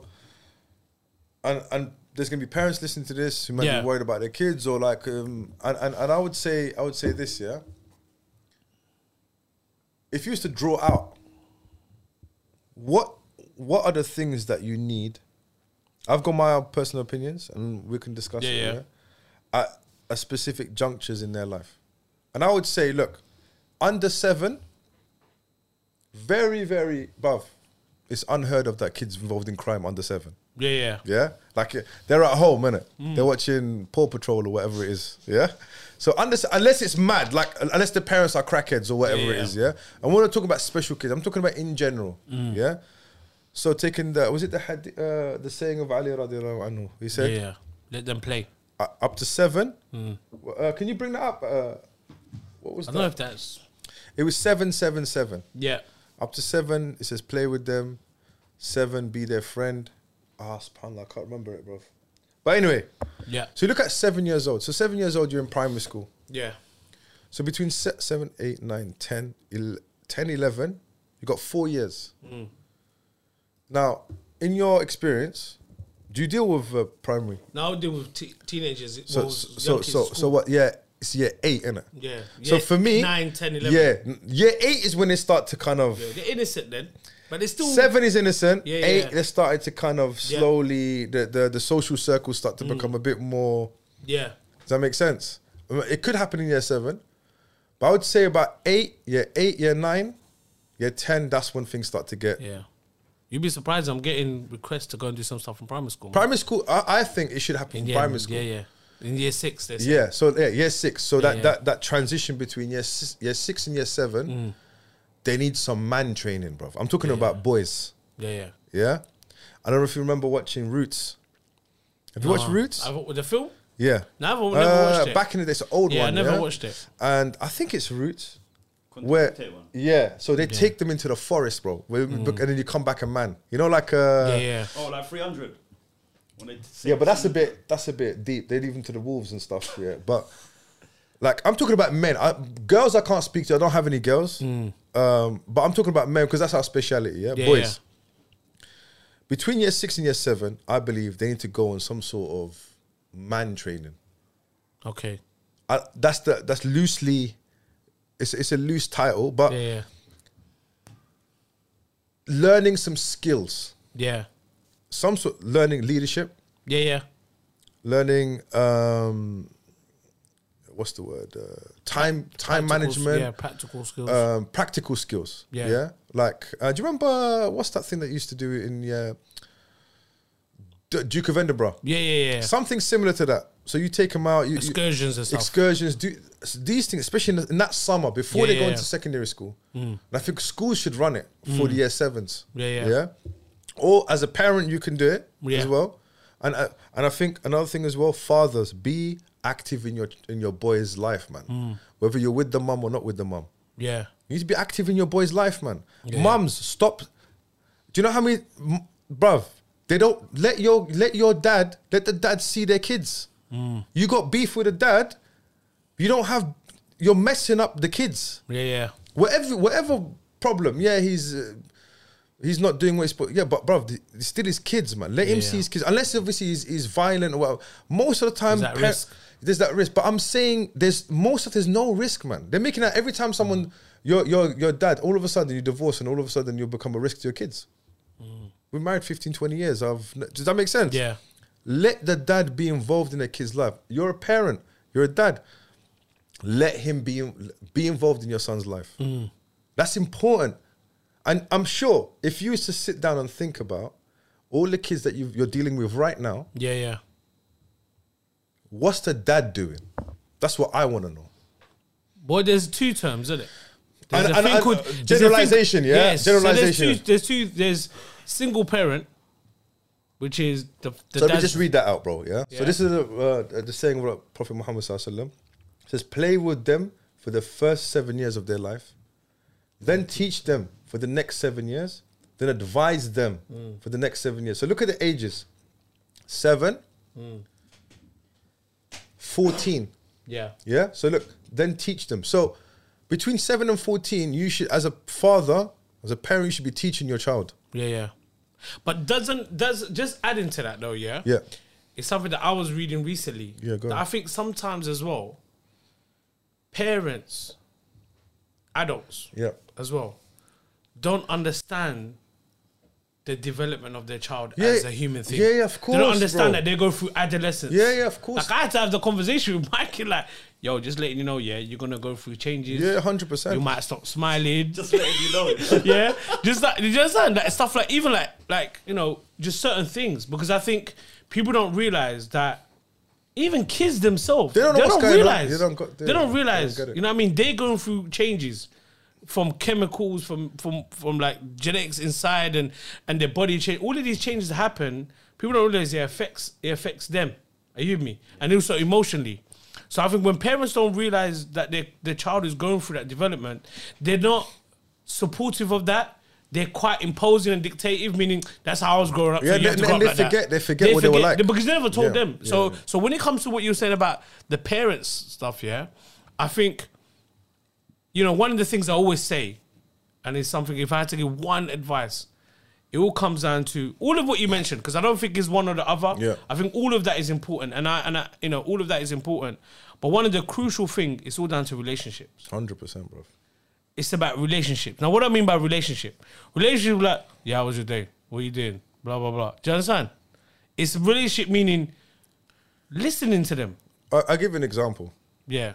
[SPEAKER 1] and and there's gonna be parents listening to this who might
[SPEAKER 2] Yeah.
[SPEAKER 1] be worried about their kids or like, um, and, and and I would say I would say this, yeah. If you used to draw out, what what are the things that you need? I've got my own personal opinions, and we can discuss
[SPEAKER 2] Yeah,
[SPEAKER 1] it.
[SPEAKER 2] yeah.
[SPEAKER 1] At a specific junctures in their life, and I would say, look, under seven very, very bruv. It's unheard of that kids involved in crime under seven.
[SPEAKER 2] yeah, yeah,
[SPEAKER 1] Yeah, like uh, they're at home, innit? They're watching Paw Patrol or whatever it is. Yeah, so unless, unless it's mad, like un- unless the parents are crackheads or whatever it
[SPEAKER 2] Yeah. Mm.
[SPEAKER 1] is. Yeah, and we're not talking about special kids. I'm talking about in general. Yeah. So taking the was it the hadith, uh, the saying of Ali radiallahu anhu? He
[SPEAKER 2] yeah,
[SPEAKER 1] said
[SPEAKER 2] yeah. Let them play.
[SPEAKER 1] uh, up to seven. W- Uh, can you bring that up? Uh, what was
[SPEAKER 2] I
[SPEAKER 1] that?
[SPEAKER 2] don't know if that's
[SPEAKER 1] It was seven, seven, seven.
[SPEAKER 2] yeah.
[SPEAKER 1] Up to seven, it says play with them. Seven, be their friend. Ah, subhanAllah, I can't remember it, bro. But anyway,
[SPEAKER 2] Yeah.
[SPEAKER 1] so you look at seven years old. So seven years old, you're in primary school.
[SPEAKER 2] Yeah.
[SPEAKER 1] So between se- seven, eight, nine, 10, ele- 10, 11, you got four years.
[SPEAKER 2] Mm.
[SPEAKER 1] Now, in your experience, do you deal with uh, primary?
[SPEAKER 2] Now we deal with te- teenagers.
[SPEAKER 1] So,
[SPEAKER 2] well,
[SPEAKER 1] so,
[SPEAKER 2] young kids
[SPEAKER 1] so,
[SPEAKER 2] at
[SPEAKER 1] so
[SPEAKER 2] school.
[SPEAKER 1] what? Yeah, it's year eight, innit?
[SPEAKER 2] Yeah.
[SPEAKER 1] So
[SPEAKER 2] Yeah,
[SPEAKER 1] for me,
[SPEAKER 2] nine, 10, 11.
[SPEAKER 1] yeah, n- year eight is when they start to kind of
[SPEAKER 2] Yeah, they're innocent then, but they still
[SPEAKER 1] Seven is innocent.
[SPEAKER 2] Yeah,
[SPEAKER 1] Eight,
[SPEAKER 2] yeah.
[SPEAKER 1] they started to kind of
[SPEAKER 2] Yeah. Mm.
[SPEAKER 1] slowly the, the the social circles start to become a bit more.
[SPEAKER 2] Yeah.
[SPEAKER 1] Does that make sense? I mean, It could happen in year seven, but I would say about eight, year eight, year nine, year ten. That's when things start to get.
[SPEAKER 2] Yeah. You'd be surprised. I'm getting requests to go and do some stuff in primary school. man.
[SPEAKER 1] Primary school, I, I think it should happen
[SPEAKER 2] in
[SPEAKER 1] in
[SPEAKER 2] year,
[SPEAKER 1] primary school. Yeah,
[SPEAKER 2] Yeah, yeah. In year six, there's
[SPEAKER 1] so yeah, year six. So that,
[SPEAKER 2] yeah.
[SPEAKER 1] that that transition between year six, year six and year seven,
[SPEAKER 2] Mm.
[SPEAKER 1] they need some man training, bro. I'm talking about boys.
[SPEAKER 2] yeah, yeah.
[SPEAKER 1] Yeah, I don't know if you remember watching Roots. Have you watched Roots?
[SPEAKER 2] Uh-huh. I've, the film?
[SPEAKER 1] Yeah. Uh,
[SPEAKER 2] No, I've never watched it.
[SPEAKER 1] Back in the day, it's an old
[SPEAKER 2] Yeah, I
[SPEAKER 1] one.
[SPEAKER 2] never watched it.
[SPEAKER 1] And I think it's Roots.
[SPEAKER 3] Couldn't
[SPEAKER 1] Where,
[SPEAKER 3] take one.
[SPEAKER 1] yeah, so they take them into the forest, bro. Where- And then you come back a man. You know, like uh,
[SPEAKER 2] Mm. yeah, yeah.
[SPEAKER 3] Oh, like 300. When they say-
[SPEAKER 1] yeah, but that's a bit that's a bit deep. They leave them to the wolves and stuff. Yeah, but like I'm talking about men. I, girls I can't speak to. I don't have any girls. Um, but I'm talking about men because that's our speciality. Yeah,
[SPEAKER 2] Mm. Yeah,
[SPEAKER 1] boys. Between year six and year seven, I believe they need to go on some sort of man training.
[SPEAKER 2] Okay.
[SPEAKER 1] I, that's the that's loosely, it's it's a loose title, but
[SPEAKER 2] Yeah, yeah.
[SPEAKER 1] learning some skills,
[SPEAKER 2] Yeah.
[SPEAKER 1] some sort learning leadership,
[SPEAKER 2] Yeah, yeah.
[SPEAKER 1] learning um, what's the word? Uh, time time
[SPEAKER 2] Practical s-
[SPEAKER 1] management,
[SPEAKER 2] Yeah, practical skills.
[SPEAKER 1] um, practical skills.
[SPEAKER 2] Yeah.
[SPEAKER 1] Like, uh, do you remember what's that thing that you used to do in uh, D- Duke of Edinburgh?
[SPEAKER 2] yeah, yeah, yeah.
[SPEAKER 1] Something similar to that. So you take them out. You, you-
[SPEAKER 2] Excursions and stuff.
[SPEAKER 1] excursions do these things especially in, the- in that summer before
[SPEAKER 2] Yeah,
[SPEAKER 1] they
[SPEAKER 2] yeah,
[SPEAKER 1] go
[SPEAKER 2] yeah.
[SPEAKER 1] into
[SPEAKER 2] Mm.
[SPEAKER 1] secondary school and i think schools should run it for the year sevens
[SPEAKER 2] Yeah, yeah.
[SPEAKER 1] yeah or as a parent you can do it as
[SPEAKER 2] Yeah.
[SPEAKER 1] well and I, and i think another thing as well fathers be active in your in your boy's life man
[SPEAKER 2] Mm.
[SPEAKER 1] whether you're with the mum or not with the mum
[SPEAKER 2] yeah.
[SPEAKER 1] you need to be active in your boy's life man mums stop do you know how many m- bruv they don't let your let your dad let the dad see their kids you got beef with a dad you don't have you're messing up the kids
[SPEAKER 2] Yeah, yeah.
[SPEAKER 1] whatever whatever problem yeah he's uh, he's not doing what he's supposed yeah but bruv th- it's still his kids man let him
[SPEAKER 2] Yeah.
[SPEAKER 1] see his kids unless obviously he's, he's violent or whatever most of the time
[SPEAKER 2] There's that risk.
[SPEAKER 1] there's that risk but i'm saying there's most of there's no risk man they're making that every time someone
[SPEAKER 2] Mm.
[SPEAKER 1] your your your dad all of a sudden you divorce and all of a sudden you become a risk to your kids we're married 15 20 years i've n- does that make sense
[SPEAKER 2] Yeah.
[SPEAKER 1] let the dad be involved in the kid's life you're a parent you're a dad let him be be involved in your son's life. That's important. And I'm sure if you was to sit down and think about all the kids that you you're dealing with right now,
[SPEAKER 2] Yeah, yeah.
[SPEAKER 1] what's the dad doing? That's what I want to know.
[SPEAKER 2] Boy, there's two terms, isn't it? There's
[SPEAKER 1] And-
[SPEAKER 2] a
[SPEAKER 1] and-
[SPEAKER 2] thing
[SPEAKER 1] and,
[SPEAKER 2] called
[SPEAKER 1] uh,
[SPEAKER 2] there's a
[SPEAKER 1] generalization, yeah?
[SPEAKER 2] Yes. So
[SPEAKER 1] Generalization.
[SPEAKER 2] there's two. There's two. There's single parent, which is the
[SPEAKER 1] So
[SPEAKER 2] the
[SPEAKER 1] let me
[SPEAKER 2] dad's-
[SPEAKER 1] just read that out, bro. Yeah. So
[SPEAKER 2] Yeah.
[SPEAKER 1] this is the, uh, the saying of Prophet Muhammad Sallallahu Alaihi Wasallam. It says, "Play with them for the first seven years of their life, then teach them for the next seven years, then advise them
[SPEAKER 2] Hmm.
[SPEAKER 1] for the next seven years." So look at the ages: seven,
[SPEAKER 2] Hmm.
[SPEAKER 1] 14.
[SPEAKER 2] Yeah.
[SPEAKER 1] Yeah. So look, then teach them. So between seven and fourteen, you should, as a father, as a parent, you should be teaching your child.
[SPEAKER 2] Yeah. Yeah. But doesn't does just adding to that though? Yeah.
[SPEAKER 1] Yeah.
[SPEAKER 2] It's something that I was reading recently.
[SPEAKER 1] Yeah, go
[SPEAKER 2] that
[SPEAKER 1] on.
[SPEAKER 2] I think sometimes as well, parents, adults
[SPEAKER 1] Yeah.
[SPEAKER 2] as well, don't understand the development of their child
[SPEAKER 1] Yeah,
[SPEAKER 2] as a human thing.
[SPEAKER 1] yeah, yeah, of
[SPEAKER 2] They
[SPEAKER 1] course,
[SPEAKER 2] don't understand
[SPEAKER 1] bro.
[SPEAKER 2] that they go through adolescence.
[SPEAKER 1] Yeah, yeah, of course.
[SPEAKER 2] Like I had to have the conversation with [laughs] my kid, like, yo, just letting you know, yeah, you're gonna go through changes.
[SPEAKER 1] Yeah, hundred percent.
[SPEAKER 2] You might stop smiling.
[SPEAKER 3] Just letting you know.
[SPEAKER 2] yeah. Just like you understand that stuff like even like like, you know, just certain things. Because I think people don't realise that even kids themselves
[SPEAKER 1] They
[SPEAKER 2] they
[SPEAKER 1] don't
[SPEAKER 2] don't,
[SPEAKER 1] know what's going on.
[SPEAKER 2] realise.
[SPEAKER 1] They
[SPEAKER 2] They
[SPEAKER 1] don't
[SPEAKER 2] don't,
[SPEAKER 1] go- they- they don't
[SPEAKER 2] realise.
[SPEAKER 1] get it.
[SPEAKER 2] you know what I mean? They're going through changes from chemicals, from from from like genetics inside and and their body change. All of these changes happen. People don't realize it affects it affects them. Are you with me? And also emotionally. So I think when parents don't realize that their their child is going through that development, they're not supportive of that. They're quite imposing and dictative, meaning that's how I was growing up.
[SPEAKER 1] Yeah,
[SPEAKER 2] so you have
[SPEAKER 1] they-
[SPEAKER 2] to grow
[SPEAKER 1] and
[SPEAKER 2] up
[SPEAKER 1] they
[SPEAKER 2] like
[SPEAKER 1] forget-
[SPEAKER 2] that.
[SPEAKER 1] they forget what they were like.
[SPEAKER 2] because they never told
[SPEAKER 1] Yeah,
[SPEAKER 2] them. So
[SPEAKER 1] yeah.
[SPEAKER 2] so when it comes to what you were saying about the parents stuff, yeah, I think you know, one of the things I always say, and it's something if I had to give one advice, it all comes down to all of what you mentioned, because I don't think it's one or the other.
[SPEAKER 1] Yeah.
[SPEAKER 2] I think all of that is important. And I and I you know, all of that is important. But one of the crucial thing is all down to relationships.
[SPEAKER 1] Hundred percent, bro.
[SPEAKER 2] It's about relationships. Now what do I mean by relationship? Relationship like, yeah, how was your day? What you doing? Blah blah blah. Do you understand? It's relationship meaning listening to them.
[SPEAKER 1] I, I'll give you an example.
[SPEAKER 2] Yeah.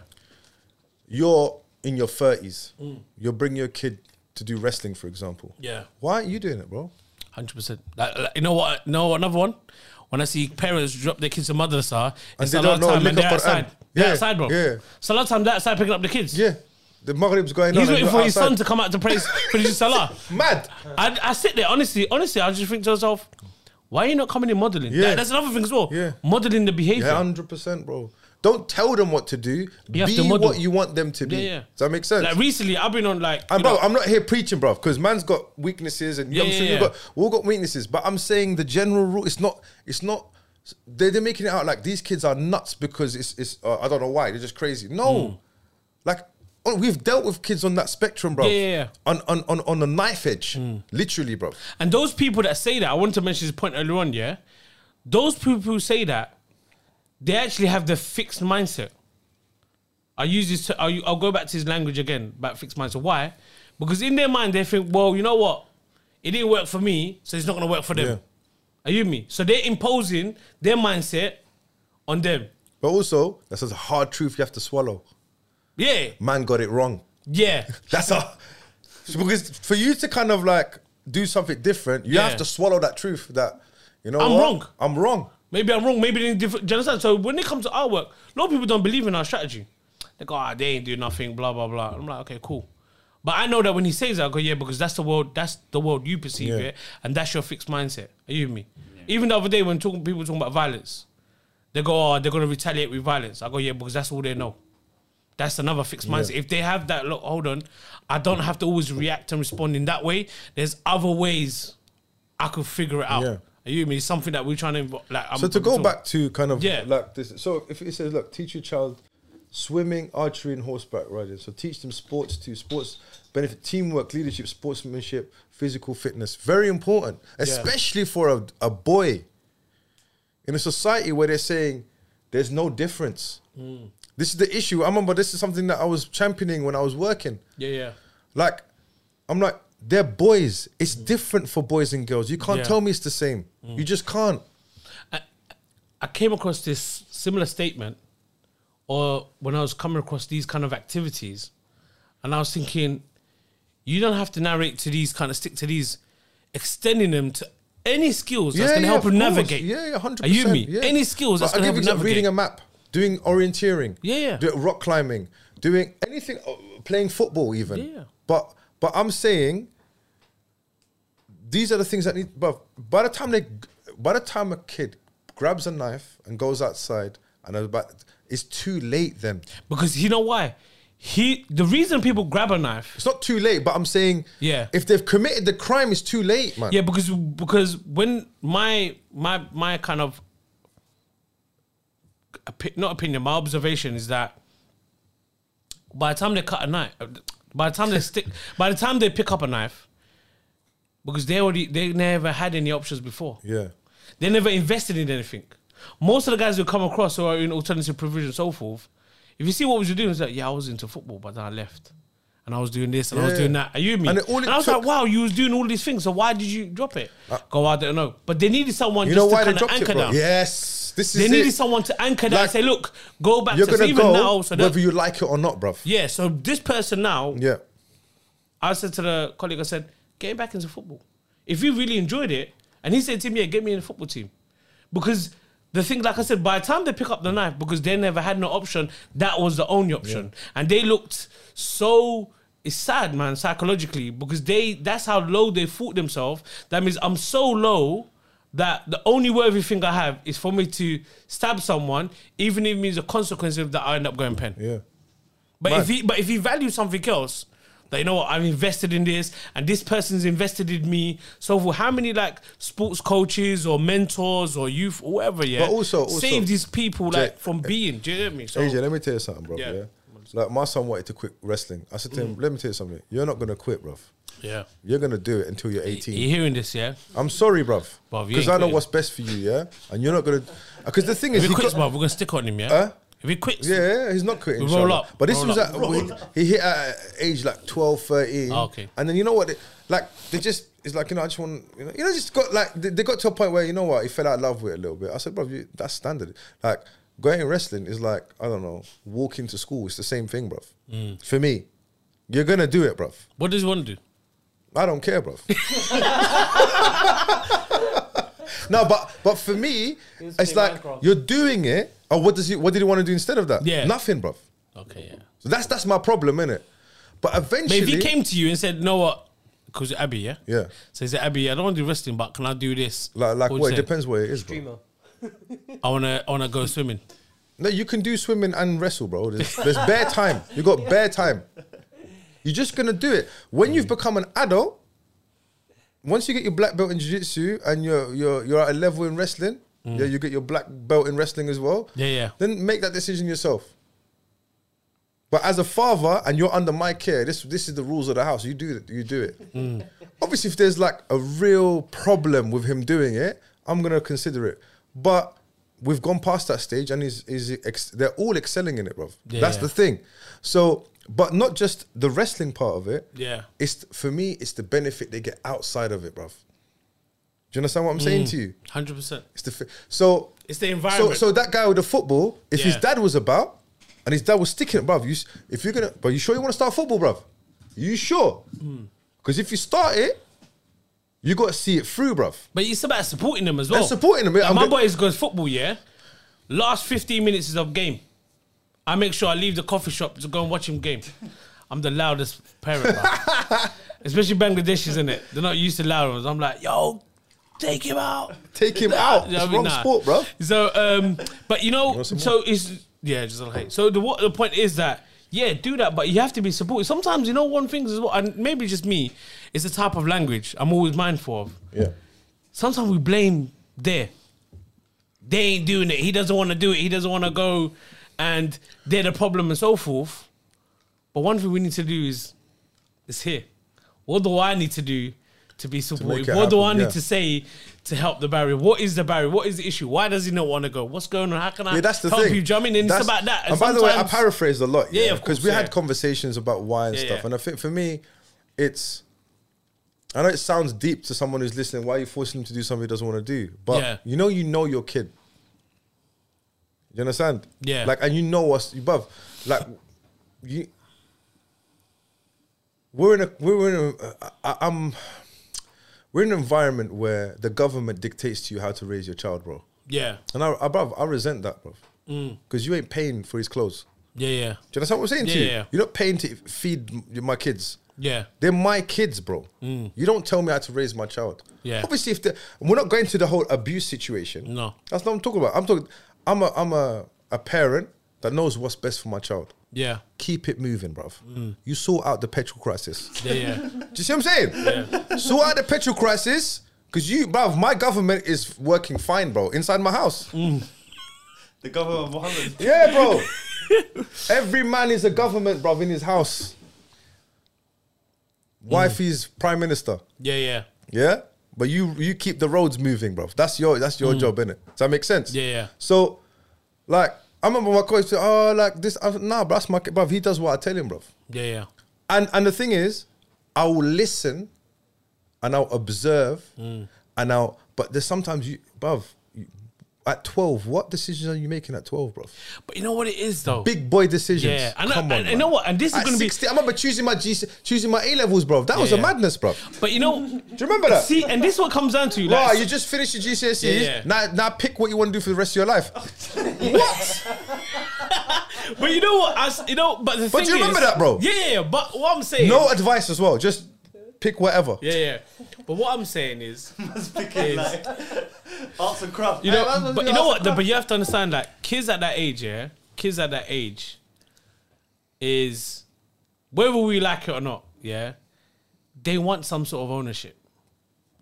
[SPEAKER 1] You're in your 30s. You're bringing your kid to do wrestling, for example.
[SPEAKER 2] Mm. Yeah.
[SPEAKER 1] Why aren't you doing it, bro?
[SPEAKER 2] Hundred percent. Like, like, you know what? No, another one. When I see parents drop their kids to madrasa, it's
[SPEAKER 1] they
[SPEAKER 2] a lot
[SPEAKER 1] don't
[SPEAKER 2] of
[SPEAKER 1] know,
[SPEAKER 2] time
[SPEAKER 1] lick
[SPEAKER 2] and they're
[SPEAKER 1] up Quran.
[SPEAKER 2] outside. They're
[SPEAKER 1] Yeah,
[SPEAKER 2] outside, bro.
[SPEAKER 1] yeah.
[SPEAKER 2] It's a lot of time they're outside picking up the kids.
[SPEAKER 1] Yeah. The Maghrib's going on.
[SPEAKER 2] He's
[SPEAKER 1] and
[SPEAKER 2] waiting
[SPEAKER 1] you're
[SPEAKER 2] for his son
[SPEAKER 1] outside.
[SPEAKER 2] to come out to praise
[SPEAKER 1] [laughs]
[SPEAKER 2] finish salah.
[SPEAKER 1] Mad.
[SPEAKER 2] I, I sit there honestly, honestly, I just think to myself, why are you not coming in modeling?
[SPEAKER 1] Yeah.
[SPEAKER 2] That- that's another thing as well.
[SPEAKER 1] Yeah.
[SPEAKER 2] Modeling the behavior.
[SPEAKER 1] Yeah, 100%, bro. Don't tell them what to do.
[SPEAKER 2] You have
[SPEAKER 1] be
[SPEAKER 2] to model.
[SPEAKER 1] what you want them to be.
[SPEAKER 2] Yeah, yeah.
[SPEAKER 1] Does that make sense?
[SPEAKER 2] Like recently, I've been on like
[SPEAKER 1] and
[SPEAKER 2] you
[SPEAKER 1] Uh, bro,
[SPEAKER 2] know-
[SPEAKER 1] I'm not here preaching, bro, because man's got weaknesses, and you-
[SPEAKER 2] Yeah,
[SPEAKER 1] I'm
[SPEAKER 2] yeah,
[SPEAKER 1] sure you
[SPEAKER 2] yeah.
[SPEAKER 1] got we all got weaknesses. But I'm saying the general rule. It's not. It's not. They're, they're making it out like these kids are nuts because it's. it's uh, I don't know why they're just crazy. No,
[SPEAKER 2] Hmm.
[SPEAKER 1] like oh, we've dealt with kids on that spectrum, bro.
[SPEAKER 2] Yeah, yeah, Hmm. yeah.
[SPEAKER 1] On on on on the knife edge, literally, bro.
[SPEAKER 2] And those people that say that, I wanted to mention this point earlier on, yeah. Those people who say that, they actually have the fixed mindset. I use this. To, I'll, I'll go back to his language again about fixed mindset. Why? Because in their mind they think, well, you know what? It didn't work for me, so it's not going to work for them. Are you with me? So they're imposing their mindset on them.
[SPEAKER 1] But also, that's a hard truth you have to swallow.
[SPEAKER 2] Yeah,
[SPEAKER 1] Man got it wrong.
[SPEAKER 2] yeah,
[SPEAKER 1] That's a [laughs] because for you to kind of like do something different, you
[SPEAKER 2] Yeah.
[SPEAKER 1] have to swallow that truth that you know
[SPEAKER 2] I'm
[SPEAKER 1] what?
[SPEAKER 2] wrong.
[SPEAKER 1] I'm wrong.
[SPEAKER 2] Maybe I'm wrong. Maybe they need different. Do you understand? So when it comes to our work, a lot of people don't believe in our strategy. They go, ah, they ain't do nothing, blah blah blah. I'm like, okay, cool. But I know that when he says that, I go, yeah, because that's the world. That's the world you perceive
[SPEAKER 1] Yeah.
[SPEAKER 2] it, and that's your fixed mindset. Are you with me? Even the other day when talking, people talking about violence, they go, oh, they're gonna retaliate with violence. I go, yeah, because that's all they know. That's another fixed mindset. If they have that, look, hold on, I don't have to always react and respond in that way. There's other ways I could figure it out.
[SPEAKER 1] Yeah.
[SPEAKER 2] Are you with me? It's something that we're trying to invo- like. I'm
[SPEAKER 1] So to
[SPEAKER 2] I'm
[SPEAKER 1] go
[SPEAKER 2] talking-
[SPEAKER 1] back to kind of
[SPEAKER 2] Yeah.
[SPEAKER 1] like this, so if it says, look, teach your child swimming, archery, and horseback riding. So teach them sports too. Sports benefit teamwork, leadership, sportsmanship, physical fitness. Very important, especially for a, a boy in a society where they're saying there's no difference.
[SPEAKER 2] Hmm.
[SPEAKER 1] This is the issue. I remember this is something that I was championing when I was working.
[SPEAKER 2] Yeah, yeah.
[SPEAKER 1] Like, I'm like, they're boys. It's different for boys and girls. You can't
[SPEAKER 2] Hmm. Yeah. Hmm.
[SPEAKER 1] tell me it's the same. You just can't.
[SPEAKER 2] I came across this similar statement, or when I was coming across these kind of activities, and I was thinking, you don't have to narrate to these kind of stick to these, extending them to any skills that's going to help
[SPEAKER 1] of
[SPEAKER 2] them
[SPEAKER 1] course.
[SPEAKER 2] navigate.
[SPEAKER 1] Yeah, yeah, hundred
[SPEAKER 2] Are you
[SPEAKER 1] percent.
[SPEAKER 2] with me? Any skills that's going to help them navigate.
[SPEAKER 1] Reading a map, doing orienteering,
[SPEAKER 2] Yeah, yeah.
[SPEAKER 1] do- rock climbing, doing anything, uh, playing football, even.
[SPEAKER 2] Yeah.
[SPEAKER 1] But but I'm saying these are the things that need. But by the time they, by the time a kid grabs a knife and goes outside and is about, it's too late. Then
[SPEAKER 2] Because you know why? He the reason people grab a knife.
[SPEAKER 1] it's not too late. But I'm saying
[SPEAKER 2] Yeah.
[SPEAKER 1] if they've committed the crime, it's too late, man.
[SPEAKER 2] Yeah, because because when my my my kind of opi- not opinion, my observation is that by the time they cut a knife, by the time they stick, by the time they pick up a knife, because they already they never had any options before.
[SPEAKER 1] yeah,
[SPEAKER 2] They never invested in anything. Most of the guys who come across who are in alternative provision and so forth, if you see what was you doing, it's like, yeah, I was into football, but then I left. And I was doing this and I was
[SPEAKER 1] Yeah.
[SPEAKER 2] doing that. Are you me?
[SPEAKER 1] And
[SPEAKER 2] And,
[SPEAKER 1] it- all it
[SPEAKER 2] I was
[SPEAKER 1] took- Uh,
[SPEAKER 2] like, wow, you was doing all these things. So why did you drop it? Go, I don't know. But they needed someone
[SPEAKER 1] you know
[SPEAKER 2] just
[SPEAKER 1] why they
[SPEAKER 2] to kind of
[SPEAKER 1] dropped it,
[SPEAKER 2] anchor
[SPEAKER 1] bro?
[SPEAKER 2] them.
[SPEAKER 1] Yes, this is
[SPEAKER 2] They needed
[SPEAKER 1] it.
[SPEAKER 2] someone to anchor that
[SPEAKER 1] Like,
[SPEAKER 2] and say, look, go back
[SPEAKER 1] You're
[SPEAKER 2] to so
[SPEAKER 1] gonna
[SPEAKER 2] even
[SPEAKER 1] go
[SPEAKER 2] now. So
[SPEAKER 1] whether
[SPEAKER 2] that,
[SPEAKER 1] you like it or not, bruv.
[SPEAKER 2] yeah, so this person now,
[SPEAKER 1] Yeah.
[SPEAKER 2] I said to the colleague, I said, get him back into football. If you really enjoyed it, and he said to me, yeah, get me in the football team. Because the thing, like I said, by the time they pick up the knife, because they never had no option, that was the only option. And they looked so it's sad, man, psychologically, because they that's how low they thought themselves. That means I'm so low that the only worthy thing I have is for me to stab someone, even if it means a consequence of that I end up going pen.
[SPEAKER 1] yeah,
[SPEAKER 2] But
[SPEAKER 1] Right.
[SPEAKER 2] if he but if he values something else, that you know what, I've invested in this and this person's invested in me. So for how many like sports coaches or mentors or youth or whatever, yeah.
[SPEAKER 1] But also- also-
[SPEAKER 2] save these people like
[SPEAKER 1] Jay- uh,
[SPEAKER 2] from being, do you get me? So
[SPEAKER 1] AJ, let me tell you something, bro. Yeah.
[SPEAKER 2] Yeah. Mm.
[SPEAKER 1] like my son wanted to quit wrestling. I said to him, "Let me tell you something. You're not gonna quit, bruv.
[SPEAKER 2] yeah.
[SPEAKER 1] You're gonna do it until you're 18."
[SPEAKER 2] You hearing this, yeah?
[SPEAKER 1] I'm sorry, bruv.
[SPEAKER 2] Bruv, you
[SPEAKER 1] Because
[SPEAKER 2] ain't
[SPEAKER 1] I know
[SPEAKER 2] quitting.
[SPEAKER 1] what's best for you, yeah? And you're not going to. Because the thing is,
[SPEAKER 2] If
[SPEAKER 1] he
[SPEAKER 2] he quits,
[SPEAKER 1] got-
[SPEAKER 2] bro, we're gonna stick on him, yeah?
[SPEAKER 1] Huh?
[SPEAKER 2] If he quits,
[SPEAKER 1] yeah, yeah, he's not quitting.
[SPEAKER 2] We roll
[SPEAKER 1] inshallah.
[SPEAKER 2] up,
[SPEAKER 1] But this
[SPEAKER 2] roll
[SPEAKER 1] was
[SPEAKER 2] up.
[SPEAKER 1] at. He hit at age like 12, 13.
[SPEAKER 2] Ah, okay.
[SPEAKER 1] And then you know what? They, like, they just. It's like, you know, I just want. You know, you know just got like. They, they got to a point where, you know what? He fell out of love with it a little bit. I said, bruv, you, that's standard. Like, going wrestling is like, I don't know, walking to school. It's the same thing, bruv.
[SPEAKER 2] Mm.
[SPEAKER 1] For me. You're going to do it, bruv.
[SPEAKER 2] what does he wanna do?
[SPEAKER 1] I don't care,
[SPEAKER 2] [laughs]
[SPEAKER 1] bro. no, but but for me,
[SPEAKER 4] was
[SPEAKER 1] it's
[SPEAKER 4] playing
[SPEAKER 1] like
[SPEAKER 4] Minecraft.
[SPEAKER 1] you're doing it. Or what does he? What did he want to do instead of that?
[SPEAKER 2] Yeah.
[SPEAKER 1] nothing, bro.
[SPEAKER 2] Okay, yeah.
[SPEAKER 1] So that's that's my problem, innit? But
[SPEAKER 2] But
[SPEAKER 1] eventually,
[SPEAKER 2] if he came to you and said, "No, what?" Because Abby, yeah,
[SPEAKER 1] Yeah.
[SPEAKER 2] So he said, "Abby, I don't want to do wrestling, but can I do this?"
[SPEAKER 1] like like
[SPEAKER 2] would
[SPEAKER 1] what? It
[SPEAKER 2] you say?
[SPEAKER 1] depends what it is, bro.
[SPEAKER 4] Streamer.
[SPEAKER 2] I wanna, I wanna go swimming.
[SPEAKER 1] No, you can do swimming and wrestle, bro.
[SPEAKER 2] [laughs]
[SPEAKER 1] There's, there's bare time. You got bare time. You're just gonna do it when you've become an adult. Once you get your black belt in jiu-jitsu and you're you're you're at a level in wrestling, yeah, you get your black belt in wrestling as well.
[SPEAKER 2] Mm. Yeah, yeah.
[SPEAKER 1] Then make that decision yourself. But as a father, and you're under my care, this this is the rules of the house. You do it. You do it.
[SPEAKER 2] Mm.
[SPEAKER 1] Obviously, if there's like a real problem with him doing it, I'm gonna consider it. But we've gone past that stage, and is is ex- they're all excelling in it, bro.
[SPEAKER 2] Yeah,
[SPEAKER 1] That's the
[SPEAKER 2] yeah.
[SPEAKER 1] thing. So, but not just the wrestling part of it.
[SPEAKER 2] Yeah.
[SPEAKER 1] It's for me, it's the benefit they get outside of it, bro. Do you understand
[SPEAKER 2] Mm.
[SPEAKER 1] what I'm saying to you?
[SPEAKER 2] Hundred percent.
[SPEAKER 1] It's the fi- so
[SPEAKER 2] It's the
[SPEAKER 1] so,
[SPEAKER 2] environment.
[SPEAKER 1] so that guy with the football, if his dad
[SPEAKER 2] Yeah.
[SPEAKER 1] was about, and his dad was sticking, it, bruv, you, s- if you're gonna, but you sure you want to start football, bruv? You sure?
[SPEAKER 2] Hmm.
[SPEAKER 1] Because if you start it, you got to see it through, bruv.
[SPEAKER 2] But it's about supporting them as well.
[SPEAKER 1] supporting them, yeah, I'm
[SPEAKER 2] Like my
[SPEAKER 1] go-
[SPEAKER 2] boys goes football, yeah. Last 15 minutes is of game. I make sure I leave the coffee shop to go and watch him game. I'm the loudest parent, bro.
[SPEAKER 1] [laughs]
[SPEAKER 2] especially Bangladeshis, in it. They're not used to loud ones. I'm like, yo, take him out.
[SPEAKER 1] Take him out.
[SPEAKER 2] You know
[SPEAKER 1] It's
[SPEAKER 2] what I mean?
[SPEAKER 1] wrong
[SPEAKER 2] [laughs] Nah.
[SPEAKER 1] sport, bruv.
[SPEAKER 2] So, um, but you know,
[SPEAKER 1] want some
[SPEAKER 2] so it's yeah, just like hate. So the what the point is that yeah, do that, but you have to be supported. Sometimes you know one thing is what, and maybe just me, it's the type of language I'm always mindful of
[SPEAKER 1] Yeah.
[SPEAKER 2] sometimes we blame there. They ain't doing it. He doesn't want to do it. He doesn't want to go, and they're the problem and so forth. But one thing we need to do is, is here. What do I need to do to be supportive?
[SPEAKER 1] it
[SPEAKER 2] what do I
[SPEAKER 1] happen,
[SPEAKER 2] need
[SPEAKER 1] yeah.
[SPEAKER 2] to say to help the barrier? What is the barrier? What is the issue? Why does he not want to go? What's going on? How can I
[SPEAKER 1] Yeah, that's the
[SPEAKER 2] help
[SPEAKER 1] thing.
[SPEAKER 2] you? Do you know what I mean? And
[SPEAKER 1] That's-
[SPEAKER 2] it's about that.
[SPEAKER 1] And, by the way, I
[SPEAKER 2] sometimes-
[SPEAKER 1] paraphrased a lot.
[SPEAKER 2] Yeah,
[SPEAKER 1] Yeah,
[SPEAKER 2] of
[SPEAKER 1] because
[SPEAKER 2] course,
[SPEAKER 1] we
[SPEAKER 2] yeah.
[SPEAKER 1] had conversations about why and
[SPEAKER 2] Yeah,
[SPEAKER 1] stuff.
[SPEAKER 2] yeah.
[SPEAKER 1] And I think for me, it's. I know it sounds deep to someone who's listening. Why are you forcing him to do something he doesn't want to do? But
[SPEAKER 2] Yeah.
[SPEAKER 1] you know, you know your kid. You understand?
[SPEAKER 2] Yeah.
[SPEAKER 1] Like, and you know what's above. Like, you. We're in a. We're in a. I, I- I'm. We're in an environment where the government dictates to you how to raise your child, bro.
[SPEAKER 2] Yeah,
[SPEAKER 1] And I, I bruv, I resent that, bro.
[SPEAKER 2] Mm.
[SPEAKER 1] Because you ain't paying for his clothes.
[SPEAKER 2] yeah, yeah,
[SPEAKER 1] Do you understand what I'm saying
[SPEAKER 2] Yeah,
[SPEAKER 1] to you?
[SPEAKER 2] yeah, yeah.
[SPEAKER 1] You're not paying to feed m- my kids.
[SPEAKER 2] Yeah.
[SPEAKER 1] They're my kids, bro. You don't tell me how to raise my child.
[SPEAKER 2] Mm. Yeah.
[SPEAKER 1] Obviously, if the we're not going to the whole abuse situation.
[SPEAKER 2] No.
[SPEAKER 1] That's not what I'm talking about. I'm talking. I'm a I'm a, a parent that knows what's best for my child.
[SPEAKER 2] Yeah.
[SPEAKER 1] Keep it moving, bruv.
[SPEAKER 2] Mm.
[SPEAKER 1] You sort out the petrol crisis.
[SPEAKER 2] Yeah. Yeah.
[SPEAKER 1] Do you see what I'm saying? So out the petrol crisis, because you, bruv, my government is working fine, bro, inside my house.
[SPEAKER 3] [laughs] The government of Mohammed.
[SPEAKER 1] Yeah, bro. Every man is a government, bruv, in his house.
[SPEAKER 2] Mm.
[SPEAKER 1] Wife is prime minister.
[SPEAKER 2] yeah. Yeah.
[SPEAKER 1] Yeah? But you you keep the roads moving, bruv. That's your that's your job, innit? Does that make sense?
[SPEAKER 2] Mm. Yeah, yeah.
[SPEAKER 1] So, like, I remember my coach said, oh, like this, I, nah, bruv, that's my kid, bruv. He does what I tell him, bruv.
[SPEAKER 2] Yeah. Yeah.
[SPEAKER 1] And and the thing is, I will listen, and I'll observe,
[SPEAKER 2] Mm.
[SPEAKER 1] and I'll. But there's sometimes you, bruv, you, at twelve, what decisions are you making at twelve, bruv?
[SPEAKER 2] But you know what it is though.
[SPEAKER 1] Big boy decisions.
[SPEAKER 2] yeah, and, I,
[SPEAKER 1] Come on,
[SPEAKER 2] and, and you
[SPEAKER 1] man.
[SPEAKER 2] know what? And this is
[SPEAKER 1] At
[SPEAKER 2] going to be.
[SPEAKER 1] 16 I remember choosing my G, choosing my A levels, bruv. That was a
[SPEAKER 2] yeah.
[SPEAKER 1] madness, bruv.
[SPEAKER 2] But you know, do
[SPEAKER 1] you remember that?
[SPEAKER 2] See, and this is what comes down to
[SPEAKER 1] Wow,
[SPEAKER 2] like,
[SPEAKER 1] you just finished your GCSEs.
[SPEAKER 2] Yeah, yeah.
[SPEAKER 1] E, Now, now pick what you want to do for the rest of your life.
[SPEAKER 2] But you know what? I s you know, but the
[SPEAKER 1] But
[SPEAKER 2] thing
[SPEAKER 1] do you
[SPEAKER 2] is-
[SPEAKER 1] remember that, bro?
[SPEAKER 2] Yeah, yeah, yeah. But what I'm saying,
[SPEAKER 1] No advice as well. Just pick whatever.
[SPEAKER 2] yeah, yeah. But what I'm saying is,
[SPEAKER 3] That's picking like arts and crafts.
[SPEAKER 2] you know, but you know what? But you have to understand that kids at that age, yeah, kids at that age, is whether we like it or not, yeah, they want some sort of ownership.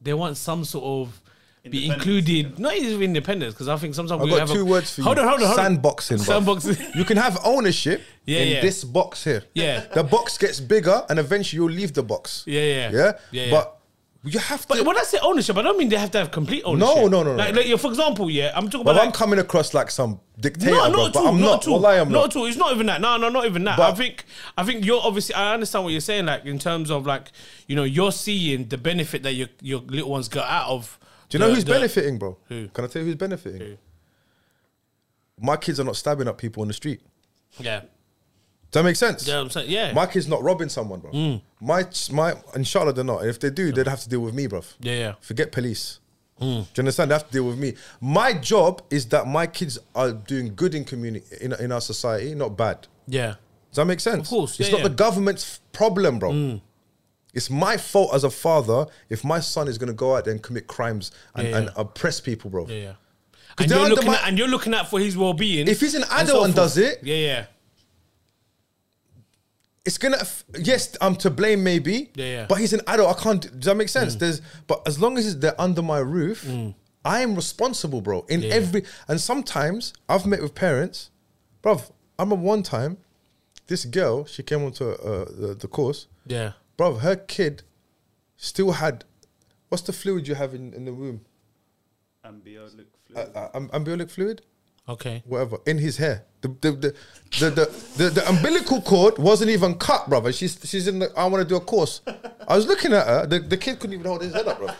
[SPEAKER 2] They want some sort of be
[SPEAKER 3] Independence,
[SPEAKER 2] included, not even independence, because I think sometimes
[SPEAKER 1] I've
[SPEAKER 2] we
[SPEAKER 1] got
[SPEAKER 2] have
[SPEAKER 1] two
[SPEAKER 2] a,
[SPEAKER 1] words for you.
[SPEAKER 2] Hold on, hold on, hold on.
[SPEAKER 1] Sandboxing, bruv.
[SPEAKER 2] Sandboxing.
[SPEAKER 1] [laughs] You can have ownership
[SPEAKER 2] [laughs] Yeah,
[SPEAKER 1] in
[SPEAKER 2] yeah.
[SPEAKER 1] this box here.
[SPEAKER 2] Yeah.
[SPEAKER 1] The box gets bigger and eventually you'll leave the box.
[SPEAKER 2] Yeah, yeah.
[SPEAKER 1] Yeah?
[SPEAKER 2] Yeah, yeah.
[SPEAKER 1] But you have
[SPEAKER 2] But
[SPEAKER 1] to.
[SPEAKER 2] when I say ownership, I don't mean they have to have complete ownership.
[SPEAKER 1] no, no, no.
[SPEAKER 2] Like, like yeah, for example, yeah, I'm talking
[SPEAKER 1] But
[SPEAKER 2] about.
[SPEAKER 1] I'm
[SPEAKER 2] like-
[SPEAKER 1] coming across like some dictator,
[SPEAKER 2] no,
[SPEAKER 1] bro,
[SPEAKER 2] not at
[SPEAKER 1] but
[SPEAKER 2] all.
[SPEAKER 1] I'm
[SPEAKER 2] not,
[SPEAKER 1] not.
[SPEAKER 2] at all.
[SPEAKER 1] Wallahi, I'm
[SPEAKER 2] not
[SPEAKER 1] not.
[SPEAKER 2] at all. It's not even that. No, no, not even that. I
[SPEAKER 1] But-
[SPEAKER 2] think, I think you're obviously. I understand what you're saying. Like in terms of like, you know, you're seeing the benefit that your your little ones got out of.
[SPEAKER 1] Do you know
[SPEAKER 2] the-
[SPEAKER 1] who's
[SPEAKER 2] the-
[SPEAKER 1] benefiting, bro?
[SPEAKER 2] Who?
[SPEAKER 1] Can I tell you who's benefiting? My kids are not stabbing up people on the street.
[SPEAKER 2] Yeah,
[SPEAKER 1] Does that make sense?
[SPEAKER 2] yeah, Mm. I'm saying, yeah,
[SPEAKER 1] My kid's not robbing someone, bro. My ch- my inshallah they're not. If they do, they'd have to deal with me, bro.
[SPEAKER 2] yeah, Mm. yeah,
[SPEAKER 1] Forget police. Do you understand? They have to deal with me. My job is that my kids are doing good in community in, in our society, not bad.
[SPEAKER 2] yeah,
[SPEAKER 1] Does that make sense? Of
[SPEAKER 2] course,
[SPEAKER 1] It's
[SPEAKER 2] yeah,
[SPEAKER 1] not
[SPEAKER 2] yeah.
[SPEAKER 1] the
[SPEAKER 2] Mm.
[SPEAKER 1] government's problem, bro. It's my fault as a father if my son is gonna go out there and commit crimes and,
[SPEAKER 2] Yeah, yeah.
[SPEAKER 1] and oppress people, bro.
[SPEAKER 2] yeah. yeah. And
[SPEAKER 1] they're
[SPEAKER 2] you're
[SPEAKER 1] under
[SPEAKER 2] looking
[SPEAKER 1] my-
[SPEAKER 2] at and you're looking out for his well being.
[SPEAKER 1] If he's an adult and does it-
[SPEAKER 2] yeah, yeah,
[SPEAKER 1] It's gonna aff- yes, I'm to blame maybe.
[SPEAKER 2] Yeah, yeah. Mm.
[SPEAKER 1] But he's an adult. I can't. Does that make sense? There's but as long as they're under my roof, I am responsible, bro. In
[SPEAKER 2] Yeah, yeah.
[SPEAKER 1] every and sometimes I've met with parents, bruv. I remember one time, this girl she came onto uh, the, the course,
[SPEAKER 2] yeah.
[SPEAKER 1] bruv. Her kid still had what's the fluid you have in, in the womb?
[SPEAKER 3] Ambiolic
[SPEAKER 1] Uh,
[SPEAKER 3] fluid.
[SPEAKER 1] uh, um, ambiolic fluid,
[SPEAKER 2] Okay.
[SPEAKER 1] whatever, in his hair. The the the the, the, the, the umbilical cord wasn't even cut, brother. She's she's in. The, I want to do a course. I was looking at her. The, the kid couldn't even hold his head up, bro. I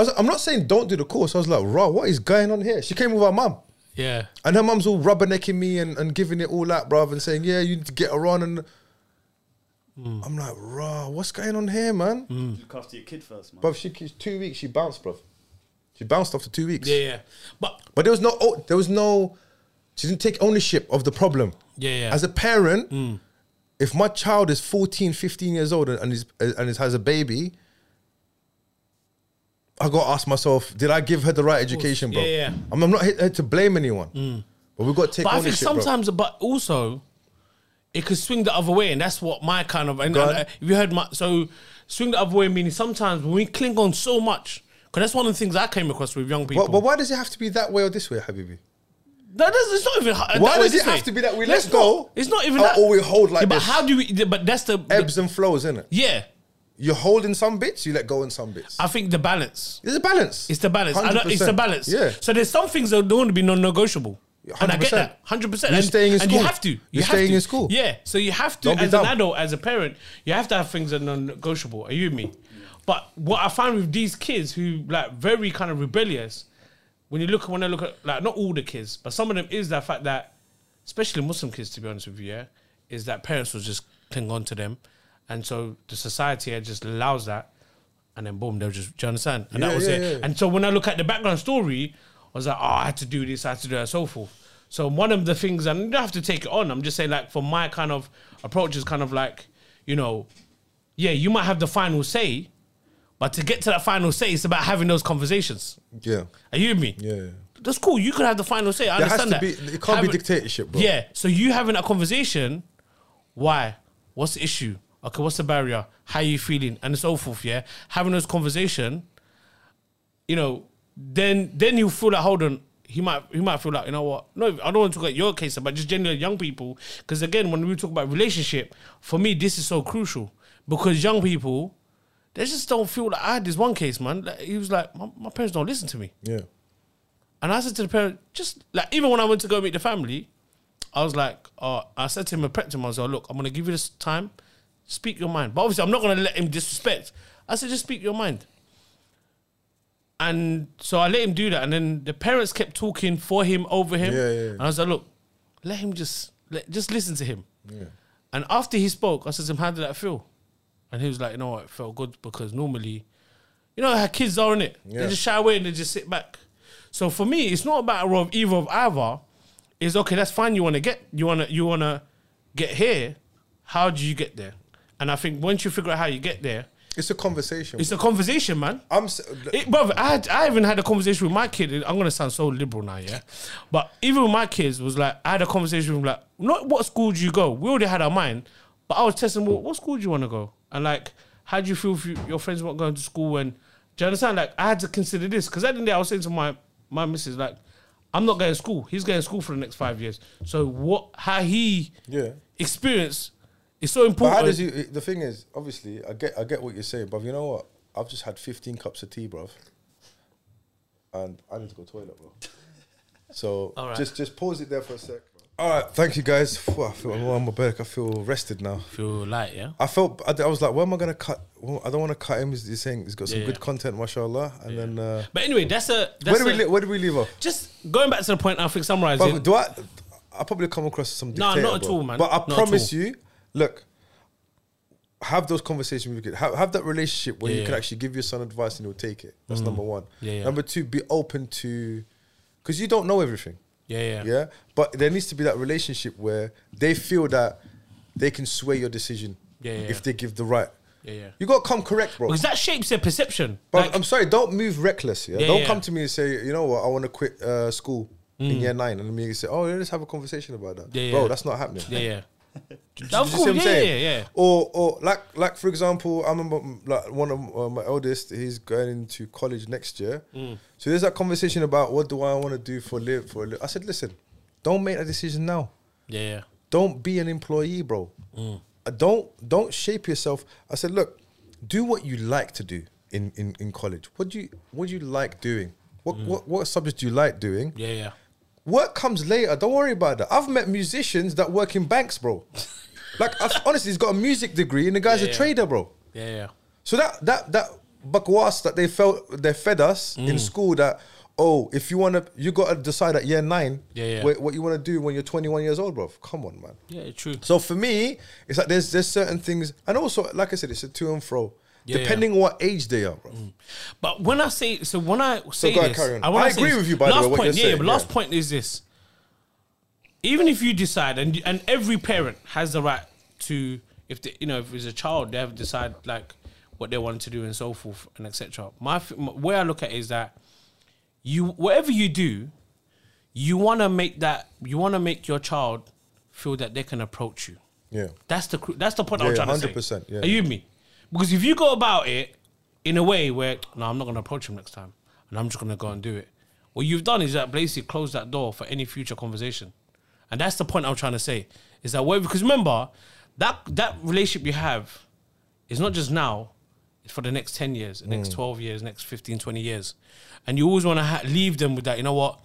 [SPEAKER 1] was. like, I'm not saying don't do the course. I was like, raw. What is going on here? She came with her mum.
[SPEAKER 2] Yeah.
[SPEAKER 1] And her mum's all rubbernecking me and, and giving it all out, bruv, and saying, yeah, you need to get her on. And
[SPEAKER 2] Hmm.
[SPEAKER 1] I'm like, raw, what's going on here, man?
[SPEAKER 3] Look after your kid first, man.
[SPEAKER 1] Bruv, she, she's two weeks, she bounced, bruv. She bounced after two weeks.
[SPEAKER 2] Yeah, yeah. But
[SPEAKER 1] But there was no, o- there was no, she didn't take ownership of the problem.
[SPEAKER 2] Yeah, yeah. Mm.
[SPEAKER 1] As a parent, if my child is 14, 15 years old and, and, is, and is, has a baby, I got to ask myself, did I give her the right education, bro?
[SPEAKER 2] Yeah, yeah. Mm.
[SPEAKER 1] I'm, I'm not here here to blame anyone. But we've got to take
[SPEAKER 2] But I
[SPEAKER 1] ownership,
[SPEAKER 2] think sometimes, but also, it could swing the other way, and that's what my kind of. And,
[SPEAKER 1] Go
[SPEAKER 2] and,
[SPEAKER 1] on.
[SPEAKER 2] uh, if you heard my, so swing the other way meaning sometimes when we cling on so much, because that's one of the things I came across with young people.
[SPEAKER 1] But, but why does it have to be that way or this way, Habibi?
[SPEAKER 2] That does, it's not even. h- that
[SPEAKER 1] Why
[SPEAKER 2] way,
[SPEAKER 1] does
[SPEAKER 2] this
[SPEAKER 1] it have
[SPEAKER 2] way.
[SPEAKER 1] to be that we
[SPEAKER 2] Let's
[SPEAKER 1] let go?
[SPEAKER 2] not- It's not even
[SPEAKER 1] or-
[SPEAKER 2] that.
[SPEAKER 1] Or we hold like
[SPEAKER 2] yeah, but
[SPEAKER 1] this.
[SPEAKER 2] how do we? yeah, But that's the, the-
[SPEAKER 1] Ebbs and flows, isn't it?
[SPEAKER 2] yeah.
[SPEAKER 1] You're holding some bits, you let go in some bits.
[SPEAKER 2] I think the balance.
[SPEAKER 1] There's a balance.
[SPEAKER 2] It's the balance. I don't, it's the
[SPEAKER 1] 100%.
[SPEAKER 2] balance.
[SPEAKER 1] Yeah.
[SPEAKER 2] So there's some things that don't want to be non-negotiable. And I get
[SPEAKER 1] 100%.
[SPEAKER 2] that, hundred percent.
[SPEAKER 1] You're
[SPEAKER 2] and,
[SPEAKER 1] staying in
[SPEAKER 2] and you
[SPEAKER 1] school.
[SPEAKER 2] have to. You
[SPEAKER 1] You're
[SPEAKER 2] have
[SPEAKER 1] staying
[SPEAKER 2] to.
[SPEAKER 1] in school.
[SPEAKER 2] Yeah. So you have to,
[SPEAKER 1] Don't be
[SPEAKER 2] as an
[SPEAKER 1] dumb.
[SPEAKER 2] adult, as a parent, you have to have things that are non-negotiable. Are you with me? But what I find with these kids who like very kind of rebellious, when you look at when I look at like not all the kids, but some of them is that fact that, especially Muslim kids, to be honest with you, yeah, is that parents will just cling on to them, and so the society yeah, just allows that, and then boom, they'll just. Do you understand? And
[SPEAKER 1] Yeah,
[SPEAKER 2] that was
[SPEAKER 1] yeah,
[SPEAKER 2] it.
[SPEAKER 1] yeah.
[SPEAKER 2] And so when I look at the background story, I was like, oh, I had to do this, I had to do that, so forth. So one of the things, and you don't have to take it on. I'm just saying, like, for my kind of approach is kind of like, you know, yeah, you might have the final say, but to get to that final say, it's about having those conversations.
[SPEAKER 1] Yeah.
[SPEAKER 2] Are you with me?
[SPEAKER 1] Yeah. yeah.
[SPEAKER 2] That's cool. You could have the final say. I
[SPEAKER 1] There has
[SPEAKER 2] understand
[SPEAKER 1] to be.
[SPEAKER 2] that.
[SPEAKER 1] It can't
[SPEAKER 2] Having-
[SPEAKER 1] be dictatorship, bro.
[SPEAKER 2] Yeah. So you having that conversation, why? What's the issue? Okay, what's the barrier? How you feeling? And so forth, yeah. Having those conversation, you know, then then you feel like hold on, he might he might feel like, you know what? No, I don't want to talk about your case, but just generally young people. Because again, when we talk about relationship, for me this is so crucial. Because young people, they just don't feel like I had this one case, man. Like, he was like, my, my parents don't listen to me.
[SPEAKER 1] Yeah.
[SPEAKER 2] And I said to the parent, just like even when I went to go meet the family, I was like, uh, I said to him and prepped him. I was like, look, I'm gonna give you this time, speak your mind. But obviously, I'm not gonna let him disrespect. I said, just speak your mind. And so I let him do that, and then the parents kept talking for him over him.
[SPEAKER 1] Yeah, yeah, yeah.
[SPEAKER 2] And I was like, look, let him just let, just listen to him.
[SPEAKER 1] Yeah.
[SPEAKER 2] And after he spoke, I said to him, How did that feel? And he was like, You know what, it felt good because normally, you know how kids are, innit? They
[SPEAKER 1] Yeah.
[SPEAKER 2] just shy away and they just sit back. So for me, it's not a matter of either of either. It's okay, that's fine, you wanna get you wanna you wanna get here. How do you get there? And I think once you figure out how you get there,
[SPEAKER 1] It's a conversation.
[SPEAKER 2] it's a conversation, man.
[SPEAKER 1] I'm. s-
[SPEAKER 2] It, brother, I had, I even had a conversation with my kid. I'm gonna sound so liberal now, yeah. But even with my kids, was like I had a conversation with him, like, not what school do you go? We already had our mind, but I was testing well, what school do you want to go, and like how do you feel if you, your friends weren't going to school? And do you understand? Like I had to consider this because at the end of the day, I was saying to my my missus like, I'm not going to school. He's going to school for the next five years. So what? How he
[SPEAKER 1] Yeah.
[SPEAKER 2] experience is so
[SPEAKER 1] But
[SPEAKER 2] important.
[SPEAKER 1] how does you? The thing is, obviously, I get, I get what you're saying, but you know what? I've just had 15 cups of tea, bruv. and I need to go toilet, bro. So
[SPEAKER 2] All right.
[SPEAKER 1] just, just pause it there for a sec. All right, thank you guys. Phew, I feel I'm on my back. I feel rested now.
[SPEAKER 2] feel light, yeah.
[SPEAKER 1] I felt I, I was like, where am I gonna cut? Well, I don't want to cut him. He's he's saying he's got some
[SPEAKER 2] Yeah,
[SPEAKER 1] good
[SPEAKER 2] yeah.
[SPEAKER 1] content, mashallah. And then uh,
[SPEAKER 2] But anyway, that's a
[SPEAKER 1] where
[SPEAKER 2] that's
[SPEAKER 1] do we
[SPEAKER 2] a-
[SPEAKER 1] li- where do we leave off?
[SPEAKER 2] just going back to the point, I think
[SPEAKER 1] But
[SPEAKER 2] summarizing.
[SPEAKER 1] do I? I probably come across as some
[SPEAKER 2] No,
[SPEAKER 1] dictator,
[SPEAKER 2] not at
[SPEAKER 1] bro.
[SPEAKER 2] all, man.
[SPEAKER 1] But I
[SPEAKER 2] Not at
[SPEAKER 1] promise
[SPEAKER 2] all.
[SPEAKER 1] you, look, have those conversations with your kid. Have, have that relationship where
[SPEAKER 2] Yeah,
[SPEAKER 1] you can
[SPEAKER 2] yeah. Mm.
[SPEAKER 1] actually give your son advice and he'll take it. That's number one.
[SPEAKER 2] Yeah, yeah.
[SPEAKER 1] Number two, be open to, because you don't know everything.
[SPEAKER 2] yeah, yeah,
[SPEAKER 1] Yeah. But there needs to be that relationship where they feel that they can sway your decision
[SPEAKER 2] Yeah, yeah.
[SPEAKER 1] if they give the right.
[SPEAKER 2] yeah, yeah.
[SPEAKER 1] You got to come correct, bro.
[SPEAKER 2] Because that shapes their perception.
[SPEAKER 1] But um,
[SPEAKER 2] Like,
[SPEAKER 1] I'm sorry, don't move reckless. Yeah,
[SPEAKER 2] Yeah,
[SPEAKER 1] don't
[SPEAKER 2] yeah. Mm.
[SPEAKER 1] come to me and say, you know what, I want to quit uh, school in year nine, and me say, oh, yeah, let's have a conversation about that,
[SPEAKER 2] Yeah,
[SPEAKER 1] bro.
[SPEAKER 2] yeah.
[SPEAKER 1] That's not happening.
[SPEAKER 2] yeah, [laughs] yeah. Of
[SPEAKER 1] Do you see
[SPEAKER 2] course,
[SPEAKER 1] what I'm
[SPEAKER 2] yeah,
[SPEAKER 1] saying?
[SPEAKER 2] yeah, yeah.
[SPEAKER 1] Or, or like, like for example, I remember mm, like one of uh, my eldest. He's going into college next year.
[SPEAKER 2] Mm.
[SPEAKER 1] So there's that conversation about what do I want to do for live for. a li-" I said, listen, don't make that decision now.
[SPEAKER 2] Yeah, yeah.
[SPEAKER 1] Don't be an employee, bro.
[SPEAKER 2] Mm.
[SPEAKER 1] Uh, Don't don't shape yourself. I said, look, do what you like to do in in, in college. What do you what do you like doing? What what what subjects do you like doing?
[SPEAKER 2] Mm. Yeah, yeah.
[SPEAKER 1] Work comes later. Don't worry about that. I've met musicians that work in banks,
[SPEAKER 2] [laughs]
[SPEAKER 1] bro. like I've, honestly, he's got a music degree and the guy's
[SPEAKER 2] Yeah,
[SPEAKER 1] a
[SPEAKER 2] yeah.
[SPEAKER 1] trader, bro.
[SPEAKER 2] Yeah, yeah.
[SPEAKER 1] So that that that bakwas that they felt they fed us
[SPEAKER 2] Mm.
[SPEAKER 1] in school that oh if you wanna you gotta decide at year nine
[SPEAKER 2] Yeah, yeah.
[SPEAKER 1] What, what you wanna do when you're 21 years old, bro. Come on, man.
[SPEAKER 2] Yeah, true.
[SPEAKER 1] So for me, it's like there's there's certain things, and also like I said, it's a to and fro,
[SPEAKER 2] Yeah, Mm.
[SPEAKER 1] depending what age they are. Bro.
[SPEAKER 2] But when I say so, when I say
[SPEAKER 1] go ahead,
[SPEAKER 2] this,
[SPEAKER 1] carry on.
[SPEAKER 2] I, wanna
[SPEAKER 1] I
[SPEAKER 2] say
[SPEAKER 1] agree
[SPEAKER 2] this.
[SPEAKER 1] with you, by the
[SPEAKER 2] last
[SPEAKER 1] way, what
[SPEAKER 2] point,
[SPEAKER 1] you're
[SPEAKER 2] yeah,
[SPEAKER 1] saying,
[SPEAKER 2] but last
[SPEAKER 1] yeah.
[SPEAKER 2] point is this: even if you decide, and and every parent has the right to, if they, you know, if it's a child, they have to decide like what they want to do and so forth and etc. My f- my- way I look at it is that you, whatever you do, you want to make that, you want to make your child feel that they can approach you.
[SPEAKER 1] Yeah,
[SPEAKER 2] That's the cru- that's the point
[SPEAKER 1] Yeah,
[SPEAKER 2] I'm
[SPEAKER 1] yeah,
[SPEAKER 2] trying to say.
[SPEAKER 1] 100%, yeah.
[SPEAKER 2] Are you with me? Because if you go about it in a way where no, I'm not going to approach him next time, and I'm just going to go and do it. What you've done is that basically closed that door for any future conversation, and that's the point I'm trying to say. Is that way? Because remember that that relationship you have is not just now. It's for the next 10 years, the
[SPEAKER 1] Mm.
[SPEAKER 2] next 12 years, next 15, 20 years. And you always want to ha- leave them with that, you know what?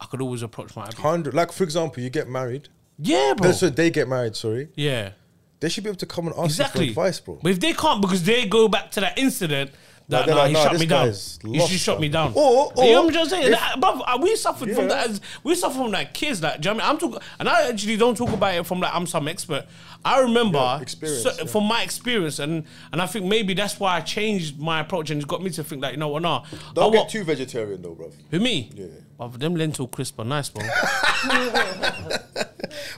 [SPEAKER 2] I could always approach my.
[SPEAKER 1] hundred. Like for example, you get married.
[SPEAKER 2] Yeah, bro.
[SPEAKER 1] So they get married. Sorry,
[SPEAKER 2] yeah.
[SPEAKER 1] they should be able to come and ask
[SPEAKER 2] Exactly.
[SPEAKER 1] you for advice, bro.
[SPEAKER 2] But if they can't, because they go back to that incident. That
[SPEAKER 1] they're
[SPEAKER 2] nah,
[SPEAKER 1] like,
[SPEAKER 2] he
[SPEAKER 1] nah,
[SPEAKER 2] shot
[SPEAKER 1] this
[SPEAKER 2] me down.
[SPEAKER 1] guy's
[SPEAKER 2] He
[SPEAKER 1] lost,
[SPEAKER 2] should shot me
[SPEAKER 1] man.
[SPEAKER 2] down.
[SPEAKER 1] Or-
[SPEAKER 2] you know
[SPEAKER 1] or
[SPEAKER 2] what I'm saying?
[SPEAKER 1] if-
[SPEAKER 2] Like, bruv, uh, we suffered from
[SPEAKER 1] Yeah.
[SPEAKER 2] that. As, we suffer from like kids. Like, do you know what I mean? I'm talking, and I actually don't talk about it from like I'm some expert. I remember
[SPEAKER 1] Yeah, experience,
[SPEAKER 2] cer-
[SPEAKER 1] yeah.
[SPEAKER 2] from my experience, and and I think maybe that's why I changed my approach and it got me to think like, you know what, nah, I
[SPEAKER 1] Don't get
[SPEAKER 2] want
[SPEAKER 1] too vegetarian though, bro.
[SPEAKER 2] who me?
[SPEAKER 1] Yeah.
[SPEAKER 2] Bruv, them lentil crisp are nice, bro.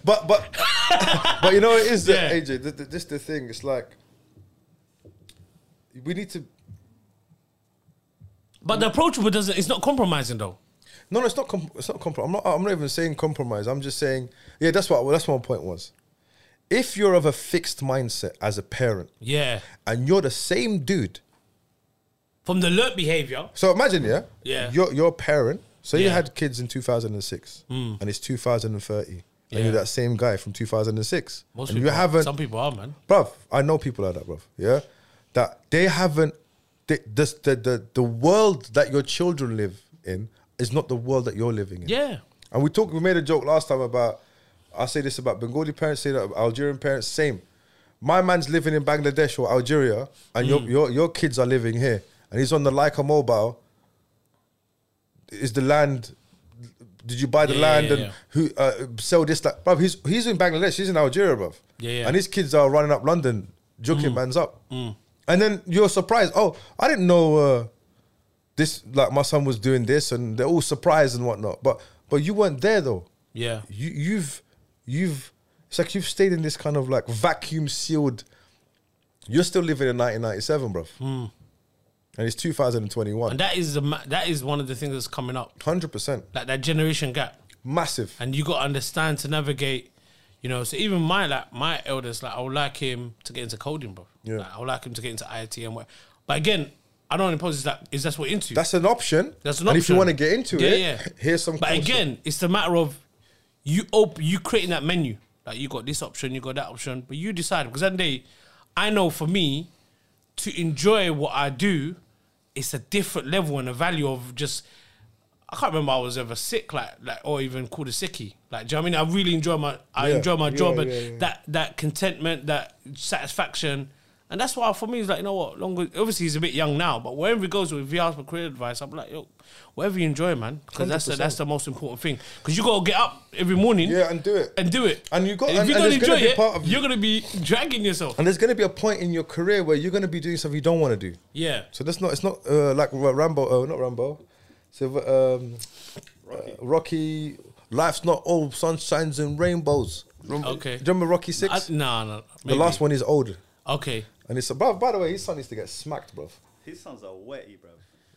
[SPEAKER 1] But but [laughs] but you know it is that
[SPEAKER 2] Yeah.
[SPEAKER 1] AJ. The, the, this the thing. It's like we need to.
[SPEAKER 2] [laughs] But the approachable doesn't. It's not compromising though.
[SPEAKER 1] No, no, it's not. Comp- it's not compromise. I'm not. I'm not even saying compromise. I'm just saying. Yeah, that's what. Well, that's what my point was. If you're of a fixed mindset as a parent,
[SPEAKER 2] Yeah.
[SPEAKER 1] and you're the same dude.
[SPEAKER 2] From the alert behavior.
[SPEAKER 1] So imagine, yeah,
[SPEAKER 2] Yeah.
[SPEAKER 1] you're you're a parent. So you
[SPEAKER 2] Yeah. Hmm.
[SPEAKER 1] had kids in 2006, and it's 2030, and
[SPEAKER 2] Yeah.
[SPEAKER 1] you're that same guy from 2006,
[SPEAKER 2] Most
[SPEAKER 1] and
[SPEAKER 2] people.
[SPEAKER 1] you haven't.
[SPEAKER 2] Some people are, man.
[SPEAKER 1] bruv, I know people like that, bruv. Yeah, that they haven't. They, this, the the the world that your children live in is not the world that you're living in.
[SPEAKER 2] Yeah.
[SPEAKER 1] And we talked. We made a joke last time about. I say this about Bengali parents, say that about Algerian parents. Same. My man's living in Bangladesh or Algeria, and your,
[SPEAKER 2] Mm.
[SPEAKER 1] your your kids are living here, and he's on the Leica mobile. Is the land? Did you buy the
[SPEAKER 2] Yeah, yeah,
[SPEAKER 1] land
[SPEAKER 2] yeah,
[SPEAKER 1] and
[SPEAKER 2] yeah.
[SPEAKER 1] who uh, sell this? Like, bruv, he's he's in Bangladesh. He's in Algeria, bruv.
[SPEAKER 2] Yeah, yeah. Mm.
[SPEAKER 1] And his kids are running up London, joking man's up. And then you're surprised. Oh, I didn't know. Uh, this like my son was doing this and they're all surprised and whatnot but but you weren't there though
[SPEAKER 2] Yeah.
[SPEAKER 1] you you've you've it's like you've stayed in this kind of like vacuum sealed you're still living in 1997 bruv and it's 2021
[SPEAKER 2] Hmm. And that is the ma- that is one of the things that's coming up,
[SPEAKER 1] 100%
[SPEAKER 2] like that generation gap.
[SPEAKER 1] massive
[SPEAKER 2] and you got to understand to navigate. You know, so even my like my eldest, like I would like him to get into coding, bro.
[SPEAKER 1] Yeah.
[SPEAKER 2] like, I would like him to get into IT and what. But again, I don't impose is that is that's what into.
[SPEAKER 1] that's an option
[SPEAKER 2] That's an
[SPEAKER 1] and if you
[SPEAKER 2] option.
[SPEAKER 1] want to get into
[SPEAKER 2] Yeah,
[SPEAKER 1] it
[SPEAKER 2] yeah.
[SPEAKER 1] here's some
[SPEAKER 2] but
[SPEAKER 1] courses.
[SPEAKER 2] again, it's the matter of you op- you creating that menu. Like you got this option, you got that option, but you decide because that day, I know for me to enjoy what I do, it's a different level and a value of just. I can't remember I was ever sick, like like or even called a sickie. Like, do you know what I mean? I really enjoy my I
[SPEAKER 1] Yeah.
[SPEAKER 2] enjoy my
[SPEAKER 1] Yeah,
[SPEAKER 2] job and
[SPEAKER 1] yeah, yeah.
[SPEAKER 2] that that contentment, that satisfaction. And that's why for me it's like, you know what, longer obviously he's a bit young now, but wherever he goes if he asks for career advice, I'm like, yo, whatever you enjoy, man. Because that's the,
[SPEAKER 1] 100%.
[SPEAKER 2] that's the most important thing. Because you gotta get up every morning
[SPEAKER 1] yeah and do it
[SPEAKER 2] and do it.
[SPEAKER 1] And you got-
[SPEAKER 2] if
[SPEAKER 1] and-
[SPEAKER 2] you
[SPEAKER 1] and
[SPEAKER 2] don't
[SPEAKER 1] it's gonna
[SPEAKER 2] enjoy
[SPEAKER 1] be
[SPEAKER 2] it,
[SPEAKER 1] part of you.
[SPEAKER 2] you're gonna be dragging yourself.
[SPEAKER 1] and there's going to be a point in your career where you're going to be doing something you don't want to do
[SPEAKER 2] Yeah.
[SPEAKER 1] So that's not. It's not uh, like Ra- Rambo. Uh, not Rambo. Silver. Um, Rocky. Rocky. Life's not all sunshines and rainbows. Remember,
[SPEAKER 2] Okay.
[SPEAKER 1] Do you remember Rocky Six?
[SPEAKER 2] I, nah, nah.
[SPEAKER 1] the last one is old,
[SPEAKER 2] Okay.
[SPEAKER 1] and it's above. By the way, his son needs to get smacked, bruv.
[SPEAKER 3] His sons are wetty, bro.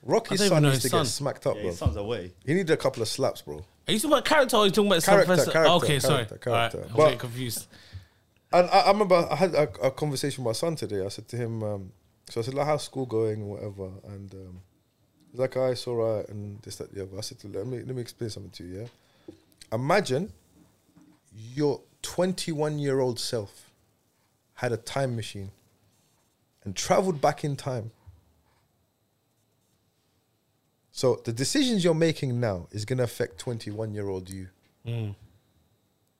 [SPEAKER 1] Rocky's
[SPEAKER 2] even
[SPEAKER 1] son
[SPEAKER 2] know
[SPEAKER 1] needs to
[SPEAKER 2] his
[SPEAKER 1] get
[SPEAKER 2] son.
[SPEAKER 1] smacked up,
[SPEAKER 3] Yeah,
[SPEAKER 1] Oh, bro.
[SPEAKER 3] his sons are wetty.
[SPEAKER 1] He needed a couple of slaps, bro.
[SPEAKER 2] Are you talking about character or are you talking about
[SPEAKER 1] Character,
[SPEAKER 2] self-esteem?
[SPEAKER 1] character,
[SPEAKER 2] Okay, sorry.
[SPEAKER 1] character,
[SPEAKER 2] Alright,
[SPEAKER 1] character.
[SPEAKER 2] I'm
[SPEAKER 1] But-
[SPEAKER 2] getting confused.
[SPEAKER 1] And I, I remember I had a, a conversation with my son today. I said to him, um, so I said, like, how's school going and whatever? And um, he's like, "Ah, it's all right, and this, that, the other. I said, to him, let me, let me explain something to you, yeah? Imagine your 21 year old self had a time machine and traveled back in time. So the decisions you're making now is going to affect 21 year old you. Do you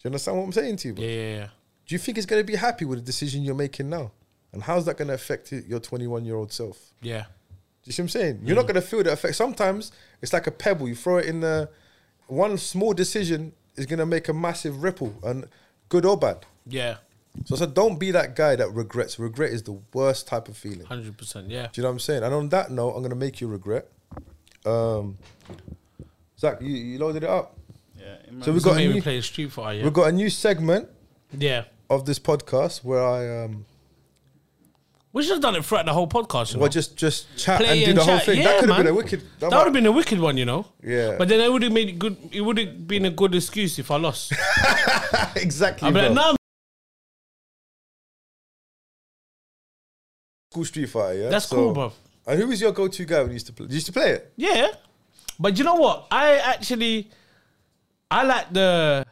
[SPEAKER 1] understand what I'm saying to you, bro?
[SPEAKER 2] Yeah, yeah, yeah.
[SPEAKER 1] Do you think it's going to be happy with the decision you're making now? And how's that going to affect it- your 21 year old self?
[SPEAKER 2] Yeah.
[SPEAKER 1] Do you see what I'm saying? You're not going to feel the effect. Sometimes it's like a pebble. You throw it in the one small decision is going to make a massive ripple, and good or bad.
[SPEAKER 2] Yeah.
[SPEAKER 1] So I said, don't be that guy that regrets. Regret is the worst type of feeling.
[SPEAKER 2] Hundred percent, yeah.
[SPEAKER 1] Do you know what I'm saying? And on that note, I'm going to make you regret. Um, Zach, you, you loaded it up.
[SPEAKER 3] Yeah, Imran-
[SPEAKER 1] So we
[SPEAKER 2] We got
[SPEAKER 1] got a
[SPEAKER 2] made me
[SPEAKER 1] new,
[SPEAKER 2] play Street Fighter. Yeah.
[SPEAKER 1] we got a new segment
[SPEAKER 2] yeah.
[SPEAKER 1] of this podcast where I um,
[SPEAKER 2] We should have done it throughout the whole podcast. You know?
[SPEAKER 1] Well, just just chat
[SPEAKER 2] Play
[SPEAKER 1] and do
[SPEAKER 2] and
[SPEAKER 1] the whole
[SPEAKER 2] chat.
[SPEAKER 1] thing.
[SPEAKER 2] Yeah,
[SPEAKER 1] that could have been
[SPEAKER 2] man.
[SPEAKER 1] a wicked.
[SPEAKER 2] that would have been a wicked one, you know.
[SPEAKER 1] Yeah.
[SPEAKER 2] But then it would have made it good. It would have been a good excuse if I lost.
[SPEAKER 1] been exactly.
[SPEAKER 2] I'd be like,
[SPEAKER 1] bro.
[SPEAKER 2] nah,
[SPEAKER 1] Cool Street Fighter. Yeah,
[SPEAKER 2] that's
[SPEAKER 1] So-
[SPEAKER 2] cool, bro.
[SPEAKER 1] And who was your go-to guy when you used to play? You used to play it.
[SPEAKER 2] Yeah. But you know what? I actually, I like the.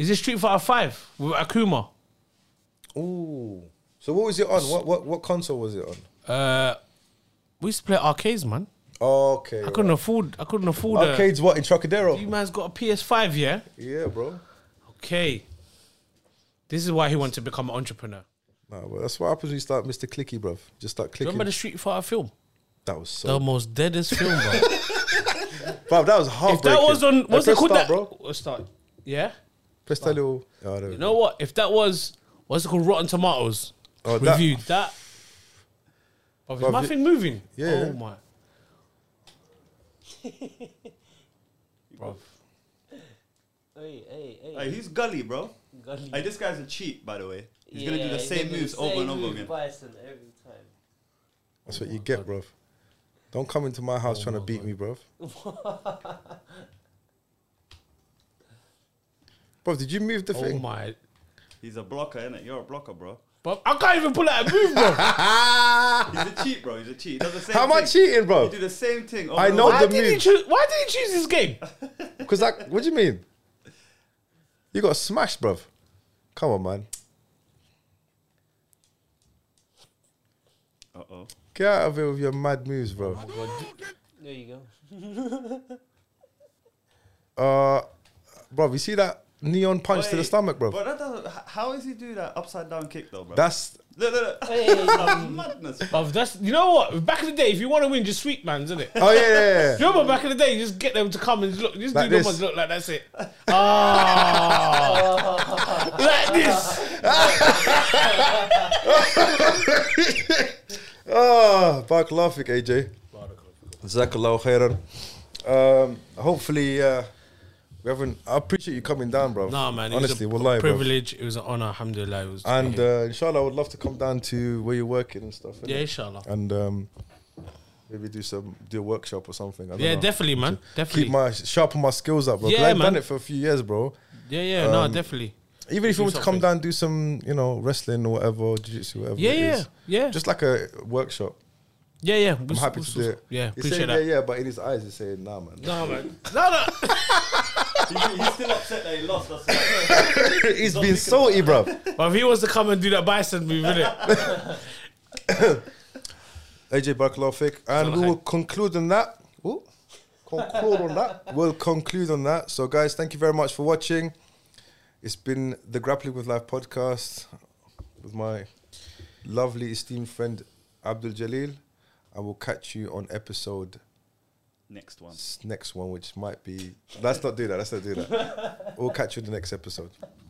[SPEAKER 2] Is it Street Fighter Five with Akuma?
[SPEAKER 1] Ooh. So what was it on? What what what console was it on?
[SPEAKER 2] Uh, we used to play arcades, man.
[SPEAKER 1] Okay.
[SPEAKER 2] I couldn't afford. I couldn't afford.
[SPEAKER 1] right.
[SPEAKER 2] Arcade.
[SPEAKER 1] Arcades what in
[SPEAKER 2] You
[SPEAKER 1] Trocadero?
[SPEAKER 2] man's got a PS Five, yeah.
[SPEAKER 1] Yeah, bro.
[SPEAKER 2] Okay. This is why he wanted to become an entrepreneur.
[SPEAKER 1] Nah, but that's what happens when you start Mr. Clicky, bruv. Just start clicking.
[SPEAKER 2] Remember the Street Fighter film?
[SPEAKER 1] that was so.
[SPEAKER 2] The most deadest film, bro.
[SPEAKER 1] Bruv, that was
[SPEAKER 2] if
[SPEAKER 1] heartbreaking.
[SPEAKER 2] that was on,
[SPEAKER 1] Hey,
[SPEAKER 2] what's it
[SPEAKER 1] press
[SPEAKER 2] called?
[SPEAKER 1] start,
[SPEAKER 2] That
[SPEAKER 1] bro?
[SPEAKER 2] Let's start. Yeah.
[SPEAKER 1] Press that little. Oh, there we go.
[SPEAKER 2] You know what? If that was what's it called, Rotten Tomatoes
[SPEAKER 1] Oh, that-
[SPEAKER 2] reviewed that. Bruv, is
[SPEAKER 1] Bruv,
[SPEAKER 2] my
[SPEAKER 1] you-
[SPEAKER 2] thing moving?
[SPEAKER 1] Yeah. [laughs]
[SPEAKER 2] Oh my.
[SPEAKER 4] Hey, hey, hey.
[SPEAKER 3] Like, he's gully, bro.
[SPEAKER 4] Gully.
[SPEAKER 3] Like this guy's a cheat, by the way. He's gonna do the
[SPEAKER 4] he's
[SPEAKER 3] same
[SPEAKER 4] gonna do
[SPEAKER 3] moves
[SPEAKER 4] the
[SPEAKER 3] over
[SPEAKER 4] same
[SPEAKER 3] and over
[SPEAKER 4] move
[SPEAKER 3] again.
[SPEAKER 4] Bison every time.
[SPEAKER 1] That's what you get, bruv. Don't come into my house trying to beat me, bruv. bruv, did you move the
[SPEAKER 2] Oh
[SPEAKER 1] thing?
[SPEAKER 2] my.
[SPEAKER 3] He's a blocker, innit? You're a blocker, bro.
[SPEAKER 2] But I can't even pull out a move,
[SPEAKER 1] [laughs]
[SPEAKER 2] bro.
[SPEAKER 3] He's a cheat, bro. He's a cheat. He does the
[SPEAKER 1] [laughs]
[SPEAKER 3] same
[SPEAKER 1] How am I
[SPEAKER 3] thing.
[SPEAKER 1] cheating,
[SPEAKER 3] [laughs] You
[SPEAKER 1] bro?
[SPEAKER 3] do the same thing. Over
[SPEAKER 1] I
[SPEAKER 3] and
[SPEAKER 1] know
[SPEAKER 3] over.
[SPEAKER 2] Why
[SPEAKER 1] the
[SPEAKER 2] did he
[SPEAKER 1] move.
[SPEAKER 2] choose? Why did he choose
[SPEAKER 1] [laughs]
[SPEAKER 2] this game?
[SPEAKER 1] Because like, what do you mean? You got smashed, bruv. Come on, man.
[SPEAKER 3] Uh oh.
[SPEAKER 1] Get out of here with your mad moves, bruv.
[SPEAKER 4] There you go.
[SPEAKER 1] Uh, bruv, you see that neon punch to the stomach, bruv?
[SPEAKER 3] But that doesn't. h- How is he do that upside down kick though, bro?
[SPEAKER 1] That's
[SPEAKER 3] look, look, [laughs] look.
[SPEAKER 4] Hey. [laughs]
[SPEAKER 3] That's madness.
[SPEAKER 2] Bruv, that's you know what. Back in the day, if you want to win, just sweep man, isn't it?
[SPEAKER 1] oh yeah, yeah, yeah.
[SPEAKER 2] You remember back in the day, you just get them to come and look, just
[SPEAKER 1] Like
[SPEAKER 2] do
[SPEAKER 1] this.
[SPEAKER 2] the ones look like that's it. Oh, like this.
[SPEAKER 1] Ah, Barkalafik, AJ. Zakallahu khairan. Um, hopefully, uh, we haven't. I appreciate you coming down, bro.
[SPEAKER 2] Nah, man.
[SPEAKER 1] Honestly,
[SPEAKER 2] it was a
[SPEAKER 1] wallahi, bro.
[SPEAKER 2] privilege. It was an honor. Alhamdulillah. It was
[SPEAKER 1] And uh, inshallah, I would love to come down to where you're working and stuff. innit?
[SPEAKER 2] yeah, inshallah.
[SPEAKER 1] And um, maybe do some do a workshop or something. I don't
[SPEAKER 2] Yeah,
[SPEAKER 1] know.
[SPEAKER 2] definitely, man. Definitely.
[SPEAKER 1] Keep my sharpen my skills up, bro. 'cause
[SPEAKER 2] Yeah,
[SPEAKER 1] I've done
[SPEAKER 2] man.
[SPEAKER 1] it for a few years, bro.
[SPEAKER 2] yeah, yeah. no,
[SPEAKER 1] um,
[SPEAKER 2] definitely.
[SPEAKER 1] Even if
[SPEAKER 2] Do
[SPEAKER 1] you want to come
[SPEAKER 2] something.
[SPEAKER 1] down, and do some, you know, wrestling or whatever, jiu-jitsu, whatever.
[SPEAKER 2] Yeah,
[SPEAKER 1] it
[SPEAKER 2] yeah,
[SPEAKER 1] is.
[SPEAKER 2] yeah.
[SPEAKER 1] Just like a workshop.
[SPEAKER 2] yeah, yeah.
[SPEAKER 1] I'm happy to do it.
[SPEAKER 2] Yeah,
[SPEAKER 1] He's
[SPEAKER 2] appreciate
[SPEAKER 1] saying,
[SPEAKER 2] that.
[SPEAKER 1] Yeah, yeah, but in his eyes, he's saying, nah, man.
[SPEAKER 2] No, man. [laughs] No, no.
[SPEAKER 3] He's, he's still upset that he lost. That's
[SPEAKER 4] [laughs]
[SPEAKER 3] why.
[SPEAKER 1] he's being salty, bro.
[SPEAKER 2] But if he wants to come and do that bison move, innit?
[SPEAKER 1] AJ Bakalofik. And
[SPEAKER 2] Salah
[SPEAKER 1] we will
[SPEAKER 2] Hai.
[SPEAKER 1] conclude on that. Ooh, conclude on that. We'll conclude on that. So, guys, thank you very much for watching. It's been the Grappling with Life podcast with my lovely, esteemed friend Abdul Jalil. I will catch you on episode
[SPEAKER 3] Next one.
[SPEAKER 1] s- next one, which might be. Let's not do that. Let's not do that. we'll catch you in the next episode.